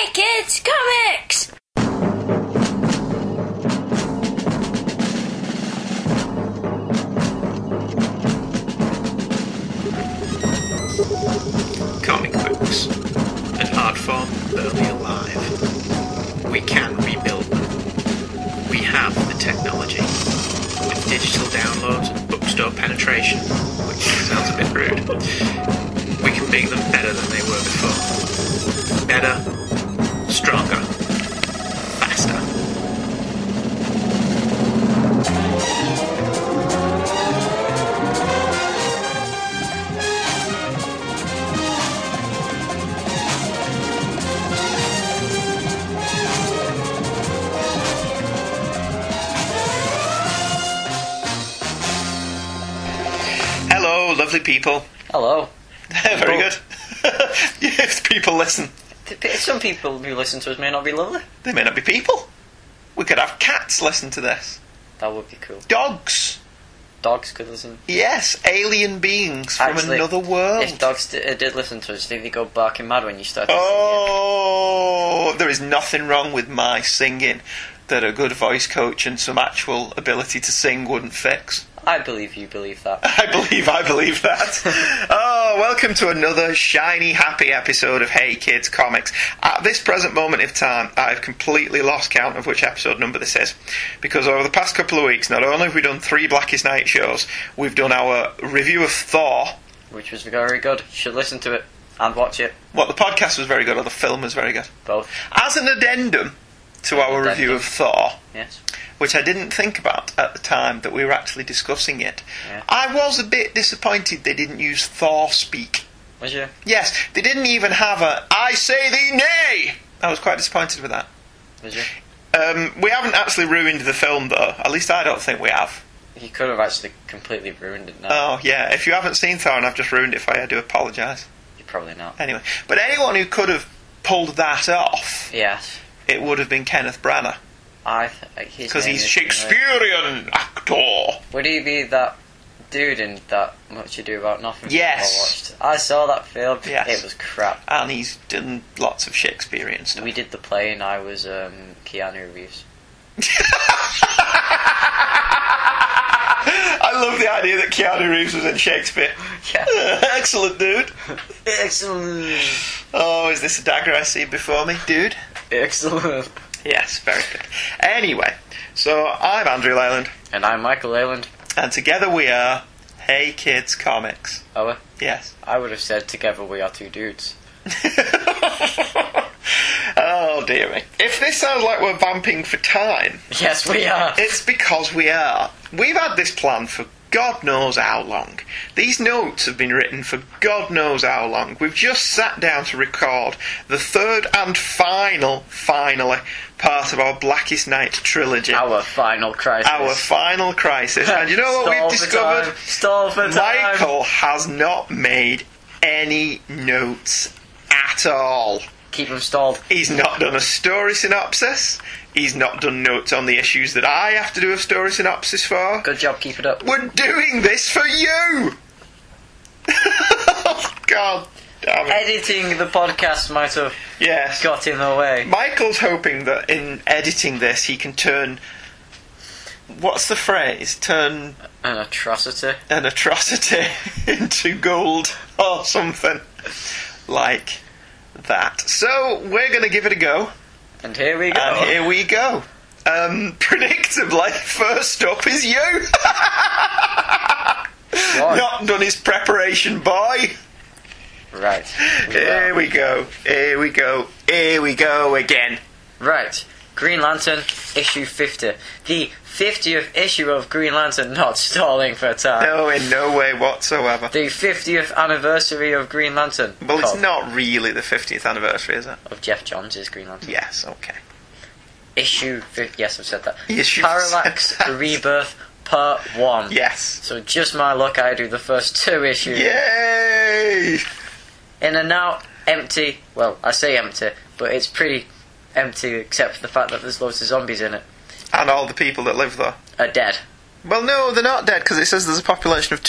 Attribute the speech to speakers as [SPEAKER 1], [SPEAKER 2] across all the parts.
[SPEAKER 1] It's comics!
[SPEAKER 2] comic books, an art form barely alive. We can rebuild them. We have the technology. With digital downloads and bookstore penetration, which sounds a bit rude, we can make them better than they were before. Better, stronger, faster. Hello, lovely people.
[SPEAKER 3] Hello.
[SPEAKER 2] Very good. yes, people listen.
[SPEAKER 3] Th- th- Some people who listen to us may not be lovely.
[SPEAKER 2] They may not be people. We could have cats listen to this.
[SPEAKER 3] That would be cool.
[SPEAKER 2] Dogs.
[SPEAKER 3] Dogs could listen.
[SPEAKER 2] Yes, alien beings from
[SPEAKER 3] Actually,
[SPEAKER 2] another world.
[SPEAKER 3] If dogs d- uh, did listen to us, they would go barking mad when you start.
[SPEAKER 2] oh, there is nothing wrong with my singing that a good voice coach and some actual ability to sing wouldn't fix.
[SPEAKER 3] I believe you believe that.
[SPEAKER 2] I believe, I believe that. oh, welcome to another shiny, happy episode of Hey Kids Comics. At this present moment of time, I've completely lost count of which episode number this is, because over the past couple of weeks, not only have we done three Blackest Night shows, we've done our review of Thor.
[SPEAKER 3] Which was very good. You should listen to it and watch it.
[SPEAKER 2] Well, the podcast was very good, or the film was very good.
[SPEAKER 3] Both.
[SPEAKER 2] As an addendum to our
[SPEAKER 3] Addendum.
[SPEAKER 2] review of Thor,
[SPEAKER 3] Yes.
[SPEAKER 2] which I didn't think about at the time that we were actually discussing it,
[SPEAKER 3] Yeah.
[SPEAKER 2] I was a bit disappointed they didn't use Thor speak.
[SPEAKER 3] Was you?
[SPEAKER 2] Yes, they didn't even have a "I say thee nay." I was quite disappointed with that.
[SPEAKER 3] Was you?
[SPEAKER 2] Um, we haven't actually ruined the film, though. At least I don't think we have.
[SPEAKER 3] You could have actually completely ruined it now.
[SPEAKER 2] Oh yeah, if you haven't seen Thor and I've just ruined it for you, I do apologise.
[SPEAKER 3] you probably not.
[SPEAKER 2] Anyway, but anyone who could have pulled that off,
[SPEAKER 3] Yes.
[SPEAKER 2] it would have been Kenneth Branagh
[SPEAKER 3] I. Th- uh, his
[SPEAKER 2] because
[SPEAKER 3] name
[SPEAKER 2] he's
[SPEAKER 3] is-
[SPEAKER 2] Shakespearean actor.
[SPEAKER 3] Would he be that dude in that Much Ado About Nothing?
[SPEAKER 2] Yes.
[SPEAKER 3] I watched? I saw that film.
[SPEAKER 2] Yes.
[SPEAKER 3] It was crap.
[SPEAKER 2] and he's done lots of Shakespearean stuff.
[SPEAKER 3] We did the play, and I was um, Keanu Reeves.
[SPEAKER 2] I love the idea that Keanu Reeves was in Shakespeare.
[SPEAKER 3] Yeah.
[SPEAKER 2] Excellent, dude.
[SPEAKER 3] Excellent.
[SPEAKER 2] Oh, is this a dagger I see before me, dude?
[SPEAKER 3] Excellent.
[SPEAKER 2] Yes, very good. Anyway, so I'm Andrew Leyland,
[SPEAKER 3] And I'm Michael Leyland.
[SPEAKER 2] and together we are Hey Kids Comics.
[SPEAKER 3] Oh,
[SPEAKER 2] Yes.
[SPEAKER 3] I would have said together we are two dudes.
[SPEAKER 2] oh dear me. If this sounds like we're vamping for time,
[SPEAKER 3] Yes, we are.
[SPEAKER 2] It's because we are. We've had this plan for God knows how long. These notes have been written for God knows how long. We've just sat down to record the third and final, finally, part of our Blackest Night trilogy.
[SPEAKER 3] Our final crisis.
[SPEAKER 2] Our final crisis. And you know what
[SPEAKER 3] Stall
[SPEAKER 2] we've
[SPEAKER 3] for
[SPEAKER 2] discovered?
[SPEAKER 3] time. Stall for time.
[SPEAKER 2] Michael has not made any notes at all.
[SPEAKER 3] Keep him stalled.
[SPEAKER 2] He's not done a story synopsis. He's not done notes on the issues that I have to do a story synopsis for.
[SPEAKER 3] Good job, keep it up.
[SPEAKER 2] We're doing this for you! God damn it.
[SPEAKER 3] Editing the podcast might have
[SPEAKER 2] Yes.
[SPEAKER 3] got in the way.
[SPEAKER 2] Michael's hoping that in editing this he can turn. What's the phrase? Turn
[SPEAKER 3] An atrocity.
[SPEAKER 2] an atrocity into gold or something like that. So we're going to give it a go.
[SPEAKER 3] And here we go.
[SPEAKER 2] And here we go. Um, predictably, first up is you.
[SPEAKER 3] Right.
[SPEAKER 2] Not done his preparation, boy.
[SPEAKER 3] Right.
[SPEAKER 2] Here we go. Here we go. Here we go again.
[SPEAKER 3] Right. Green Lantern, issue 50. The 50th issue of Green Lantern, not stalling for time.
[SPEAKER 2] No, in no way whatsoever.
[SPEAKER 3] The 50th anniversary of Green Lantern.
[SPEAKER 2] Well, it's
[SPEAKER 3] Of-
[SPEAKER 2] not really the 50th anniversary, is it?
[SPEAKER 3] Of Jeff Johns' Green Lantern.
[SPEAKER 2] Yes, okay.
[SPEAKER 3] Issue 50. Yes, I've said that.
[SPEAKER 2] Yes, you've
[SPEAKER 3] Parallax
[SPEAKER 2] said that.
[SPEAKER 3] Rebirth Part 1.
[SPEAKER 2] Yes.
[SPEAKER 3] So just my luck, I do the first two issues.
[SPEAKER 2] Yay!
[SPEAKER 3] In a now empty, well, I say empty, but it's pretty empty except for the fact that there's loads of zombies in it,
[SPEAKER 2] And all the people that live there.
[SPEAKER 3] are dead.
[SPEAKER 1] Well, no, they're not dead because it says there's a population of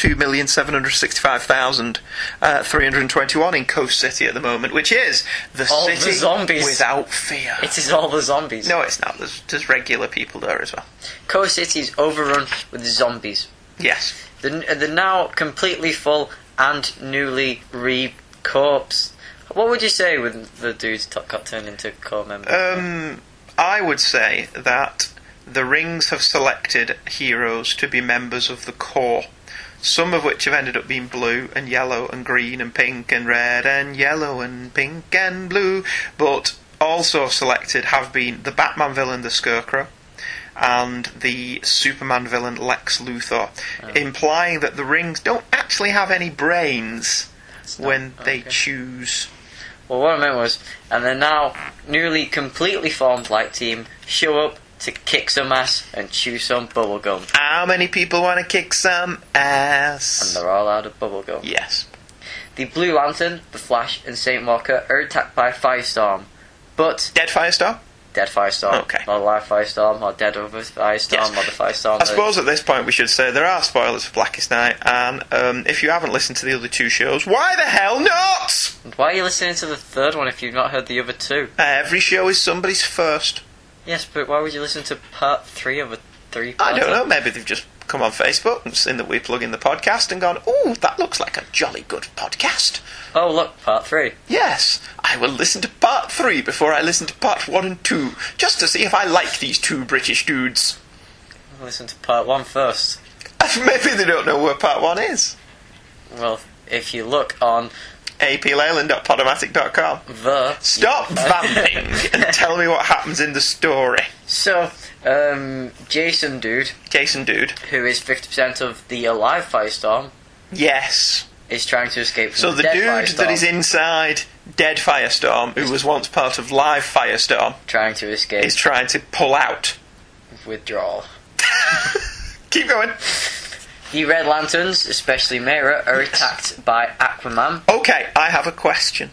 [SPEAKER 1] uh, 2,765,321 in Coast City at the moment, which is the
[SPEAKER 3] All the
[SPEAKER 1] city
[SPEAKER 3] zombies.
[SPEAKER 1] without fear.
[SPEAKER 3] It is all the zombies.
[SPEAKER 1] no, it's not. There's, there's regular people there as well.
[SPEAKER 3] Coast City is overrun with zombies.
[SPEAKER 1] Yes.
[SPEAKER 3] The, the now completely full and newly re corpse. What would you say when the dudes t- got turned into core members?
[SPEAKER 1] Um, I would say that the rings have selected heroes to be members of the core, some of which have ended up being blue and yellow and green and pink and red and yellow and pink and blue, but also selected have been the Batman villain, the Scarecrow. And the Superman villain Lex Luthor,
[SPEAKER 3] Oh.
[SPEAKER 1] implying that the rings don't actually have any brains
[SPEAKER 3] It's not-
[SPEAKER 1] when they
[SPEAKER 3] okay.
[SPEAKER 1] choose.
[SPEAKER 3] Well, what I meant was, and the now newly completely formed light team show up to kick some ass and chew some bubblegum.
[SPEAKER 1] How many people want to kick some
[SPEAKER 3] And
[SPEAKER 1] ass?
[SPEAKER 3] they're all out of bubblegum.
[SPEAKER 1] Yes.
[SPEAKER 3] The Blue Lantern, The Flash, and Saint Walker are attacked by Firestorm. But
[SPEAKER 1] Dead Firestar?
[SPEAKER 3] dead Firestorm,
[SPEAKER 1] Okay.
[SPEAKER 3] not alive Firestorm, or dead over Firestorm,
[SPEAKER 1] Yes.
[SPEAKER 3] or the Firestorm.
[SPEAKER 1] I
[SPEAKER 3] that-
[SPEAKER 1] suppose at this point we should say there are spoilers for Blackest Night, and um, if you haven't listened to the other two shows, why the hell not?
[SPEAKER 3] Why are you listening to the third one if you've not heard the other two?
[SPEAKER 1] Every show is somebody's first.
[SPEAKER 3] Yes, but why would you listen to part three of a three?
[SPEAKER 1] I don't know, maybe they've just come on Facebook and seen that we plug in the podcast and gone, ooh, that looks like a jolly good podcast.
[SPEAKER 3] Oh look, part three.
[SPEAKER 1] Yes, I will listen to part three before I listen to part one and two, just to see if I like these two British dudes.
[SPEAKER 3] Listen to part one first.
[SPEAKER 1] maybe they don't know where part one is.
[SPEAKER 3] Well, if you look on
[SPEAKER 1] apleyland.podomatic.com.
[SPEAKER 3] the
[SPEAKER 1] Stop vamping and tell me what happens in the story.
[SPEAKER 3] So, um, Jason Dude,
[SPEAKER 1] Jason Dude.
[SPEAKER 3] who is 50% of the alive Firestorm,
[SPEAKER 1] Yes.
[SPEAKER 3] is trying to escape from
[SPEAKER 1] So
[SPEAKER 3] the,
[SPEAKER 1] the
[SPEAKER 3] dead
[SPEAKER 1] dude
[SPEAKER 3] Firestorm.
[SPEAKER 1] that is inside Dead Firestorm, who was once part of Live Firestorm,
[SPEAKER 3] trying to escape
[SPEAKER 1] is trying to pull out.
[SPEAKER 3] withdrawal.
[SPEAKER 1] Keep going.
[SPEAKER 3] The Red Lanterns, especially Mera, are attacked by Aquaman.
[SPEAKER 1] Okay, I have a question.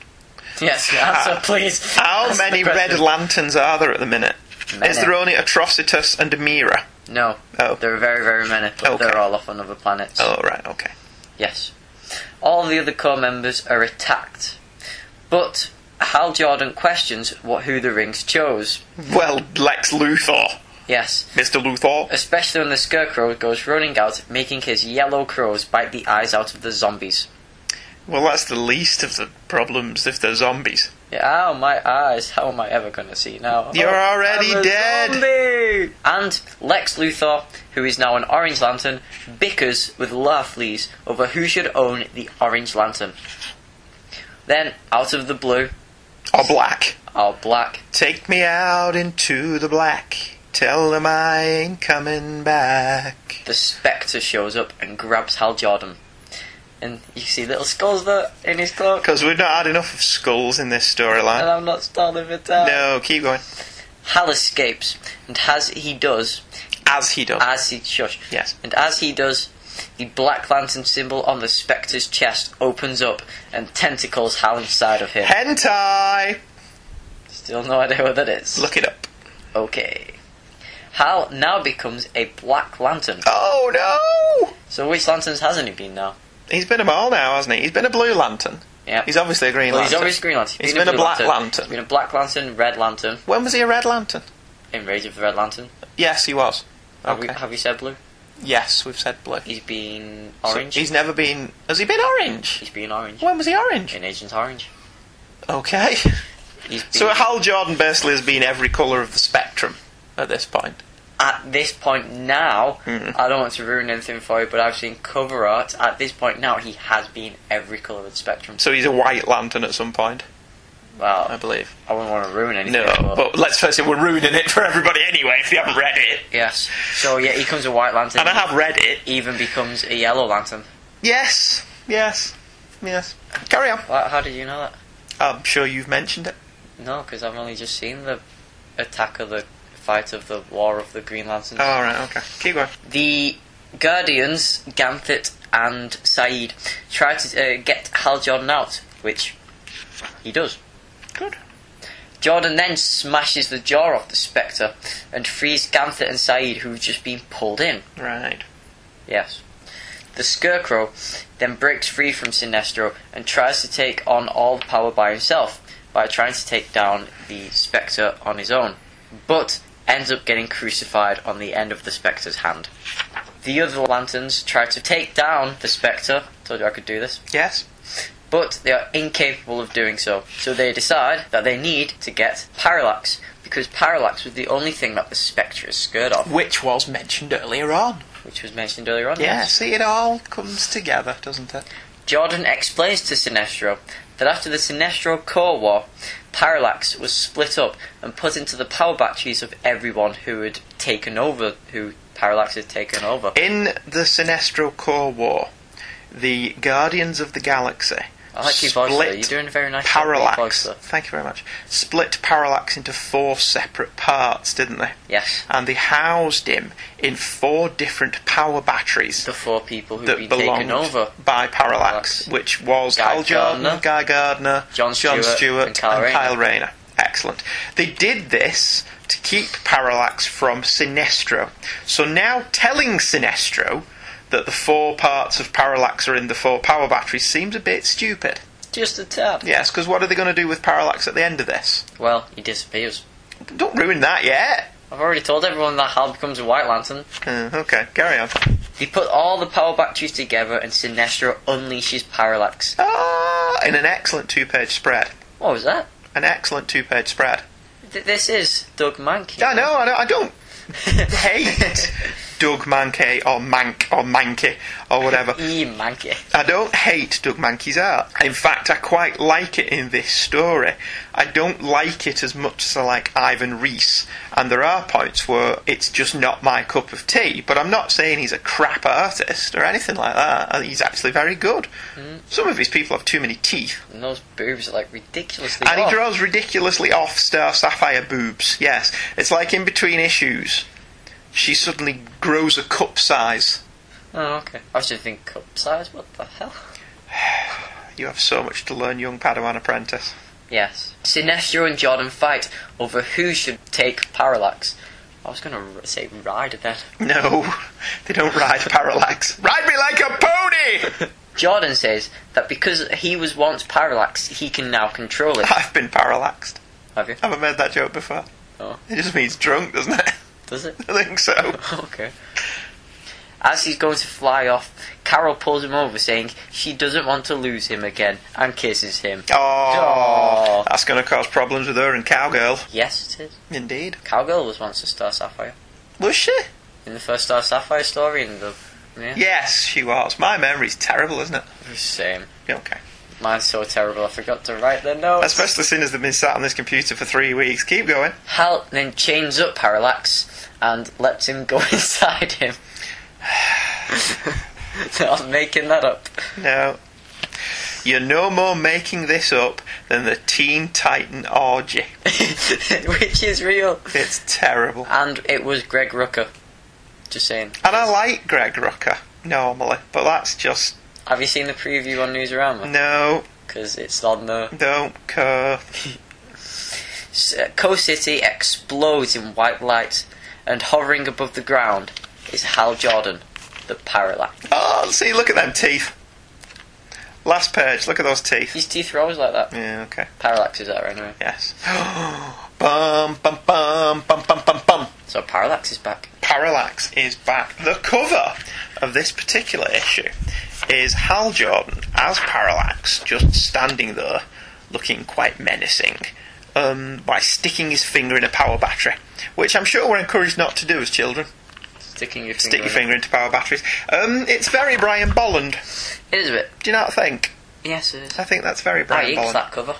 [SPEAKER 3] Yes, answer please.
[SPEAKER 1] Ah. How
[SPEAKER 3] That's the
[SPEAKER 1] many
[SPEAKER 3] question.
[SPEAKER 1] red lanterns are there at the minute?
[SPEAKER 3] Many.
[SPEAKER 1] Is there only Atrocitus and Amira?
[SPEAKER 3] No,
[SPEAKER 1] Oh.
[SPEAKER 3] there are very, very many, but
[SPEAKER 1] Okay.
[SPEAKER 3] they're all off on other planets.
[SPEAKER 1] Oh, right, okay.
[SPEAKER 3] Yes. All the other core members are attacked. But Hal Jordan questions what who the rings chose.
[SPEAKER 1] Well, Lex Luthor.
[SPEAKER 3] Yes.
[SPEAKER 1] Mr. Luthor.
[SPEAKER 3] Especially when the Scarecrow goes running out, making his yellow crows bite the eyes out of the zombies.
[SPEAKER 1] Well, that's the least of the problems if they're zombies.
[SPEAKER 3] Yeah, ow, my eyes. How am I ever going to see now? Oh,
[SPEAKER 1] You're already
[SPEAKER 3] I'm a
[SPEAKER 1] dead.
[SPEAKER 3] zombie! And Lex Luthor, who is now an Orange Lantern, bickers with Laughleys over who should own the Orange Lantern. Then, out of the blue,
[SPEAKER 1] Or black.
[SPEAKER 3] our black
[SPEAKER 1] Take me out into the black. Tell them I ain't coming back.
[SPEAKER 3] the Spectre shows up and grabs Hal Jordan. And you see little skulls there in his cloak.
[SPEAKER 1] Because we've not had enough of skulls in this
[SPEAKER 3] And
[SPEAKER 1] storyline.
[SPEAKER 3] I'm not starting it out.
[SPEAKER 1] No, keep going.
[SPEAKER 3] Hal escapes, and as he does,
[SPEAKER 1] As he does.
[SPEAKER 3] as he shush,
[SPEAKER 1] yes.
[SPEAKER 3] and as he does, the Black Lantern symbol on the Spectre's chest opens up, and tentacles Hal inside of him.
[SPEAKER 1] Hentai!
[SPEAKER 3] Still no idea what that is.
[SPEAKER 1] Look it up.
[SPEAKER 3] Okay. Hal now becomes a Black Lantern.
[SPEAKER 1] Oh no!
[SPEAKER 3] So which lanterns hasn't he been now?
[SPEAKER 1] He's been a mole now, hasn't he? He's been a blue lantern.
[SPEAKER 3] Yeah.
[SPEAKER 1] He's obviously a green
[SPEAKER 3] well, he's
[SPEAKER 1] lantern.
[SPEAKER 3] always Green Lantern.
[SPEAKER 1] He's been a
[SPEAKER 3] Blue
[SPEAKER 1] Black
[SPEAKER 3] He's
[SPEAKER 1] Lantern.
[SPEAKER 3] been a Black Lantern, Red Lantern,
[SPEAKER 1] When was he a red lantern?
[SPEAKER 3] in Rage of the Red Lantern.
[SPEAKER 1] Yes, he was.
[SPEAKER 3] Have, we,
[SPEAKER 1] Okay.
[SPEAKER 3] have we said blue?
[SPEAKER 1] Yes, we've said blue.
[SPEAKER 3] He's been
[SPEAKER 1] So
[SPEAKER 3] orange.
[SPEAKER 1] he's never been. Has he been orange?
[SPEAKER 3] he's been orange.
[SPEAKER 1] When was he orange?
[SPEAKER 3] In Agent Orange.
[SPEAKER 1] Okay.
[SPEAKER 3] He's been,
[SPEAKER 1] So Hal Jordan basically has been every colour of the spectrum at this point.
[SPEAKER 3] at this point now,
[SPEAKER 1] Mhm.
[SPEAKER 3] I don't want to ruin anything for you, but I've seen cover art. At this point now, he has been every colour of the spectrum.
[SPEAKER 1] So he's a white lantern at some point, I
[SPEAKER 3] Well,
[SPEAKER 1] believe.
[SPEAKER 3] I wouldn't want to ruin anything.
[SPEAKER 1] Um, No, but let's face it, we're ruining it for everybody anyway if you haven't read it.
[SPEAKER 3] Yes. So yeah, he comes a white lantern.
[SPEAKER 1] And I have read it.
[SPEAKER 3] Even becomes a yellow lantern.
[SPEAKER 1] Yes, yes, yes. Carry on.
[SPEAKER 3] Wha- How did you know that?
[SPEAKER 1] I'm sure you've mentioned it.
[SPEAKER 3] No, because I've only just seen the attack of the fight of the war of the Green Lanterns.
[SPEAKER 1] All right, okay. Keep going.
[SPEAKER 3] The Guardians, Ganthet and Saeed, try to uh, get Hal Jordan out, which he does.
[SPEAKER 1] Good.
[SPEAKER 3] Jordan then smashes the jaw off the Spectre and frees Ganthet and Saeed, who've just been pulled in.
[SPEAKER 1] Right.
[SPEAKER 3] Yes. The Scarecrow then breaks free from Sinestro and tries to take on all the power by himself by trying to take down the Spectre on his own, but ends up getting crucified on the end of the Spectre's hand. The other lanterns try to take down the Spectre. Told you I could do this
[SPEAKER 1] Yes.
[SPEAKER 3] but they are incapable of doing so. So they decide that they need to get Parallax, because Parallax was the only thing that the Spectre is scared of,
[SPEAKER 1] Which was mentioned earlier on.
[SPEAKER 3] which was mentioned earlier on.
[SPEAKER 1] Yeah, see, it all comes together, doesn't it?
[SPEAKER 3] Jordan explains to Sinestro that after the Sinestro Core War, Parallax was split up and put into the power batteries of everyone who had taken over, who Parallax had taken over.
[SPEAKER 1] In the Sinestro Core War, the Guardians of the Galaxy
[SPEAKER 3] I like your voice there.
[SPEAKER 1] Split
[SPEAKER 3] You're doing a very nice job with your voice
[SPEAKER 1] Parallax.
[SPEAKER 3] there.
[SPEAKER 1] Thank you very much. Split Parallax into four separate parts, didn't they?
[SPEAKER 3] Yes.
[SPEAKER 1] And they housed him in four different power batteries
[SPEAKER 3] The four people who'd
[SPEAKER 1] that
[SPEAKER 3] been taken
[SPEAKER 1] belonged
[SPEAKER 3] over.
[SPEAKER 1] by Parallax,
[SPEAKER 3] Parallax.
[SPEAKER 1] which was
[SPEAKER 3] Guy
[SPEAKER 1] Al Jordan,
[SPEAKER 3] Gardner,
[SPEAKER 1] Guy Gardner,
[SPEAKER 3] John Stewart, and Kyle Rayner.
[SPEAKER 1] Rayner. Excellent. They did this to keep Parallax from Sinestro. So now telling Sinestro that the four parts of Parallax are in the four power batteries seems a bit stupid.
[SPEAKER 3] Just a tad.
[SPEAKER 1] Yes, because what are they going to do with Parallax at the end of this?
[SPEAKER 3] Well, he disappears.
[SPEAKER 1] Don't ruin that yet.
[SPEAKER 3] I've already told everyone that Hal becomes a White Lantern.
[SPEAKER 1] Uh, okay, carry on.
[SPEAKER 3] They put all the power batteries together and Sinestro unleashes Parallax.
[SPEAKER 1] Ah, in an excellent two-page spread.
[SPEAKER 3] What was that?
[SPEAKER 1] An excellent two-page spread.
[SPEAKER 3] Th- this is Doug Mankey.
[SPEAKER 1] I know, I know, I don't hate Doug Mankey or Mank or Mankey or whatever.
[SPEAKER 3] E Mankey.
[SPEAKER 1] I don't hate Doug Mankey's art. In fact, I quite like it in this story. I don't like it as much as I like Ivan Reese, and there are points where it's just not my cup of tea. But I'm not saying he's a crap artist or anything like that. I think He's actually very good. Some of his people have too many teeth,
[SPEAKER 3] And those boobs are like ridiculously
[SPEAKER 1] and
[SPEAKER 3] long.
[SPEAKER 1] he draws ridiculously off star sapphire boobs. Yes, it's like in between issues, she suddenly grows a cup size.
[SPEAKER 3] Oh, okay. I should think cup size. What the hell?
[SPEAKER 1] You have so much to learn, young Padawan apprentice.
[SPEAKER 3] Yes. Sinestro and Jordan fight over who should take Parallax. I was going to r- say Ryder then.
[SPEAKER 1] No, they don't ride parallax. Ride me like a pony!
[SPEAKER 3] Jordan says that because he was once Parallax, he can now control it.
[SPEAKER 1] I've been parallaxed.
[SPEAKER 3] Have you?
[SPEAKER 1] Have I made that joke before?
[SPEAKER 3] Oh.
[SPEAKER 1] It just means drunk, doesn't it?
[SPEAKER 3] Does it?
[SPEAKER 1] I think so.
[SPEAKER 3] okay. As he's going to fly off, Carol pulls him over, saying she doesn't want to lose him again, and kisses him.
[SPEAKER 1] Oh,
[SPEAKER 3] Aw.
[SPEAKER 1] that's going to cause problems with her and Cowgirl.
[SPEAKER 3] Yes, it is.
[SPEAKER 1] Indeed.
[SPEAKER 3] Cowgirl was once a Star Sapphire.
[SPEAKER 1] Was she?
[SPEAKER 3] In the first Star Sapphire story, in the. Yeah.
[SPEAKER 1] Yes, she was. My memory's terrible, isn't it?
[SPEAKER 3] Same.
[SPEAKER 1] Yeah, Okay.
[SPEAKER 3] Mine's so terrible, I forgot to write the notes.
[SPEAKER 1] Especially since they've been sat on this computer for three weeks. Keep going.
[SPEAKER 3] Hal then chains up Parallax and lets him go inside him. No, I'm making that up.
[SPEAKER 1] No. You're no more making this up than the Teen Titan orgy.
[SPEAKER 3] Which is real.
[SPEAKER 1] It's terrible.
[SPEAKER 3] And it was Greg Rucker. Just saying.
[SPEAKER 1] And I like Greg Rucker normally, but that's just
[SPEAKER 3] Have you seen the preview on Newsarama?
[SPEAKER 1] Mm. no,
[SPEAKER 3] Because it's on the
[SPEAKER 1] don't care.
[SPEAKER 3] S- uh, Co City explodes in white light, and hovering above the ground is Hal Jordan, the parallax.
[SPEAKER 1] Oh, see, look at them teeth. Last page, look at those teeth.
[SPEAKER 3] His teeth are always like that.
[SPEAKER 1] Yeah, okay,
[SPEAKER 3] Parallax is there anyway.
[SPEAKER 1] yes. bum bum bum bum bum bum bum.
[SPEAKER 3] So Parallax is back.
[SPEAKER 1] Parallax is back. The cover of this particular issue is Hal Jordan as Parallax, just standing there, looking quite menacing, um, by sticking his finger in a power battery, which I'm sure we're encouraged not to do as children.
[SPEAKER 3] Sticking your finger.
[SPEAKER 1] Stick your
[SPEAKER 3] in.
[SPEAKER 1] finger into power batteries. Um, it's very Brian Bolland.
[SPEAKER 3] It is a bit.
[SPEAKER 1] Do you not think?
[SPEAKER 3] Yes, it is.
[SPEAKER 1] I think that's very
[SPEAKER 3] I
[SPEAKER 1] Brian
[SPEAKER 3] inked
[SPEAKER 1] Bolland.
[SPEAKER 3] that cover.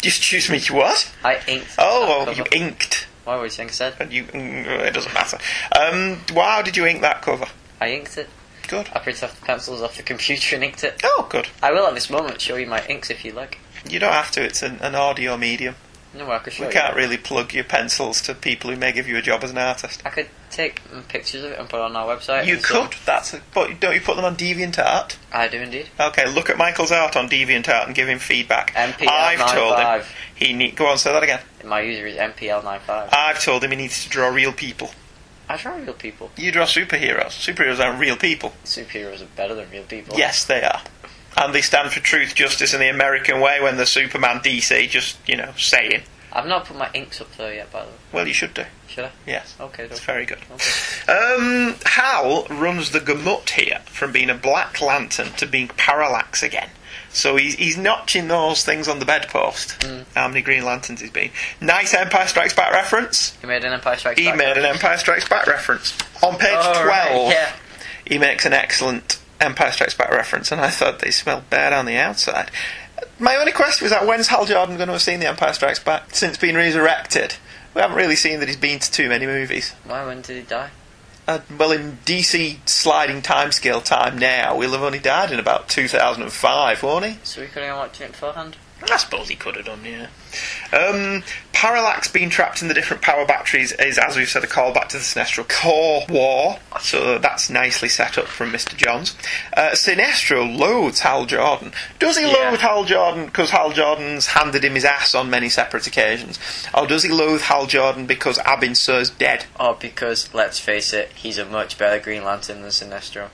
[SPEAKER 1] Just choose me. What?
[SPEAKER 3] I inked.
[SPEAKER 1] Oh,
[SPEAKER 3] that
[SPEAKER 1] you
[SPEAKER 3] cover.
[SPEAKER 1] inked.
[SPEAKER 3] Why would you think I said?
[SPEAKER 1] And you. mm, It doesn't matter. Um, wow, did you ink that cover?
[SPEAKER 3] I inked it.
[SPEAKER 1] Good.
[SPEAKER 3] I printed off the pencils off the computer and inked it.
[SPEAKER 1] Oh, good.
[SPEAKER 3] I will at this moment show you my inks if you like.
[SPEAKER 1] You don't have to. It's an, an audio medium.
[SPEAKER 3] No, I could show
[SPEAKER 1] We
[SPEAKER 3] you.
[SPEAKER 1] can't really plug your pencils to people who may give you a job as an artist.
[SPEAKER 3] I could take mm, pictures of it and put it on our website.
[SPEAKER 1] You
[SPEAKER 3] and so-
[SPEAKER 1] could. That's. A, but don't you put them on DeviantArt?
[SPEAKER 3] I do indeed.
[SPEAKER 1] Okay. Look at Michael's art on DeviantArt and give him feedback.
[SPEAKER 3] MPL
[SPEAKER 1] I've told him
[SPEAKER 3] 95.
[SPEAKER 1] he need. Go on. Say that again.
[SPEAKER 3] My user is MPL95.
[SPEAKER 1] I've told him he needs to draw real people.
[SPEAKER 3] I draw real people.
[SPEAKER 1] You draw superheroes. Superheroes aren't real people.
[SPEAKER 3] Superheroes are better than real people.
[SPEAKER 1] Yes, they are. And they stand for truth, justice, and the American way when the Superman DC just, you know, saying.
[SPEAKER 3] I've not put my inks up there yet, by the way.
[SPEAKER 1] Well, you should do.
[SPEAKER 3] Should I?
[SPEAKER 1] Yes.
[SPEAKER 3] Okay,
[SPEAKER 1] It's
[SPEAKER 3] don't.
[SPEAKER 1] very good.
[SPEAKER 3] Okay.
[SPEAKER 1] Um, Hal runs the gamut here from being a black lantern to being parallax again. So he's, he's notching those things on the bedpost. How many Green Lanterns he's been. Nice Empire Strikes Back reference.
[SPEAKER 3] He made an Empire Strikes
[SPEAKER 1] He
[SPEAKER 3] Back.
[SPEAKER 1] made an Empire Strikes Back reference. On page
[SPEAKER 3] Oh,
[SPEAKER 1] 12,
[SPEAKER 3] right, yeah.
[SPEAKER 1] he makes an excellent Empire Strikes Back reference, and I thought they smelled bad on the outside. My only question was that when's Hal Jordan going to have seen the Empire Strikes Back since being resurrected? We haven't really seen that he's been to too many movies.
[SPEAKER 3] Why? When did he die?
[SPEAKER 1] Uh, well, in DC sliding timescale time now, he'll have only died in about 2005, won't he?
[SPEAKER 3] So we could have watched it beforehand.
[SPEAKER 1] I suppose he could have done, yeah. Um, Parallax being trapped in the different power batteries is, as we've said, a callback to the Sinestral Core War, so that's nicely set up from Mr. Johns. Uh, Sinestro loads Hal Jordan. Does he
[SPEAKER 3] Yeah.
[SPEAKER 1] loathe Hal Jordan because Hal Jordan's handed him his ass on many separate occasions? Or does he loathe Hal Jordan because Abin Sur's dead?
[SPEAKER 3] Or Oh, because, let's face it, he's a much better Green Lantern than Sinestro.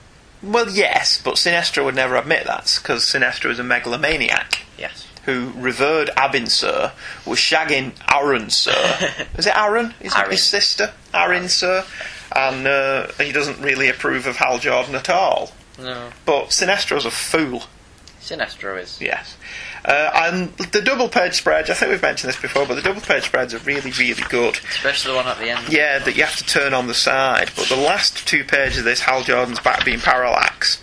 [SPEAKER 1] Well, yes, but Sinestro would never admit that because Sinestro is a megalomaniac
[SPEAKER 3] Yes.
[SPEAKER 1] who revered Abin Sur, was shagging Aaron Sir. is it Aaron? His,
[SPEAKER 3] Aaron.
[SPEAKER 1] his sister, Aaron Sir, and uh, he doesn't really approve of Hal Jordan at all.
[SPEAKER 3] No.
[SPEAKER 1] But Sinestro's a fool.
[SPEAKER 3] Sinestro is.
[SPEAKER 1] Yes. Uh, and the double page spread, I think we've mentioned this before, but the double page spreads are really, really good.
[SPEAKER 3] Especially the one at the end.
[SPEAKER 1] Yeah, that you have to turn on the side. But the last two pages of this, Hal Jordan's back being parallax,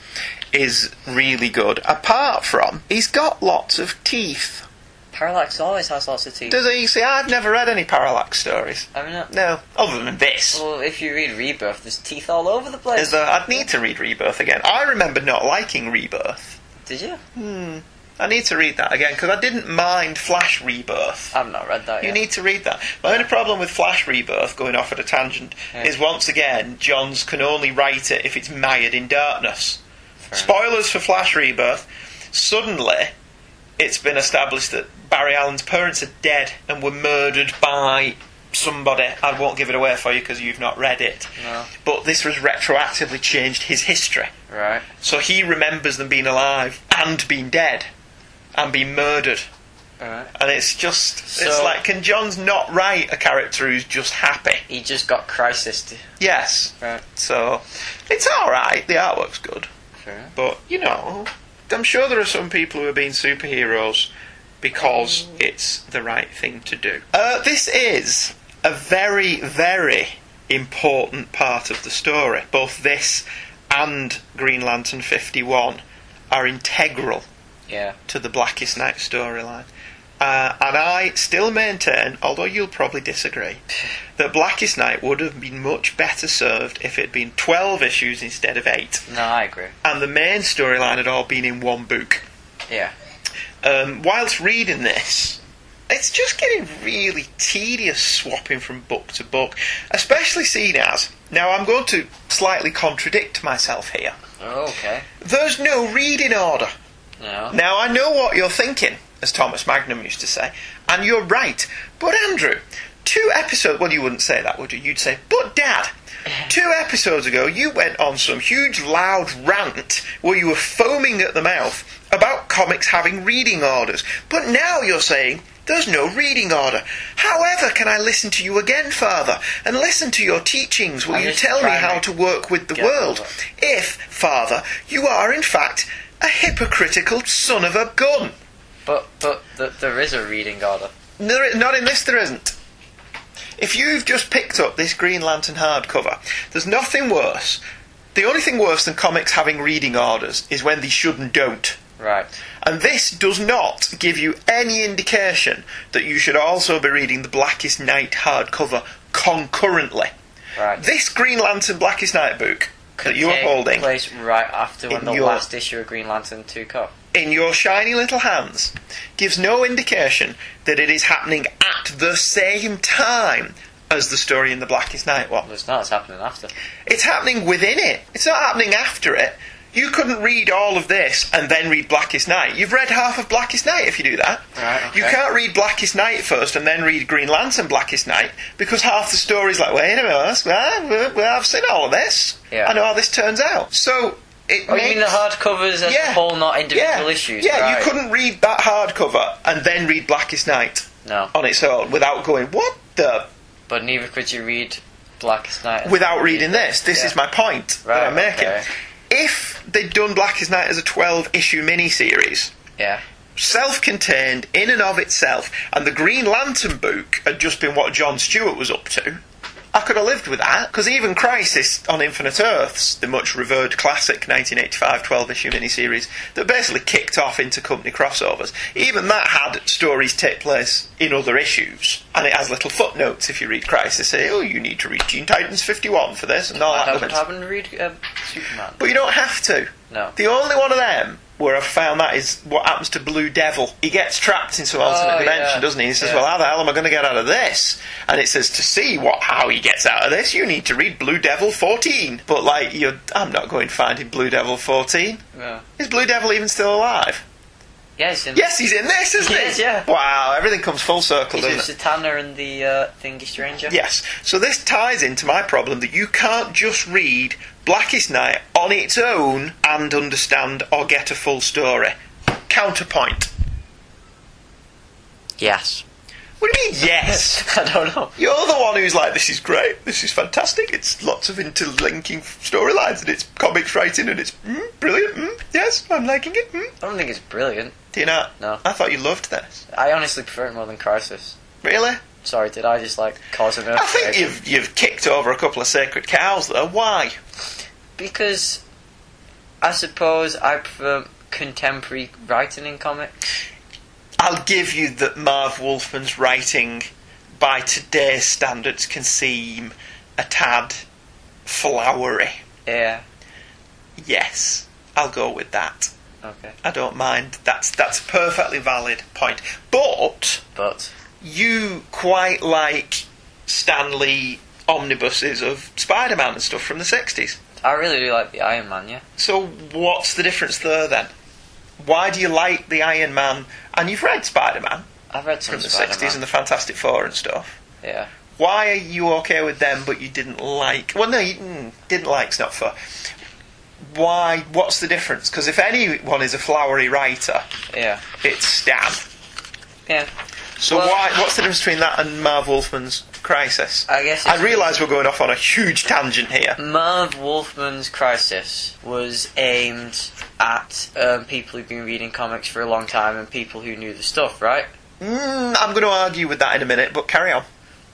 [SPEAKER 1] is really good. Apart from, he's got lots of teeth.
[SPEAKER 3] Parallax always has lots of teeth.
[SPEAKER 1] Does he? See, I've never read any parallax stories.
[SPEAKER 3] I mean, uh,
[SPEAKER 1] No, other than this.
[SPEAKER 3] well, if you read Rebirth, there's teeth all over the place.
[SPEAKER 1] Is that I'd need to read Rebirth again. I remember not liking Rebirth.
[SPEAKER 3] Did you?
[SPEAKER 1] I need to read that again because I didn't mind Flash Rebirth.
[SPEAKER 3] I've not read that
[SPEAKER 1] You
[SPEAKER 3] yet.
[SPEAKER 1] need to read that. My only problem with Flash Rebirth, going off at a tangent,
[SPEAKER 3] Yeah.
[SPEAKER 1] is once again, Johns can only write it if it's mired in darkness.
[SPEAKER 3] Fair
[SPEAKER 1] Spoilers for Flash Rebirth. Suddenly, it's been established that Barry Allen's parents are dead and were murdered by somebody. I won't give it away for you because you've not read it.
[SPEAKER 3] No.
[SPEAKER 1] But this has retroactively changed his history.
[SPEAKER 3] Right.
[SPEAKER 1] So he remembers them being alive and being dead and being murdered.
[SPEAKER 3] Alright.
[SPEAKER 1] And it's just, it's
[SPEAKER 3] So-
[SPEAKER 1] like, can John's not write a character who's just happy?
[SPEAKER 3] He just got crisis.
[SPEAKER 1] Yes.
[SPEAKER 3] Right.
[SPEAKER 1] So, it's alright, the artwork's good.
[SPEAKER 3] Fair enough.
[SPEAKER 1] But, you know, I'm sure there are some people who are being superheroes because it's the right thing to do. Uh, this is a very, very important part of the story. Both this and Green Lantern 51 are integral
[SPEAKER 3] Yeah.
[SPEAKER 1] to the Blackest Night storyline. Uh, and I still maintain, although you'll probably disagree, that Blackest Night would have been much better served if it had been 12 issues instead of 8
[SPEAKER 3] No, I agree.
[SPEAKER 1] and the main storyline had all been in one book.
[SPEAKER 3] Yeah.
[SPEAKER 1] Um, whilst reading this, it's just getting really tedious swapping from book to book, especially seen as. Now, I'm going to slightly contradict myself here.
[SPEAKER 3] Oh, okay.
[SPEAKER 1] There's no reading order.
[SPEAKER 3] No.
[SPEAKER 1] Now, I know what you're thinking, as Thomas Magnum used to say, and you're right. But, Andrew, two episodes. Well, you wouldn't say that, would you? You'd say, but, Dad, two episodes ago, you went on some huge, loud rant where you were foaming at the mouth about comics having reading orders. But now you're saying. There's no reading order. However, can I listen to you again, Father, and listen to your teachings? Will
[SPEAKER 3] I'm
[SPEAKER 1] you
[SPEAKER 3] just
[SPEAKER 1] tell me
[SPEAKER 3] trying
[SPEAKER 1] how to
[SPEAKER 3] to
[SPEAKER 1] work with the
[SPEAKER 3] get
[SPEAKER 1] world?
[SPEAKER 3] over.
[SPEAKER 1] If, Father, you are in fact a hypocritical son of a gun.
[SPEAKER 3] But but th- there is a reading order.
[SPEAKER 1] There, not in this, there isn't. If you've just picked up this Green Lantern hardcover, there's nothing worse. The only thing worse than comics having reading orders is when they should and don't.
[SPEAKER 3] Right.
[SPEAKER 1] And this does not give you any indication that you should also be reading the Blackest Night hardcover concurrently.
[SPEAKER 3] Right.
[SPEAKER 1] This Green Lantern Blackest Night book that
[SPEAKER 3] Could
[SPEAKER 1] you're
[SPEAKER 3] take
[SPEAKER 1] holding
[SPEAKER 3] place right after when
[SPEAKER 1] in
[SPEAKER 3] the
[SPEAKER 1] your-
[SPEAKER 3] last issue of Green Lantern took off.
[SPEAKER 1] in your shiny little hands gives no indication that it is happening at the same time as the story in the Blackest Night one.
[SPEAKER 3] Well, it's not. It's happening after.
[SPEAKER 1] It's happening within it. It's not happening after it. You couldn't read all of this and then read Blackest Night. You've read half of Blackest Night if you do that.
[SPEAKER 3] Right, okay.
[SPEAKER 1] You can't read Blackest Night first and then read Green Lantern Blackest Night because half the story's like, wait a minute, that's- well, well, I've seen all of this.
[SPEAKER 3] Yeah.
[SPEAKER 1] I know how this turns out. So it
[SPEAKER 3] Oh, you
[SPEAKER 1] makes-
[SPEAKER 3] mean the hardcovers as
[SPEAKER 1] Yeah.
[SPEAKER 3] a whole, not individual
[SPEAKER 1] yeah,
[SPEAKER 3] issues?
[SPEAKER 1] Yeah,
[SPEAKER 3] Right.
[SPEAKER 1] you couldn't read that hardcover and then read Blackest Night
[SPEAKER 3] No,
[SPEAKER 1] on its own without going, what the?
[SPEAKER 3] but neither could you read Blackest Night. and
[SPEAKER 1] Without
[SPEAKER 3] then
[SPEAKER 1] reading this. This
[SPEAKER 3] Yeah.
[SPEAKER 1] is my point that
[SPEAKER 3] Right,
[SPEAKER 1] I'm making.
[SPEAKER 3] okay.
[SPEAKER 1] If they'd done Blackest Night as a 12 issue miniseries,
[SPEAKER 3] Yeah,
[SPEAKER 1] self contained in and of itself, and the Green Lantern book had just been what John Stewart was up to, I could have lived with that, because even Crisis on Infinite Earths, the much revered classic 1985 12 issue miniseries that basically kicked off into company crossovers, even that had stories take place in other issues. And it has little footnotes if you read Crisis, say, oh, you need to read Teen Titans 51 for this, and all
[SPEAKER 3] I
[SPEAKER 1] that.
[SPEAKER 3] haven't,
[SPEAKER 1] rubbish.
[SPEAKER 3] haven't read um, Superman.
[SPEAKER 1] But you don't have to.
[SPEAKER 3] No.
[SPEAKER 1] The only one of them where I've found that is what happens to Blue Devil. He gets trapped in some alternate
[SPEAKER 3] Oh,
[SPEAKER 1] dimension,
[SPEAKER 3] yeah.
[SPEAKER 1] doesn't he? He says,
[SPEAKER 3] Yeah.
[SPEAKER 1] Well, how the hell am I going to get out of this? And it says, To see what how he gets out of this, you need to read Blue Devil 14. But, like, you're, I'm not going finding Blue Devil 14.
[SPEAKER 3] No.
[SPEAKER 1] Is Blue Devil even still alive?
[SPEAKER 3] Yeah, it's in
[SPEAKER 1] Yes, he's in this, isn't
[SPEAKER 3] He
[SPEAKER 1] he?
[SPEAKER 3] is, yeah.
[SPEAKER 1] Wow, everything comes full circle,
[SPEAKER 3] He's
[SPEAKER 1] doesn't
[SPEAKER 3] with
[SPEAKER 1] it?
[SPEAKER 3] Satana and the uh, Thingy Stranger.
[SPEAKER 1] Yes. So this ties into my problem that you can't just read Blackest Night on its own and understand or get a full story. Counterpoint.
[SPEAKER 3] Yes.
[SPEAKER 1] What do you mean, yes?
[SPEAKER 3] I don't know.
[SPEAKER 1] You're the one who's like, this is great, this is fantastic, it's lots of interlinking storylines and it's comics writing and it's mm, brilliant, mm, yes, I'm liking it. Mm.
[SPEAKER 3] I don't think it's brilliant.
[SPEAKER 1] Do you know?
[SPEAKER 3] No.
[SPEAKER 1] I thought you loved this.
[SPEAKER 3] I honestly prefer it more than Crisis.
[SPEAKER 1] Really?
[SPEAKER 3] Sorry, did I just like cause an
[SPEAKER 1] I
[SPEAKER 3] earthquake?
[SPEAKER 1] think you've you've kicked over a couple of sacred cows though. Why?
[SPEAKER 3] Because I suppose I prefer contemporary writing in comics.
[SPEAKER 1] I'll give you that Marv Wolfman's writing, by today's standards, can seem a tad flowery.
[SPEAKER 3] Yeah.
[SPEAKER 1] Yes, I'll go with that.
[SPEAKER 3] Okay.
[SPEAKER 1] I don't mind. That's that's a perfectly valid point. But
[SPEAKER 3] But
[SPEAKER 1] you quite like Stanley omnibuses of Spider-Man and stuff from the sixties.
[SPEAKER 3] I really do like the Iron Man, yeah.
[SPEAKER 1] So what's the difference there then? Why do you like the Iron Man? And you've read Spider-Man
[SPEAKER 3] I've read some
[SPEAKER 1] from the
[SPEAKER 3] Spider-Man.
[SPEAKER 1] sixties and the Fantastic Four and stuff.
[SPEAKER 3] Yeah.
[SPEAKER 1] why are you okay with them but you didn't like well no you mm, didn't like's not fair why what's the difference because if anyone is a flowery writer
[SPEAKER 3] Yeah.
[SPEAKER 1] it's Stan
[SPEAKER 3] Yeah.
[SPEAKER 1] so
[SPEAKER 3] Well-
[SPEAKER 1] why what's the difference between that and Marv Wolfman's Crisis
[SPEAKER 3] I guess
[SPEAKER 1] I
[SPEAKER 3] it's
[SPEAKER 1] realise we're going off on a huge tangent here
[SPEAKER 3] Merv Wolfman's Crisis was aimed at um, people who've been reading comics for a long time and people who knew the stuff, right?
[SPEAKER 1] mm, I'm going to argue with that in a minute but carry on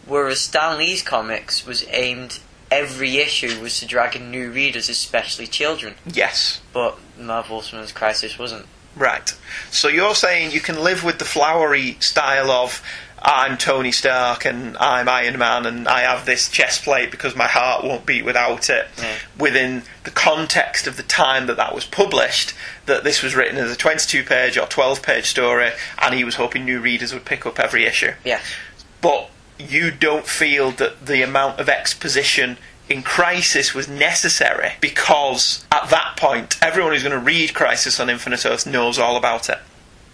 [SPEAKER 3] Whereas Stan Lee's comics was aimed, every issue was to drag in new readers, especially children.
[SPEAKER 1] yes
[SPEAKER 3] But Merv Wolfman's Crisis wasn't.
[SPEAKER 1] Right. So you're saying you can live with the flowery style of I'm Tony Stark and I'm Iron Man and I have this chest plate because my heart won't beat without it
[SPEAKER 3] Yeah.
[SPEAKER 1] within the context of the time that that was published that this was written as a 22 page or 12 page story and he was hoping new readers would pick up every issue.
[SPEAKER 3] Yeah.
[SPEAKER 1] But you don't feel that the amount of exposition in Crisis was necessary because at that point everyone who's going to read Crisis on Infinite Earth knows all about it.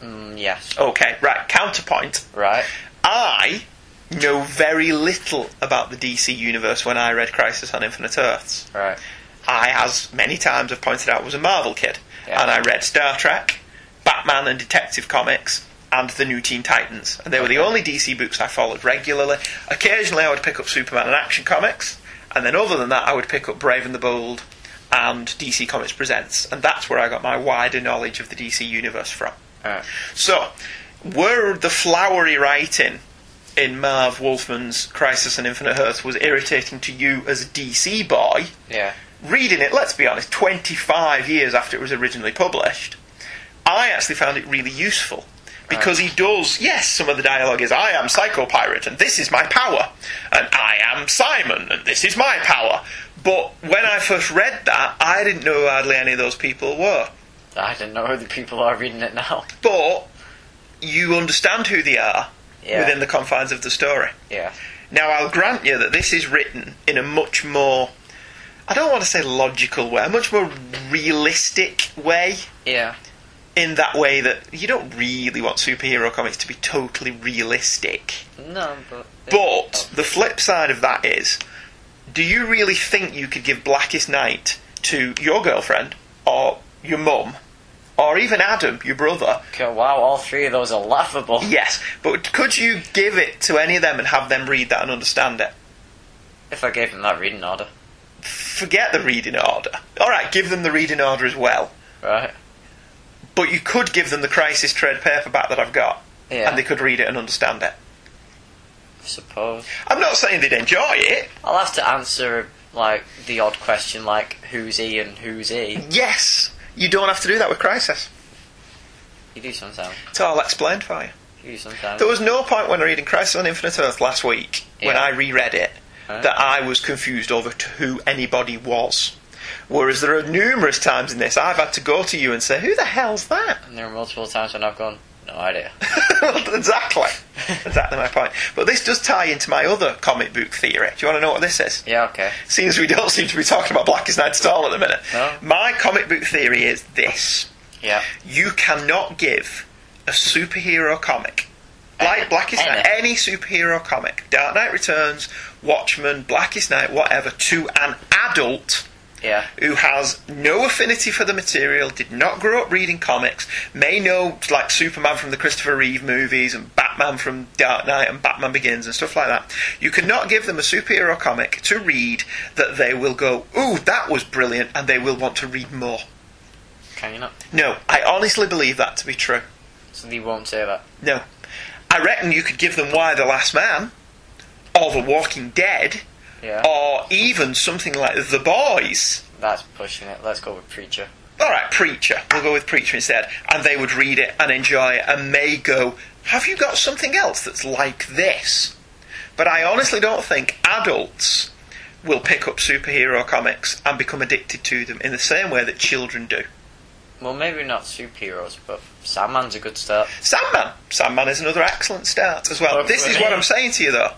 [SPEAKER 3] Mm, yes.
[SPEAKER 1] Okay, right, counterpoint.
[SPEAKER 3] Right.
[SPEAKER 1] I know very little about the DC universe when I read Crisis on Infinite Earths.
[SPEAKER 3] Right.
[SPEAKER 1] I, as many times have pointed out, was a Marvel kid.
[SPEAKER 3] Yeah.
[SPEAKER 1] And I read Star Trek, Batman and Detective Comics, and the New Teen Titans. And they were the only DC books I followed regularly. Occasionally I would pick up Superman and Action Comics, and then other than that I would pick up Brave and the Bold and DC Comics Presents. And that's where I got my wider knowledge of the DC universe from.
[SPEAKER 3] Alright.
[SPEAKER 1] So, were the flowery writing in Marv Wolfman's Crisis on Infinite Earth was irritating to you as a DC boy,
[SPEAKER 3] Yeah.
[SPEAKER 1] reading it, let's be honest, 25 years after it was originally published, I actually found it really useful. Because he does, yes, some of the dialogue is, I am Psycho Pirate, and this is my power, and I am Simon, and this is my power. But when I first read that, I didn't know who hardly any of those people were
[SPEAKER 3] I don't know who the people are reading it now.
[SPEAKER 1] but you understand who they are
[SPEAKER 3] Yeah.
[SPEAKER 1] within the confines of the story.
[SPEAKER 3] Yeah.
[SPEAKER 1] Now, I'll grant you that this is written in a much more, I don't want to say logical way, a much more realistic way.
[SPEAKER 3] Yeah.
[SPEAKER 1] In that way that you don't really want superhero comics to be totally realistic.
[SPEAKER 3] No, but.
[SPEAKER 1] But the flip side of that is, do you really think you could give Blackest Night to your girlfriend or your mum or even Adam, your brother?
[SPEAKER 3] Okay, wow, all three of those are laughable.
[SPEAKER 1] Yes, but could you give it to any of them and have them read that and understand it?
[SPEAKER 3] If I gave them that reading order.
[SPEAKER 1] Forget the reading order. All right, give them the reading order as well.
[SPEAKER 3] Right.
[SPEAKER 1] But you could give them the Crisis trade paperback that I've got,
[SPEAKER 3] Yeah.
[SPEAKER 1] and they could read it and understand it.
[SPEAKER 3] suppose.
[SPEAKER 1] I'm not saying they'd enjoy it.
[SPEAKER 3] I'll have to answer like the odd question, like who's he and who's he.
[SPEAKER 1] Yes, you don't have to do that with Crisis.
[SPEAKER 3] You do sometimes.
[SPEAKER 1] It's all explained for you.
[SPEAKER 3] You do sometimes.
[SPEAKER 1] There was no point when reading Crisis on Infinite Earth last week, when
[SPEAKER 3] Yeah.
[SPEAKER 1] I reread it,
[SPEAKER 3] Huh?
[SPEAKER 1] that I was confused over to who anybody was. Whereas there are numerous times in this I've had to go to you and say, "Who the hell's that?"
[SPEAKER 3] And there are multiple times when I've gone, no idea.
[SPEAKER 1] exactly, exactly my point. But this does tie into my other comic book theory. Do you want to know what this is?
[SPEAKER 3] Yeah, okay.
[SPEAKER 1] Seeing as we don't seem to be talking about Blackest Night at all at the minute,
[SPEAKER 3] No.
[SPEAKER 1] my comic book theory is this
[SPEAKER 3] Yeah.
[SPEAKER 1] you cannot give a superhero comic like Blackest Night, any superhero comic, Dark Knight Returns, Watchmen, Blackest Night, whatever, to an adult
[SPEAKER 3] Yeah.
[SPEAKER 1] who has no affinity for the material, did not grow up reading comics, may know like Superman from the Christopher Reeve movies and Batman from Dark Knight and Batman Begins and stuff like that. You cannot give them a superhero comic to read that they will go, ooh, that was brilliant, and they will want to read more.
[SPEAKER 3] Can you not?
[SPEAKER 1] No, I honestly believe that to be true.
[SPEAKER 3] So they won't say that.
[SPEAKER 1] No. I reckon you could give them Why the Last Man, or The Walking Dead,
[SPEAKER 3] Yeah.
[SPEAKER 1] or even something like The Boys.
[SPEAKER 3] That's pushing it. Let's go with preacher.
[SPEAKER 1] Alright, Preacher. We'll go with Preacher instead. And they would read it and enjoy it and may go, Have you got something else that's like this? But I honestly don't think adults will pick up superhero comics and become addicted to them in the same way that children do.
[SPEAKER 3] Well, maybe not superheroes, but Sandman's a good start.
[SPEAKER 1] Sandman. Sandman is another excellent start as well.
[SPEAKER 3] Well,
[SPEAKER 1] this
[SPEAKER 3] for
[SPEAKER 1] is
[SPEAKER 3] me-
[SPEAKER 1] what I'm saying to you though.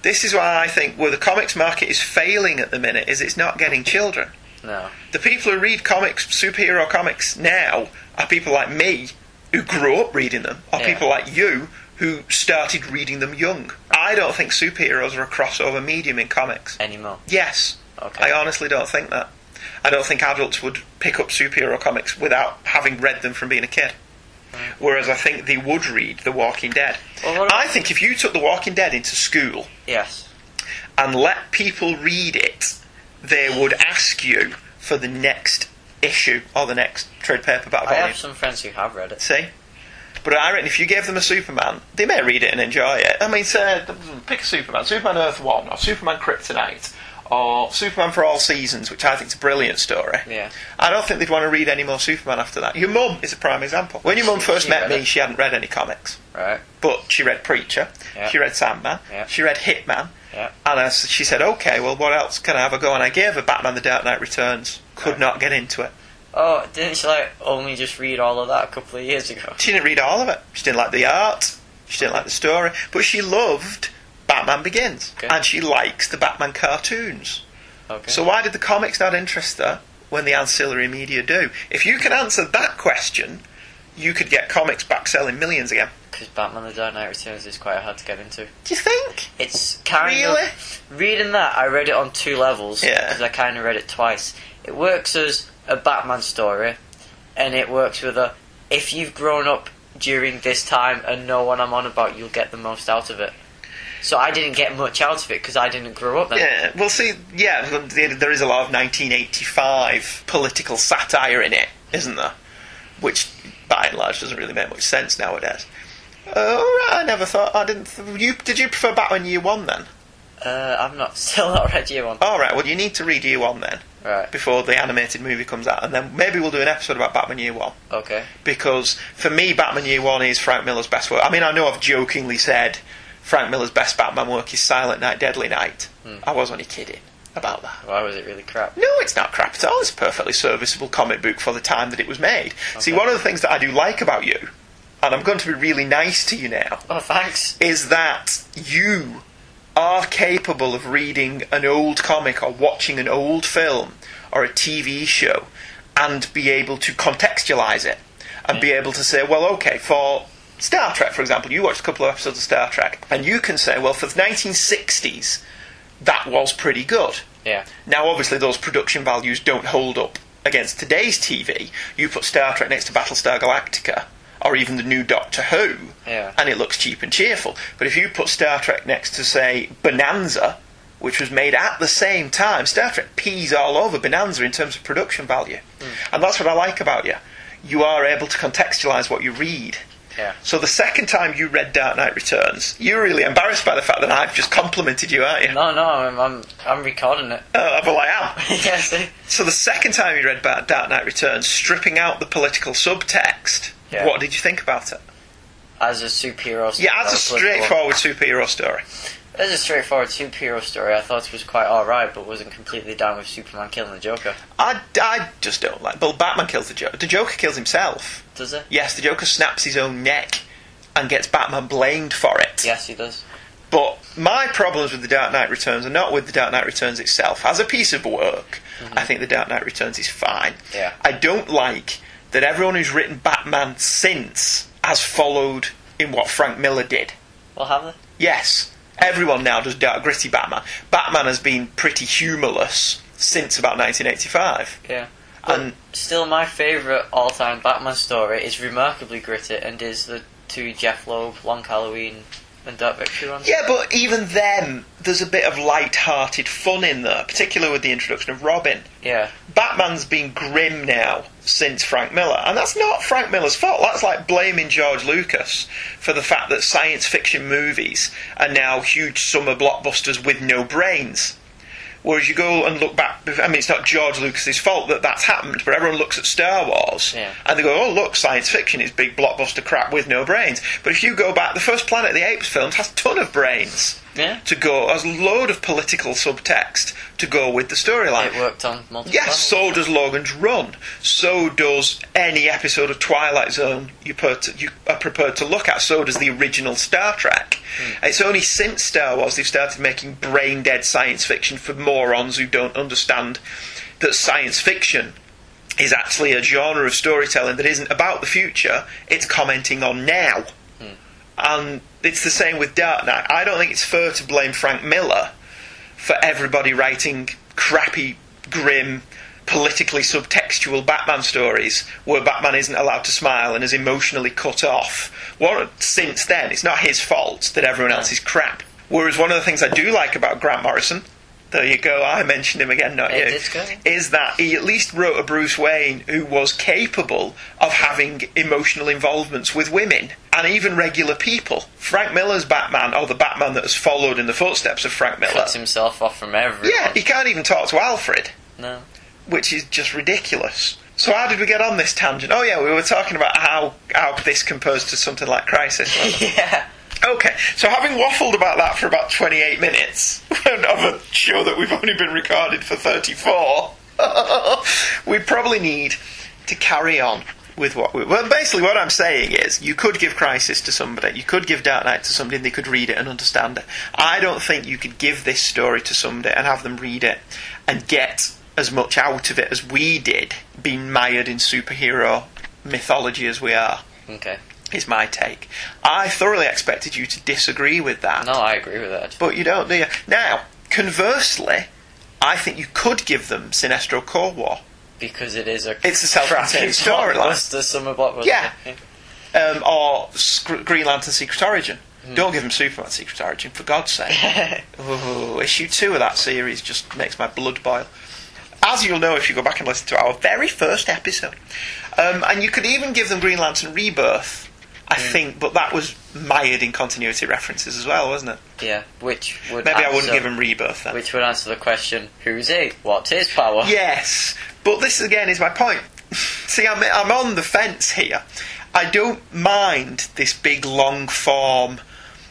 [SPEAKER 1] This is why I think where the comics market is failing at the minute is it's not getting children.
[SPEAKER 3] No.
[SPEAKER 1] The people who read comics, superhero comics now, are people like me who grew up reading them, or
[SPEAKER 3] Yeah.
[SPEAKER 1] people like you who started reading them young. I don't think superheroes are a crossover medium in comics.
[SPEAKER 3] Anymore.
[SPEAKER 1] Yes,
[SPEAKER 3] Okay.
[SPEAKER 1] I honestly don't think that. I don't think adults would pick up superhero comics without having read them from being a kid. Whereas I think they would read The Walking Dead.
[SPEAKER 3] Well, what
[SPEAKER 1] I
[SPEAKER 3] about-
[SPEAKER 1] think if you took The Walking Dead into school
[SPEAKER 3] yes.
[SPEAKER 1] and let people read it, they would ask you for the next issue or the next trade paperback
[SPEAKER 3] I
[SPEAKER 1] volume.
[SPEAKER 3] have some friends who have read it.
[SPEAKER 1] See? But I reckon if you gave them a Superman, they may read it and enjoy it. I mean, say, pick a Superman, Superman Earth 1, or Superman Kryptonite, or Superman for All Seasons, which I think is a brilliant story.
[SPEAKER 3] Yeah.
[SPEAKER 1] I don't think they'd want to read any more Superman after that. Your mum is a prime example. When your mum
[SPEAKER 3] She-
[SPEAKER 1] first
[SPEAKER 3] she
[SPEAKER 1] met
[SPEAKER 3] read
[SPEAKER 1] me,
[SPEAKER 3] it.
[SPEAKER 1] she hadn't read any comics.
[SPEAKER 3] Right.
[SPEAKER 1] But she read Preacher,
[SPEAKER 3] Yeah.
[SPEAKER 1] she read Sandman,
[SPEAKER 3] Yeah.
[SPEAKER 1] she read Hitman,
[SPEAKER 3] Yeah.
[SPEAKER 1] and I s she said, okay, well, what else can I have a go? And I gave her Batman The Dark Knight Returns. Could
[SPEAKER 3] Right.
[SPEAKER 1] not get into it.
[SPEAKER 3] Oh, didn't she like only just read all of that a couple of years ago?
[SPEAKER 1] She didn't read all of it. She didn't like the art. She didn't like the story. But she loved Batman Begins.
[SPEAKER 3] Okay.
[SPEAKER 1] And she likes the Batman cartoons.
[SPEAKER 3] Okay.
[SPEAKER 1] So why did the comics not interest her when the ancillary media do? If you can answer that question, you could get comics back selling millions again.
[SPEAKER 3] Because Batman: The Dark Knight Returns is quite hard to get into.
[SPEAKER 1] Do you think?
[SPEAKER 3] It's kind
[SPEAKER 1] Really?
[SPEAKER 3] of reading that. I read it on two levels
[SPEAKER 1] Yeah.
[SPEAKER 3] because I kind of read it twice. It works as a Batman story, and it works with a if you've grown up during this time and know what I'm on about, you'll get the most out of it. So I didn't get much out of it because I didn't grow up then.
[SPEAKER 1] Yeah. Well, see, yeah, th- th- there is a lot of 1985 political satire in it, isn't there? Which, by and large, doesn't really make much sense nowadays. Uh, all right, I never thought. I didn't. Th- you did you prefer Batman Year One then?
[SPEAKER 3] Uh, I've not still not read you one.
[SPEAKER 1] All right. Well, you need to read Year One then
[SPEAKER 3] Right.
[SPEAKER 1] before the animated movie comes out, and then maybe we'll do an episode about Batman Year One
[SPEAKER 3] Okay.
[SPEAKER 1] because for me, Batman Year One is Frank Miller's best work. I mean, I know I've jokingly said Frank Miller's best Batman work is Silent Night, Deadly Night. I was only kidding about that.
[SPEAKER 3] Why was it really crap?
[SPEAKER 1] No, it's not crap at all. It's a perfectly serviceable comic book for the time that it was made. See,
[SPEAKER 3] Okay.
[SPEAKER 1] one of the things that I do like about you, and I'm going to be really nice to you now,
[SPEAKER 3] Oh, thanks.
[SPEAKER 1] is that you are capable of reading an old comic or watching an old film or a TV show and be able to contextualize it and be able to say, well, okay, for Star Trek, for example, you watched a couple of episodes of Star Trek, and you can say, well, for the 1960s, that was pretty good.
[SPEAKER 3] Yeah.
[SPEAKER 1] Now, obviously, those production values don't hold up against today's TV. You put Star Trek next to Battlestar Galactica, or even the new Doctor Who,
[SPEAKER 3] Yeah.
[SPEAKER 1] and it looks cheap and cheerful. But if you put Star Trek next to, say, Bonanza, which was made at the same time, Star Trek pees all over Bonanza in terms of production value. And that's what I like about you. You are able to contextualise what you read.
[SPEAKER 3] Yeah.
[SPEAKER 1] So the second time you read Dark Knight Returns, you're really embarrassed by the fact that I've just complimented you, aren't you?
[SPEAKER 3] No, no, I'm I'm, I'm recording it.
[SPEAKER 1] Uh, well, I am.
[SPEAKER 3] yeah, see?
[SPEAKER 1] So the second time you read about Dark Knight Returns, stripping out the political subtext,
[SPEAKER 3] Yeah.
[SPEAKER 1] what did you think about it?
[SPEAKER 3] As a superhero story.
[SPEAKER 1] Yeah, as a straightforward superhero story.
[SPEAKER 3] As a straightforward superhero story, I thought it was quite alright, but wasn't completely down with Superman killing the Joker.
[SPEAKER 1] I, I just don't like. Well, Batman kills the Joker. The Joker kills himself.
[SPEAKER 3] Does it?
[SPEAKER 1] Yes, the Joker snaps his own neck and gets Batman blamed for it.
[SPEAKER 3] Yes, he does.
[SPEAKER 1] But my problems with The Dark Knight Returns are not with The Dark Knight Returns itself. As a piece of work, I think The Dark Knight Returns is fine.
[SPEAKER 3] Yeah.
[SPEAKER 1] I don't like that everyone who's written Batman since has followed in what Frank Miller did.
[SPEAKER 3] Well, have they?
[SPEAKER 1] Yes, everyone now does dark, gritty Batman. Batman has been pretty humourless since about 1985.
[SPEAKER 3] Yeah.
[SPEAKER 1] And
[SPEAKER 3] Still, my favourite all-time Batman story is remarkably gritty and is the two Jeff Loeb, Long Halloween, and Dark Victory ones.
[SPEAKER 1] yeah, but even then, there's a bit of light-hearted fun in there, particularly with the introduction of Robin.
[SPEAKER 3] Yeah.
[SPEAKER 1] Batman's been grim now since Frank Miller, and that's not Frank Miller's fault. That's like blaming George Lucas for the fact that science fiction movies are now huge summer blockbusters with no brains. Whereas you go and look back, I mean, it's not George Lucas's fault that that's happened, but everyone looks at Star Wars
[SPEAKER 3] Yeah.
[SPEAKER 1] and they go, oh, look, science fiction is big blockbuster crap with no brains. But if you go back, the first Planet of the Apes films has a ton of brains
[SPEAKER 3] Yeah.
[SPEAKER 1] to go, has a load of political subtext to go with the storyline.
[SPEAKER 3] It worked on multiple
[SPEAKER 1] Yes,
[SPEAKER 3] levels.
[SPEAKER 1] so does Logan's Run. So does any episode of Twilight Zone you, per- you are prepared to look at. So does the original Star Trek. It's only since Star Wars they've started making brain dead science fiction for morons who don't understand that science fiction is actually a genre of storytelling that isn't about the future, it's commenting on now. And it's the same with Dark Knight. I don't think it's fair to blame Frank Miller for everybody writing crappy, grim, politically subtextual Batman stories where Batman isn't allowed to smile and is emotionally cut off. Well, since then, it's not his fault that everyone else is crap. Whereas one of the things I do like about Grant Morrison, there you go, I mentioned him again, not
[SPEAKER 3] It
[SPEAKER 1] you,
[SPEAKER 3] is good.
[SPEAKER 1] is that he at least wrote a Bruce Wayne who was capable of having emotional involvements with women and even regular people. Frank Miller's Batman, or the Batman that has followed in the footsteps of Frank Miller,
[SPEAKER 3] Cuts himself off from everyone.
[SPEAKER 1] uh, yeah, he can't even talk to Alfred,
[SPEAKER 3] No.
[SPEAKER 1] which is just ridiculous. So how did we get on this tangent? Oh yeah, we were talking about how how this compares to something like Crisis. wasn't
[SPEAKER 3] yeah.
[SPEAKER 1] it? okay, so having waffled about that for about twenty eight minutes, and I'm sure that we've only been recorded for thirty four, we probably need to carry on with what we. Well, basically, what I'm saying is, you could give Crisis to somebody, you could give Dark Knight to somebody, and they could read it and understand it. I don't think you could give this story to somebody and have them read it and get as much out of it as we did, being mired in superhero mythology as we are.
[SPEAKER 3] Okay.
[SPEAKER 1] Is my take. I thoroughly expected you to disagree with that.
[SPEAKER 3] No, I agree with that.
[SPEAKER 1] But you don't, do you? Now, conversely, I think you could give them Sinestro Core War.
[SPEAKER 3] Because it is a
[SPEAKER 1] It's a self-contained
[SPEAKER 3] crappy
[SPEAKER 1] storyline.
[SPEAKER 3] blockbuster, summer blockbuster.
[SPEAKER 1] Yeah. um, or Sc- Green Lantern Secret Origin. Don't give him Superman Secret Origin, for God's sake. Ooh, issue two of that series just makes my blood boil. As you'll know if you go back and listen to our very first episode. Um, and you could even give them Green Lantern Rebirth, I think, but that was mired in continuity references as well, wasn't it?
[SPEAKER 3] Yeah, which would
[SPEAKER 1] Maybe I wouldn't
[SPEAKER 3] answer-
[SPEAKER 1] give him Rebirth then.
[SPEAKER 3] Which would answer the question, who's he? What's his power?
[SPEAKER 1] Yes, but this again is my point. See, I'm, I'm on the fence here. I don't mind this big, long form,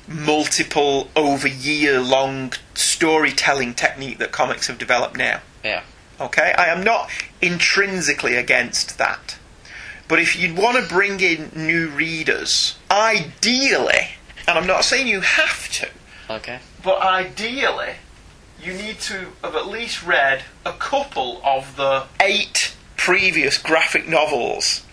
[SPEAKER 1] multiple, over year long storytelling technique that comics have developed now.
[SPEAKER 3] Yeah.
[SPEAKER 1] Okay? I am not intrinsically against that. But if you want to bring in new readers, ideally, and I'm not saying you have to,
[SPEAKER 3] Okay.
[SPEAKER 1] But ideally, you need to have at least read a couple of the eight previous graphic novels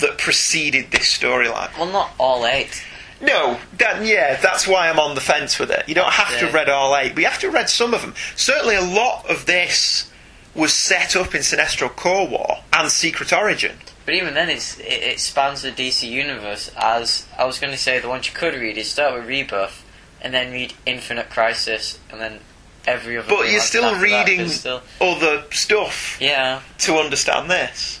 [SPEAKER 1] that preceded this storyline.
[SPEAKER 3] Well, not all eight.
[SPEAKER 1] No, that, yeah, that's why I'm on the fence with it. You don't have to
[SPEAKER 3] Yeah.
[SPEAKER 1] have read all eight, but you have to have read some of them. Certainly, a lot of this was set up in Sinestro Core War and Secret Origin.
[SPEAKER 3] But even then, it's, it, it spans the DC universe. As I was going to say, the ones you could read is start with Rebirth, and then read Infinite Crisis, and then every other.
[SPEAKER 1] But
[SPEAKER 3] thing
[SPEAKER 1] you're
[SPEAKER 3] after
[SPEAKER 1] still
[SPEAKER 3] that, 'cause
[SPEAKER 1] reading
[SPEAKER 3] Still,
[SPEAKER 1] other stuff
[SPEAKER 3] yeah.
[SPEAKER 1] to understand this.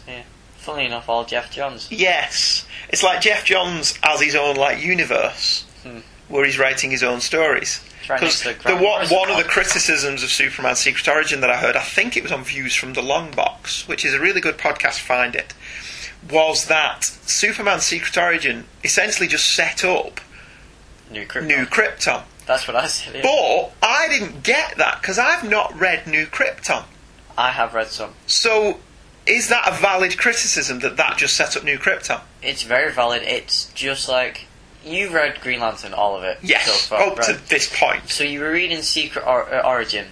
[SPEAKER 3] Funnily enough, all Jeff Johns.
[SPEAKER 1] Yes, it's like Jeff Johns has his own like universe
[SPEAKER 3] Hmm.
[SPEAKER 1] where he's writing his own stories.
[SPEAKER 3] It's right next
[SPEAKER 1] Because
[SPEAKER 3] to
[SPEAKER 1] the
[SPEAKER 3] Grant
[SPEAKER 1] one,
[SPEAKER 3] Morrison
[SPEAKER 1] one of the
[SPEAKER 3] comic.
[SPEAKER 1] criticisms of Superman Secret Origin that I heard, I think it was on Views from the Long Box, which is a really good podcast, find it, was that Superman Secret Origin essentially just set up
[SPEAKER 3] New Krypton.
[SPEAKER 1] New Krypton.
[SPEAKER 3] That's what I said. yeah.
[SPEAKER 1] But I didn't get that because I've not read New Krypton.
[SPEAKER 3] I have read some.
[SPEAKER 1] So is that a valid criticism that that just set up New Krypton?
[SPEAKER 3] It's very valid. It's just like you read Green Lantern, all of it.
[SPEAKER 1] Yes,
[SPEAKER 3] So far,
[SPEAKER 1] up
[SPEAKER 3] right?
[SPEAKER 1] to this point.
[SPEAKER 3] So you were reading Secret or- uh, Origin,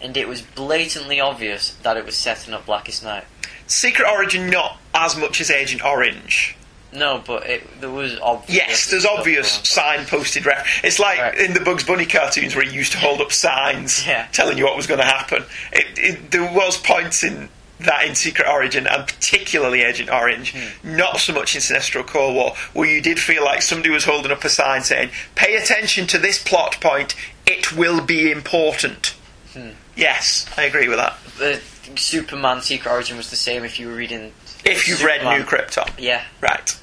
[SPEAKER 3] and it was blatantly obvious that it was setting up Blackest Night.
[SPEAKER 1] Secret Origin, not as much as Agent Orange.
[SPEAKER 3] No, but it, there was obvious.
[SPEAKER 1] Yes, there's
[SPEAKER 3] stuff
[SPEAKER 1] obvious
[SPEAKER 3] going on.
[SPEAKER 1] signposted ref. It's like
[SPEAKER 3] Right.
[SPEAKER 1] in the Bugs Bunny cartoons where he used to hold up signs
[SPEAKER 3] Yeah.
[SPEAKER 1] telling you what was going to happen. It, it, there was points in that in Secret Origin and particularly Agent Orange,
[SPEAKER 3] Hmm.
[SPEAKER 1] not so much in Sinestro Cold War, where you did feel like somebody was holding up a sign saying, "Pay attention to this plot point. It will be important."
[SPEAKER 3] Hmm.
[SPEAKER 1] Yes, I agree with that.
[SPEAKER 3] The Superman Secret Origin was the same if you were reading.
[SPEAKER 1] If you've read
[SPEAKER 3] Superman.
[SPEAKER 1] New Krypton,
[SPEAKER 3] Yeah,
[SPEAKER 1] right?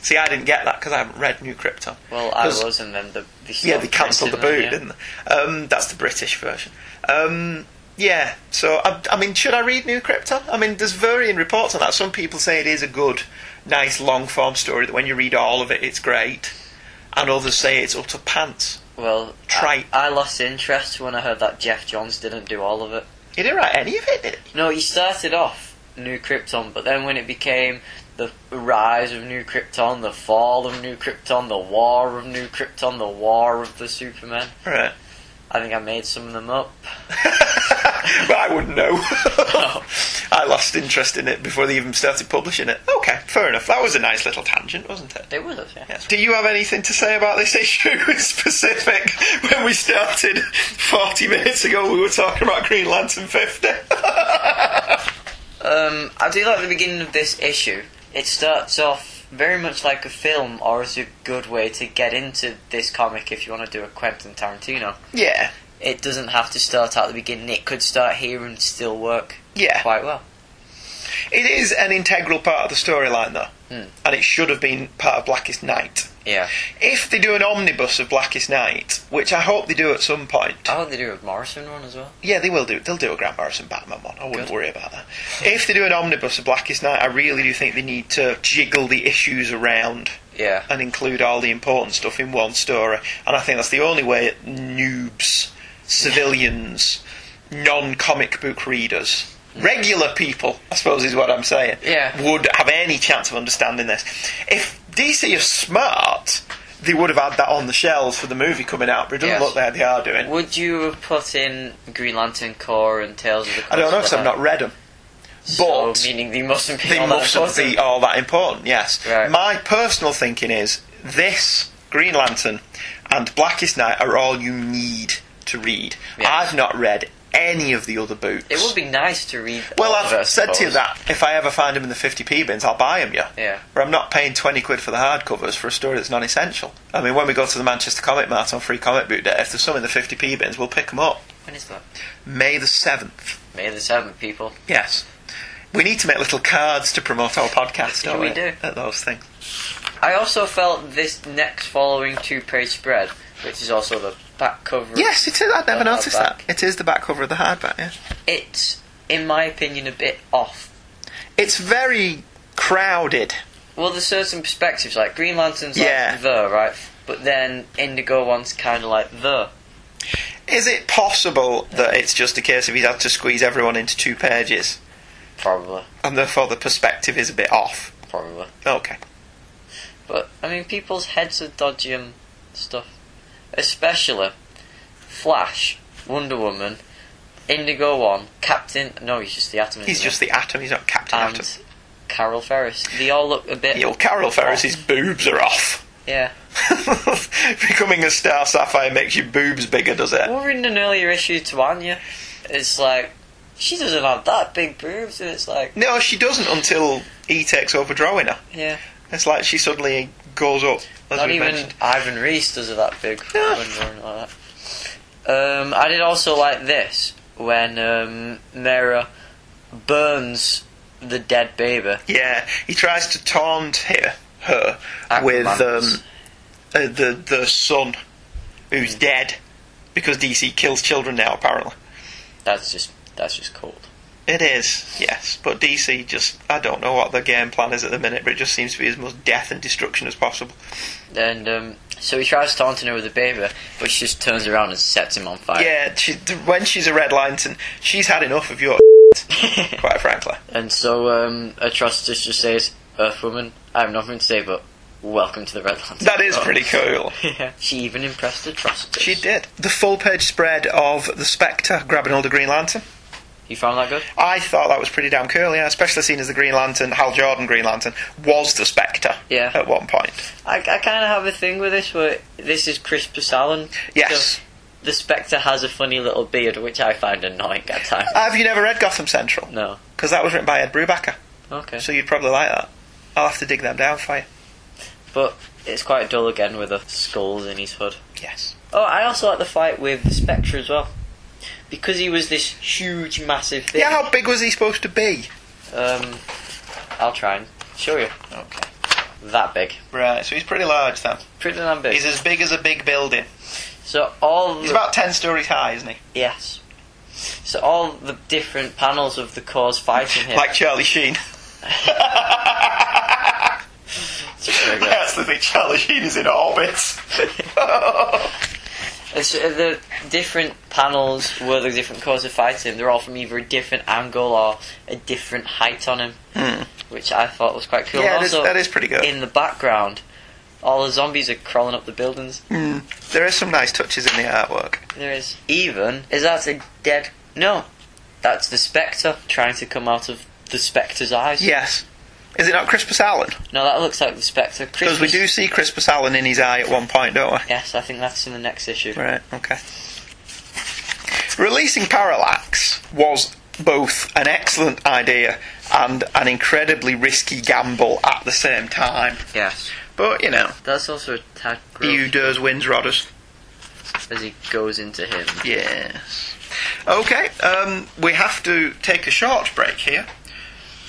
[SPEAKER 1] See, I didn't get that because I haven't read New Krypton.
[SPEAKER 3] well, I
[SPEAKER 1] 'Cause-
[SPEAKER 3] was, and then the. the
[SPEAKER 1] Yeah, they cancelled the boot, didn't they? Um, that's the British version. Um, yeah, so I, I mean, should I read New Krypton? I mean, there's varying reports on that. Some people say it is a good, nice long form story that when you read all of it, it's great, and others say it's utter pants.
[SPEAKER 3] Well,
[SPEAKER 1] Trite.
[SPEAKER 3] I, I lost interest when I heard that Jeff Johns didn't do all of it.
[SPEAKER 1] You didn't write any of it, did
[SPEAKER 3] No, he started off New Krypton, but then when it became the rise of New Krypton, the fall of New Krypton, the war of New Krypton, the war of the Superman,
[SPEAKER 1] you? Right.
[SPEAKER 3] I think I made some of them up.
[SPEAKER 1] but I wouldn't know.
[SPEAKER 3] No.
[SPEAKER 1] I lost interest in it before they even started publishing it. Okay, fair enough. That was a nice little tangent, wasn't it?
[SPEAKER 3] They would have, yeah.
[SPEAKER 1] Yes. Do you have anything to say about this issue in specific? When we started 40 minutes ago, we were talking about Green Lantern 50.
[SPEAKER 3] Um, I do like the beginning of this issue. It starts off very much like a film, or is a good way to get into this comic if you want to do a Quentin Tarantino.
[SPEAKER 1] yeah,
[SPEAKER 3] It doesn't have to start at the beginning, it could start here and still work
[SPEAKER 1] yeah.
[SPEAKER 3] quite well.
[SPEAKER 1] It is an integral part of the storyline, though,
[SPEAKER 3] Hmm.
[SPEAKER 1] and it should have been part of Blackest Night.
[SPEAKER 3] Yeah.
[SPEAKER 1] If they do an omnibus of Blackest Night, which I hope they do at some point,
[SPEAKER 3] I hope they do a Morrison one as well.
[SPEAKER 1] yeah, they will do. They'll do a Grant Morrison Batman one. I wouldn't
[SPEAKER 3] Good.
[SPEAKER 1] worry about that. If they do an omnibus of Blackest Night, I really do think they need to jiggle the issues around.
[SPEAKER 3] Yeah.
[SPEAKER 1] and include all the important stuff in one story. And I think that's the only way noobs, civilians, non comic book readers, regular people, I suppose is what I'm saying,
[SPEAKER 3] Yeah.
[SPEAKER 1] would have any chance of understanding this. If DC is smart, they would have had that on the shelves for the movie coming out, but it doesn't
[SPEAKER 3] Yes.
[SPEAKER 1] look like they are doing.
[SPEAKER 3] Would you have put in Green Lantern Corps and Tales of the
[SPEAKER 1] I don't know because
[SPEAKER 3] Crystal
[SPEAKER 1] I've not
[SPEAKER 3] Heart?
[SPEAKER 1] read them.
[SPEAKER 3] So,
[SPEAKER 1] but
[SPEAKER 3] meaning they mustn't be
[SPEAKER 1] they
[SPEAKER 3] all that
[SPEAKER 1] mustn't be
[SPEAKER 3] important.
[SPEAKER 1] all that important, yes.
[SPEAKER 3] Right.
[SPEAKER 1] My personal thinking is this Green Lantern and Blackest Night are all you need to read.
[SPEAKER 3] Yes.
[SPEAKER 1] I've not read any of the other books.
[SPEAKER 3] It would be nice to read.
[SPEAKER 1] well,
[SPEAKER 3] all of
[SPEAKER 1] I've
[SPEAKER 3] it, I
[SPEAKER 1] said to you
[SPEAKER 3] suppose.
[SPEAKER 1] that if I ever find them in the 50p bins, I'll buy them, yeah.
[SPEAKER 3] Yeah.
[SPEAKER 1] But I'm not paying 20 quid for the hardcovers for a story that's non essential. I mean, when we go to the Manchester Comic Mart on Free Comic Book Day, if there's some in the 50p bins, we'll pick them up.
[SPEAKER 3] When is that?
[SPEAKER 1] May the 7th.
[SPEAKER 3] May the seventh people.
[SPEAKER 1] Yes. We need to make little cards to promote our podcast,
[SPEAKER 3] Yeah,
[SPEAKER 1] don't
[SPEAKER 3] we
[SPEAKER 1] we?
[SPEAKER 3] do.
[SPEAKER 1] At those things.
[SPEAKER 3] I also felt this next following two-page spread, which is also the back cover.
[SPEAKER 1] Yes, it is. I'd
[SPEAKER 3] Of
[SPEAKER 1] never
[SPEAKER 3] the
[SPEAKER 1] noticed that.
[SPEAKER 3] back.
[SPEAKER 1] It is the back cover of the hardback. Yeah,
[SPEAKER 3] It's, in my opinion, a bit off.
[SPEAKER 1] it's very crowded.
[SPEAKER 3] Well, there's certain perspectives like Green Lantern's
[SPEAKER 1] Yeah.
[SPEAKER 3] like the right, but then Indigo one's kind of like the.
[SPEAKER 1] Is it possible that it's just a case of he's had to squeeze everyone into two pages,
[SPEAKER 3] Probably,
[SPEAKER 1] and therefore the perspective is a bit off?
[SPEAKER 3] probably.
[SPEAKER 1] Okay.
[SPEAKER 3] But I mean, people's heads are dodgy and stuff, especially Flash, Wonder Woman, Indigo One, Captain. No, he's just the Atom.
[SPEAKER 1] He's
[SPEAKER 3] isn't
[SPEAKER 1] just the Atom. He's not Captain
[SPEAKER 3] he? and
[SPEAKER 1] Atom.
[SPEAKER 3] Carol Ferris. They all look a bit.
[SPEAKER 1] Yo, Carol Ferris's boobs are off.
[SPEAKER 3] Yeah.
[SPEAKER 1] Becoming a star sapphire makes your boobs bigger, does it?
[SPEAKER 3] We were in an earlier issue to Anya. It's like she doesn't have that big boobs, and it's like
[SPEAKER 1] No, she doesn't until he takes over drawing her.
[SPEAKER 3] yeah,
[SPEAKER 1] It's like she suddenly goes up. As
[SPEAKER 3] not
[SPEAKER 1] we
[SPEAKER 3] even
[SPEAKER 1] mentioned.
[SPEAKER 3] Ivan Reese does it that big.
[SPEAKER 1] No.
[SPEAKER 3] when we're like that. Um, I did also like this when um, Mera burns the dead baby.
[SPEAKER 1] Yeah, he tries to taunt her, her with
[SPEAKER 3] Aquaman's.
[SPEAKER 1] um, uh, the the son, who's dead, because DC kills children now. Apparently,
[SPEAKER 3] that's just that's just cold.
[SPEAKER 1] it is yes, but DC just I don't know what their game plan is at the minute, but it just seems to be as much death and destruction as possible.
[SPEAKER 3] And um, so he tries taunting her with the baby, but she just turns around and sets him on fire.
[SPEAKER 1] Yeah, she, when she's a red lantern, she's had enough of your quite frankly.
[SPEAKER 3] And so um, Atrocitus just says, Earthwoman, I have nothing to say but welcome to the Red Lantern.
[SPEAKER 1] That is
[SPEAKER 3] Oh.
[SPEAKER 1] pretty cool.
[SPEAKER 3] yeah. She even impressed Atrocitus.
[SPEAKER 1] She did. The full page spread of the Spectre grabbing hold of Green Lantern.
[SPEAKER 3] You found that good?
[SPEAKER 1] I thought that was pretty damn cool, yeah, especially seeing as the Green Lantern, Hal Jordan Green Lantern, was the Spectre
[SPEAKER 3] Yeah.
[SPEAKER 1] at one point.
[SPEAKER 3] I, I kind of have a thing with this where this is Crispus Allen.
[SPEAKER 1] Yes.
[SPEAKER 3] So the Spectre has a funny little beard, which I find annoying at times.
[SPEAKER 1] Have you never read Gotham Central?
[SPEAKER 3] no.
[SPEAKER 1] Because that was written by Ed Brubaker,
[SPEAKER 3] Okay.
[SPEAKER 1] so you'd probably like that. I'll have to dig them down for you.
[SPEAKER 3] But it's quite dull again with the skulls in his hood.
[SPEAKER 1] Yes.
[SPEAKER 3] Oh, I also like the fight with the Spectre as well. Because he was this huge, massive thing.
[SPEAKER 1] Yeah, how big was he supposed to be?
[SPEAKER 3] Um, I'll try and show you.
[SPEAKER 1] Okay.
[SPEAKER 3] That big.
[SPEAKER 1] Right, so he's pretty large then.
[SPEAKER 3] Pretty damn big.
[SPEAKER 1] He's as big as a big building.
[SPEAKER 3] so all the,
[SPEAKER 1] He's about 10 stories high, isn't he?
[SPEAKER 3] yes. So all the different panels of the cause fighting him.
[SPEAKER 1] Like Charlie Sheen. That's the thing, Charlie Sheen is in orbit.
[SPEAKER 3] It's, uh, the different panels where the different cause of fighting him, they're all from either a different angle or a different height on him,
[SPEAKER 1] Hmm.
[SPEAKER 3] which I thought was quite cool.
[SPEAKER 1] yeah, uh,
[SPEAKER 3] and
[SPEAKER 1] that is,
[SPEAKER 3] also
[SPEAKER 1] that is pretty good.
[SPEAKER 3] in the background, all the zombies are crawling up the buildings.
[SPEAKER 1] Hmm. There is some nice touches in the artwork.
[SPEAKER 3] There is even is that a dead? No, that's the spectre trying to come out of the spectre's eyes.
[SPEAKER 1] Yes. Is it not Crispus Allen?
[SPEAKER 3] No, that looks like the Spectre. Christmas.
[SPEAKER 1] Because we do see Crispus Allen in his eye at one point, don't we?
[SPEAKER 3] Yes, I think that's in the next issue.
[SPEAKER 1] Right, okay. Releasing Parallax was both an excellent idea and an incredibly risky gamble at the same time.
[SPEAKER 3] Yes.
[SPEAKER 1] But, you know,
[SPEAKER 3] That's also a tad gross
[SPEAKER 1] you does wins Rodders.
[SPEAKER 3] as he goes into him.
[SPEAKER 1] Yes. Okay, um, we have to take a short break here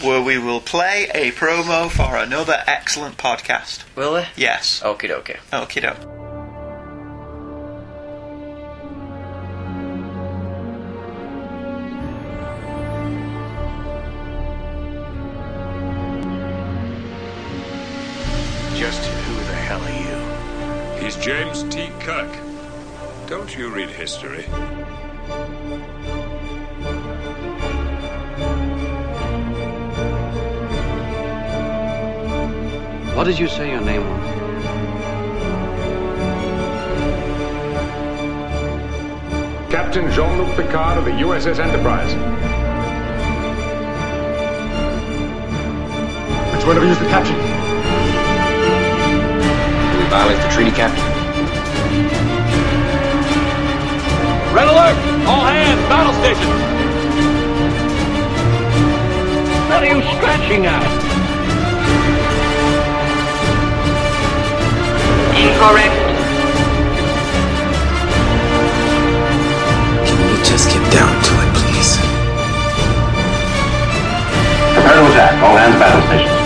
[SPEAKER 1] where we will play a promo for another excellent podcast.
[SPEAKER 3] Will he?
[SPEAKER 1] Yes.
[SPEAKER 3] Okie dokie.
[SPEAKER 1] Okie doke.
[SPEAKER 4] Just who the hell are
[SPEAKER 5] He's James T. Kirk. Don't you read history?
[SPEAKER 6] What did you say your name was?
[SPEAKER 5] Captain Jean Luc Picard of the USS Enterprise.
[SPEAKER 7] Which one of you is the captain? Do we violate the treaty, Captain?
[SPEAKER 8] Red alert! All hands, battle stations!
[SPEAKER 6] What are you scratching at?
[SPEAKER 7] Can you just get down to it, please?
[SPEAKER 8] Prepare to attack. All hands, battle stations.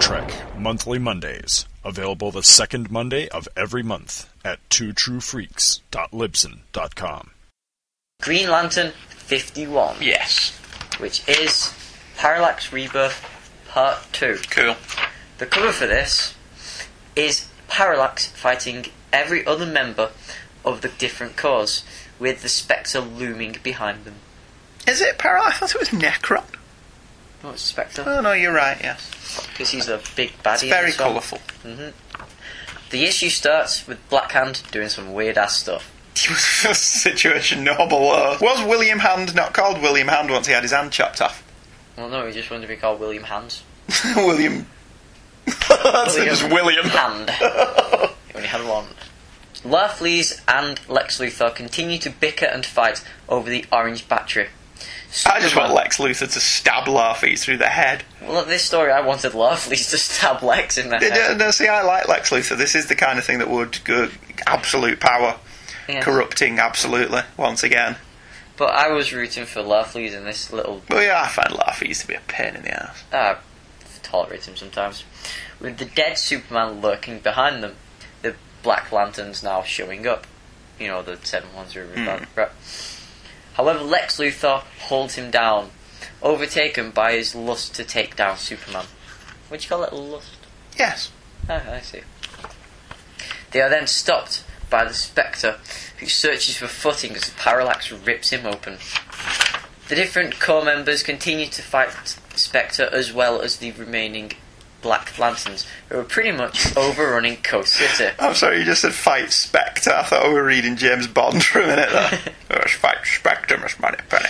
[SPEAKER 9] Trek Monthly Mondays, available the second Monday of every month at twotruefreaks.libsen.com.
[SPEAKER 3] Green Lantern 51,
[SPEAKER 1] Yes.
[SPEAKER 3] which is Parallax Rebirth Part 2.
[SPEAKER 1] Cool.
[SPEAKER 3] The cover for this is Parallax fighting every other member of the different cause, with the Spectre looming behind them.
[SPEAKER 1] Is it Parallax? I thought it was Necron.
[SPEAKER 3] What's Spectre?
[SPEAKER 1] Oh, no, you're right, yes.
[SPEAKER 3] Because he's a big baddie.
[SPEAKER 1] It's
[SPEAKER 3] in
[SPEAKER 1] very
[SPEAKER 3] this one. Mm-hmm.
[SPEAKER 1] colourful.
[SPEAKER 3] The issue starts with Black Hand doing some weird ass stuff.
[SPEAKER 1] He was first situation normal. uh, Was William Hand not called William Hand once he had his hand chopped off?
[SPEAKER 3] Well, no, he just wanted to be called William Hands.
[SPEAKER 1] William. That's it, just William.
[SPEAKER 3] Hand. he only had one. Larfleeze and Lex Luthor continue to bicker and fight over the orange battery.
[SPEAKER 1] I just want
[SPEAKER 3] Superman-
[SPEAKER 1] Lex Luthor to stab Larfleeze through the head.
[SPEAKER 3] Well, at this story, I wanted Larfleeze to stab Lex in the
[SPEAKER 1] They
[SPEAKER 3] head.
[SPEAKER 1] don't- No, see, I like Lex Luthor. This is the kind of thing that would go absolute power,
[SPEAKER 3] Yeah.
[SPEAKER 1] corrupting absolutely once again.
[SPEAKER 3] But I was rooting for Larfleeze in this little.
[SPEAKER 1] But yeah, I find Larfleeze to be a pain in the ass.
[SPEAKER 3] Ah, tolerate him sometimes. With the dead Superman lurking behind them, the Black Lanterns now showing up. You know, the seven ones who were about right. However, Lex Luthor holds him down, overtaken by his lust to take down Superman. What do you call it, lust?
[SPEAKER 1] Yes.
[SPEAKER 3] Ah, I see. They are then stopped by the Spectre, who searches for footing as Parallax rips him open. The different core members continue to fight Spectre as well as the remaining Black Lanterns, who are pretty much overrunning Coast City.
[SPEAKER 1] I'm sorry, you just said fight Spectre. I thought we were reading James Bond for a minute there. Oh, fight Spectre, Miss Money Penny.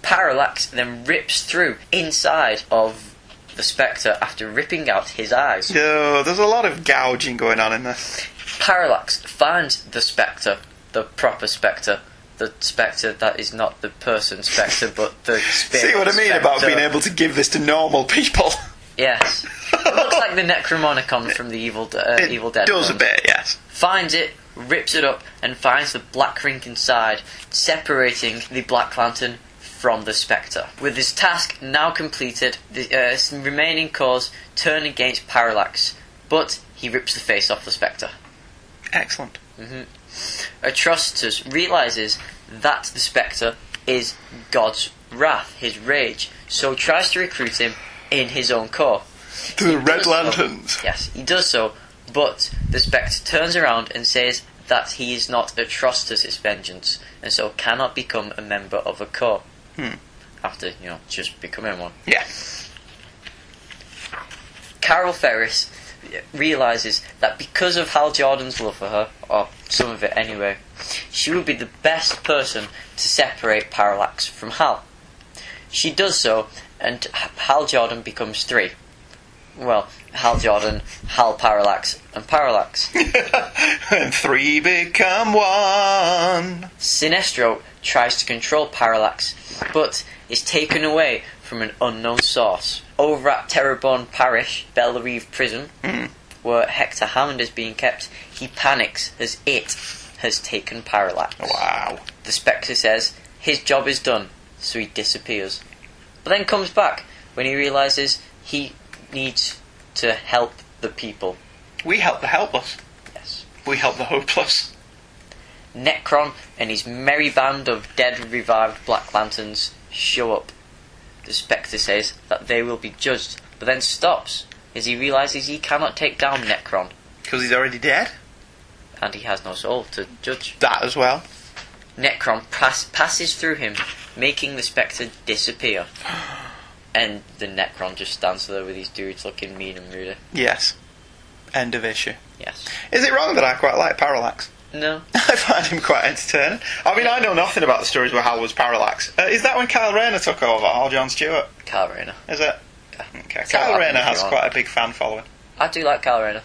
[SPEAKER 3] Parallax then rips through inside of the Spectre after ripping out his eyes.
[SPEAKER 1] Yo, there's a lot of gouging going on in this.
[SPEAKER 3] Parallax finds the Spectre, the proper Spectre, the Spectre that is not the person Spectre, but the spirit.
[SPEAKER 1] See what I mean about
[SPEAKER 3] Spectre.
[SPEAKER 1] being able to give this to normal people?
[SPEAKER 3] Yes, it looks like the Necromonicon from the Evil D- uh,
[SPEAKER 1] It
[SPEAKER 3] Evil Dead.
[SPEAKER 1] does a
[SPEAKER 3] films.
[SPEAKER 1] bit, yes.
[SPEAKER 3] Finds it, rips it up, and finds the black ring inside, separating the Black Lantern from the Spectre. With his task now completed, the uh, s- remaining cause turn against Parallax, but he rips the face off the Spectre.
[SPEAKER 1] Excellent.
[SPEAKER 3] Atrocitus realizes that the Spectre is God's wrath, his rage, so tries to recruit him in his own corps.
[SPEAKER 1] To the Red
[SPEAKER 3] so.
[SPEAKER 1] Lanterns.
[SPEAKER 3] Yes, he does so, but the Spectre turns around and says that he is not Atrocitus' vengeance, and so cannot become a member of a corps. After, you know, just becoming one.
[SPEAKER 1] Yeah.
[SPEAKER 3] Carol Ferris realizes that because of Hal Jordan's love for her, or some of it anyway, she would be the best person to separate Parallax from Hal. She does so, and H- Hal Jordan becomes three. Well, Hal Jordan, Hal Parallax, and Parallax.
[SPEAKER 1] and three become one.
[SPEAKER 3] Sinestro tries to control Parallax, but is taken away from an unknown source. Over at Terrorborn Parish, Belrive Prison, where Hector Hammond is being kept, he panics as it has taken Parallax.
[SPEAKER 1] Oh, Wow.
[SPEAKER 3] The Spectre says his job is done, so he disappears. But then comes back when he realizes he needs to help the people.
[SPEAKER 1] We help the helpless.
[SPEAKER 3] Yes.
[SPEAKER 1] We help the hopeless.
[SPEAKER 3] Necron and his merry band of dead revived Black Lanterns show up. The Spectre says that they will be judged, but then stops as he realizes he cannot take down Necron,
[SPEAKER 1] Because he's already dead.
[SPEAKER 3] and he has no soul to judge.
[SPEAKER 1] That as well.
[SPEAKER 3] Necron pass- passes through him, making the Spectre disappear. And the Necron just stands there with these dudes looking mean and rude.
[SPEAKER 1] Yes. End of issue.
[SPEAKER 3] Yes.
[SPEAKER 1] Is it wrong that I quite like Parallax?
[SPEAKER 3] No.
[SPEAKER 1] I find him quite entertaining. I mean, I know nothing about the stories where Hal was Parallax. Uh, is that when Kyle Rayner took over, or John Stewart?
[SPEAKER 3] Kyle Rayner.
[SPEAKER 1] Is it? Okay.
[SPEAKER 3] It's
[SPEAKER 1] Kyle
[SPEAKER 3] all
[SPEAKER 1] Rayner
[SPEAKER 3] happened
[SPEAKER 1] has
[SPEAKER 3] if you
[SPEAKER 1] quite a big fan following.
[SPEAKER 3] I do like Kyle Rayner.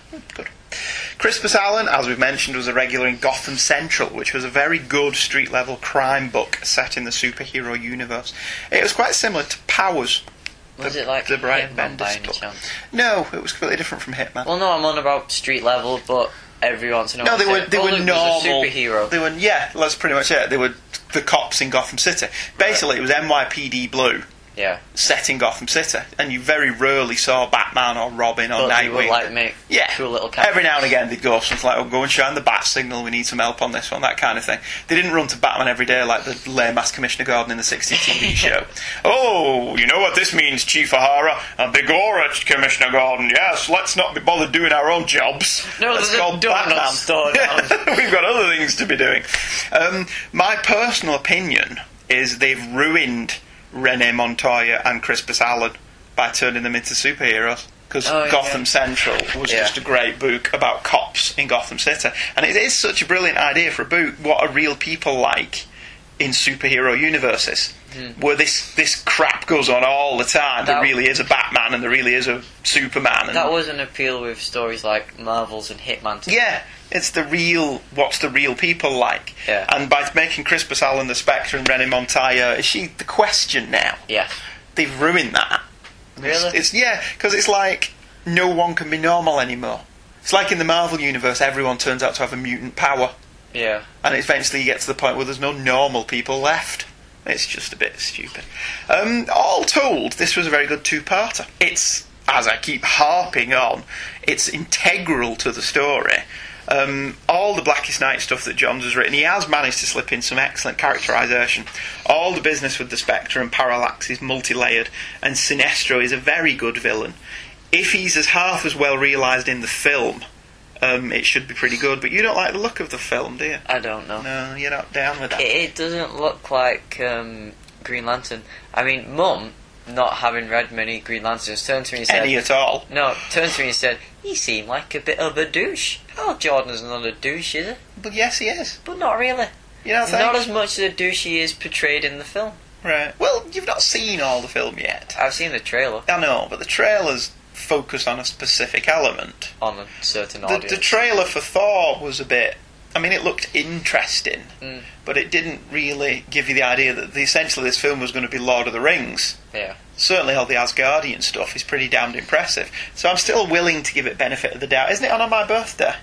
[SPEAKER 1] Crispus Allen, as we've mentioned, was a regular in Gotham Central, which was a very good street level crime book set in the superhero universe. It was quite similar to Powers.
[SPEAKER 3] Was
[SPEAKER 1] The-
[SPEAKER 3] it like
[SPEAKER 1] the Brian
[SPEAKER 3] Hitman by
[SPEAKER 1] Bendis
[SPEAKER 3] any
[SPEAKER 1] book.
[SPEAKER 3] chance?
[SPEAKER 1] No, it was completely different from Hitman.
[SPEAKER 3] Well, no, I'm on about street level, but every once in a
[SPEAKER 1] no,
[SPEAKER 3] while,
[SPEAKER 1] they
[SPEAKER 3] I say,
[SPEAKER 1] were they
[SPEAKER 3] "Oh,
[SPEAKER 1] were
[SPEAKER 3] look, there's
[SPEAKER 1] normal
[SPEAKER 3] A superhero.
[SPEAKER 1] They were yeah, that's pretty much it. They were the cops in Gotham City. Basically, it was NYPD Blue,
[SPEAKER 3] Yeah.
[SPEAKER 1] set in Gotham City, and you very rarely saw Batman or Robin or
[SPEAKER 3] But they would
[SPEAKER 1] Nightwing.
[SPEAKER 3] like make
[SPEAKER 1] yeah,
[SPEAKER 3] cool little characters.
[SPEAKER 1] every now and again they'd go something like, "Oh, go and shine the bat signal. We need some help on this one." That kind of thing. They didn't run to Batman every day like the lame ass Commissioner Gordon in the '60s TV show. Oh, you know what this means, Chief O'Hara and Begora, Commissioner Gordon. Yes, let's not be bothered doing our own jobs.
[SPEAKER 3] No,
[SPEAKER 1] Let's
[SPEAKER 3] there's a
[SPEAKER 1] go
[SPEAKER 3] doorknob
[SPEAKER 1] Batman.
[SPEAKER 3] store down.
[SPEAKER 1] We've got other things to be doing. Um, my personal opinion is they've ruined Rene Montoya and Crispus Allen by turning them into superheroes. Because
[SPEAKER 3] Oh, yeah.
[SPEAKER 1] Gotham Central was
[SPEAKER 3] Yeah.
[SPEAKER 1] just a great book about cops in Gotham City. And it is such a brilliant idea for a book, what are real people like in superhero universes? Where this, this crap goes on all the time.
[SPEAKER 3] Hmm. That-
[SPEAKER 1] there really is a Batman and there really is a Superman. And
[SPEAKER 3] That was an appeal with stories like Marvels and Hitman. to-
[SPEAKER 1] yeah, it's the real. What's the real people like?
[SPEAKER 3] Yeah.
[SPEAKER 1] And by making Crispus Allen the Spectre and Rennie Montoya, is she the question now?
[SPEAKER 3] Yeah.
[SPEAKER 1] They've ruined that. It's-
[SPEAKER 3] Really?
[SPEAKER 1] It's, yeah, because it's like no one can be normal anymore. It's like in the Marvel universe, everyone turns out to have a mutant power,
[SPEAKER 3] yeah.
[SPEAKER 1] and eventually you get to the point where there's no normal people left. It's just a bit stupid. Um, all told, this was a very good two-parter. It's, as I keep harping on, it's integral to the story. Um, all the Blackest Night stuff that Johns has written, he has managed to slip in some excellent characterisation. All the business with the Spectre and Parallax is multi-layered, and Sinestro is a very good villain. If he's as half as well realised in the film, um, it should be pretty good. But you don't like the look of the film, do you?
[SPEAKER 3] I don't know.
[SPEAKER 1] No, you're not down with that.
[SPEAKER 3] It, it doesn't look like um, Green Lantern. I mean, Mum, not having read many Green Lanterns, turned to me and said,
[SPEAKER 1] Any at all.
[SPEAKER 3] "No." Turned to me and said, "You seem like a bit of a douche." Oh, Jordan's not a douche, is he?
[SPEAKER 1] But yes, he is.
[SPEAKER 3] But not really.
[SPEAKER 1] You know,
[SPEAKER 3] Not as much as a douche he is portrayed in the film.
[SPEAKER 1] right. Well, you've not seen all the film yet.
[SPEAKER 3] I've seen the trailer
[SPEAKER 1] I know, but the trailers focus on a specific element.
[SPEAKER 3] on a certain
[SPEAKER 1] The,
[SPEAKER 3] audience.
[SPEAKER 1] the trailer for Thor was a bit. I mean, it looked interesting,
[SPEAKER 3] Mm.
[SPEAKER 1] but it didn't really give you the idea that the, essentially this film was going to be Lord of the Rings.
[SPEAKER 3] yeah.
[SPEAKER 1] Certainly, all the Asgardian stuff is pretty damned impressive. So I'm still willing to give it benefit of the doubt. Isn't it on my birthday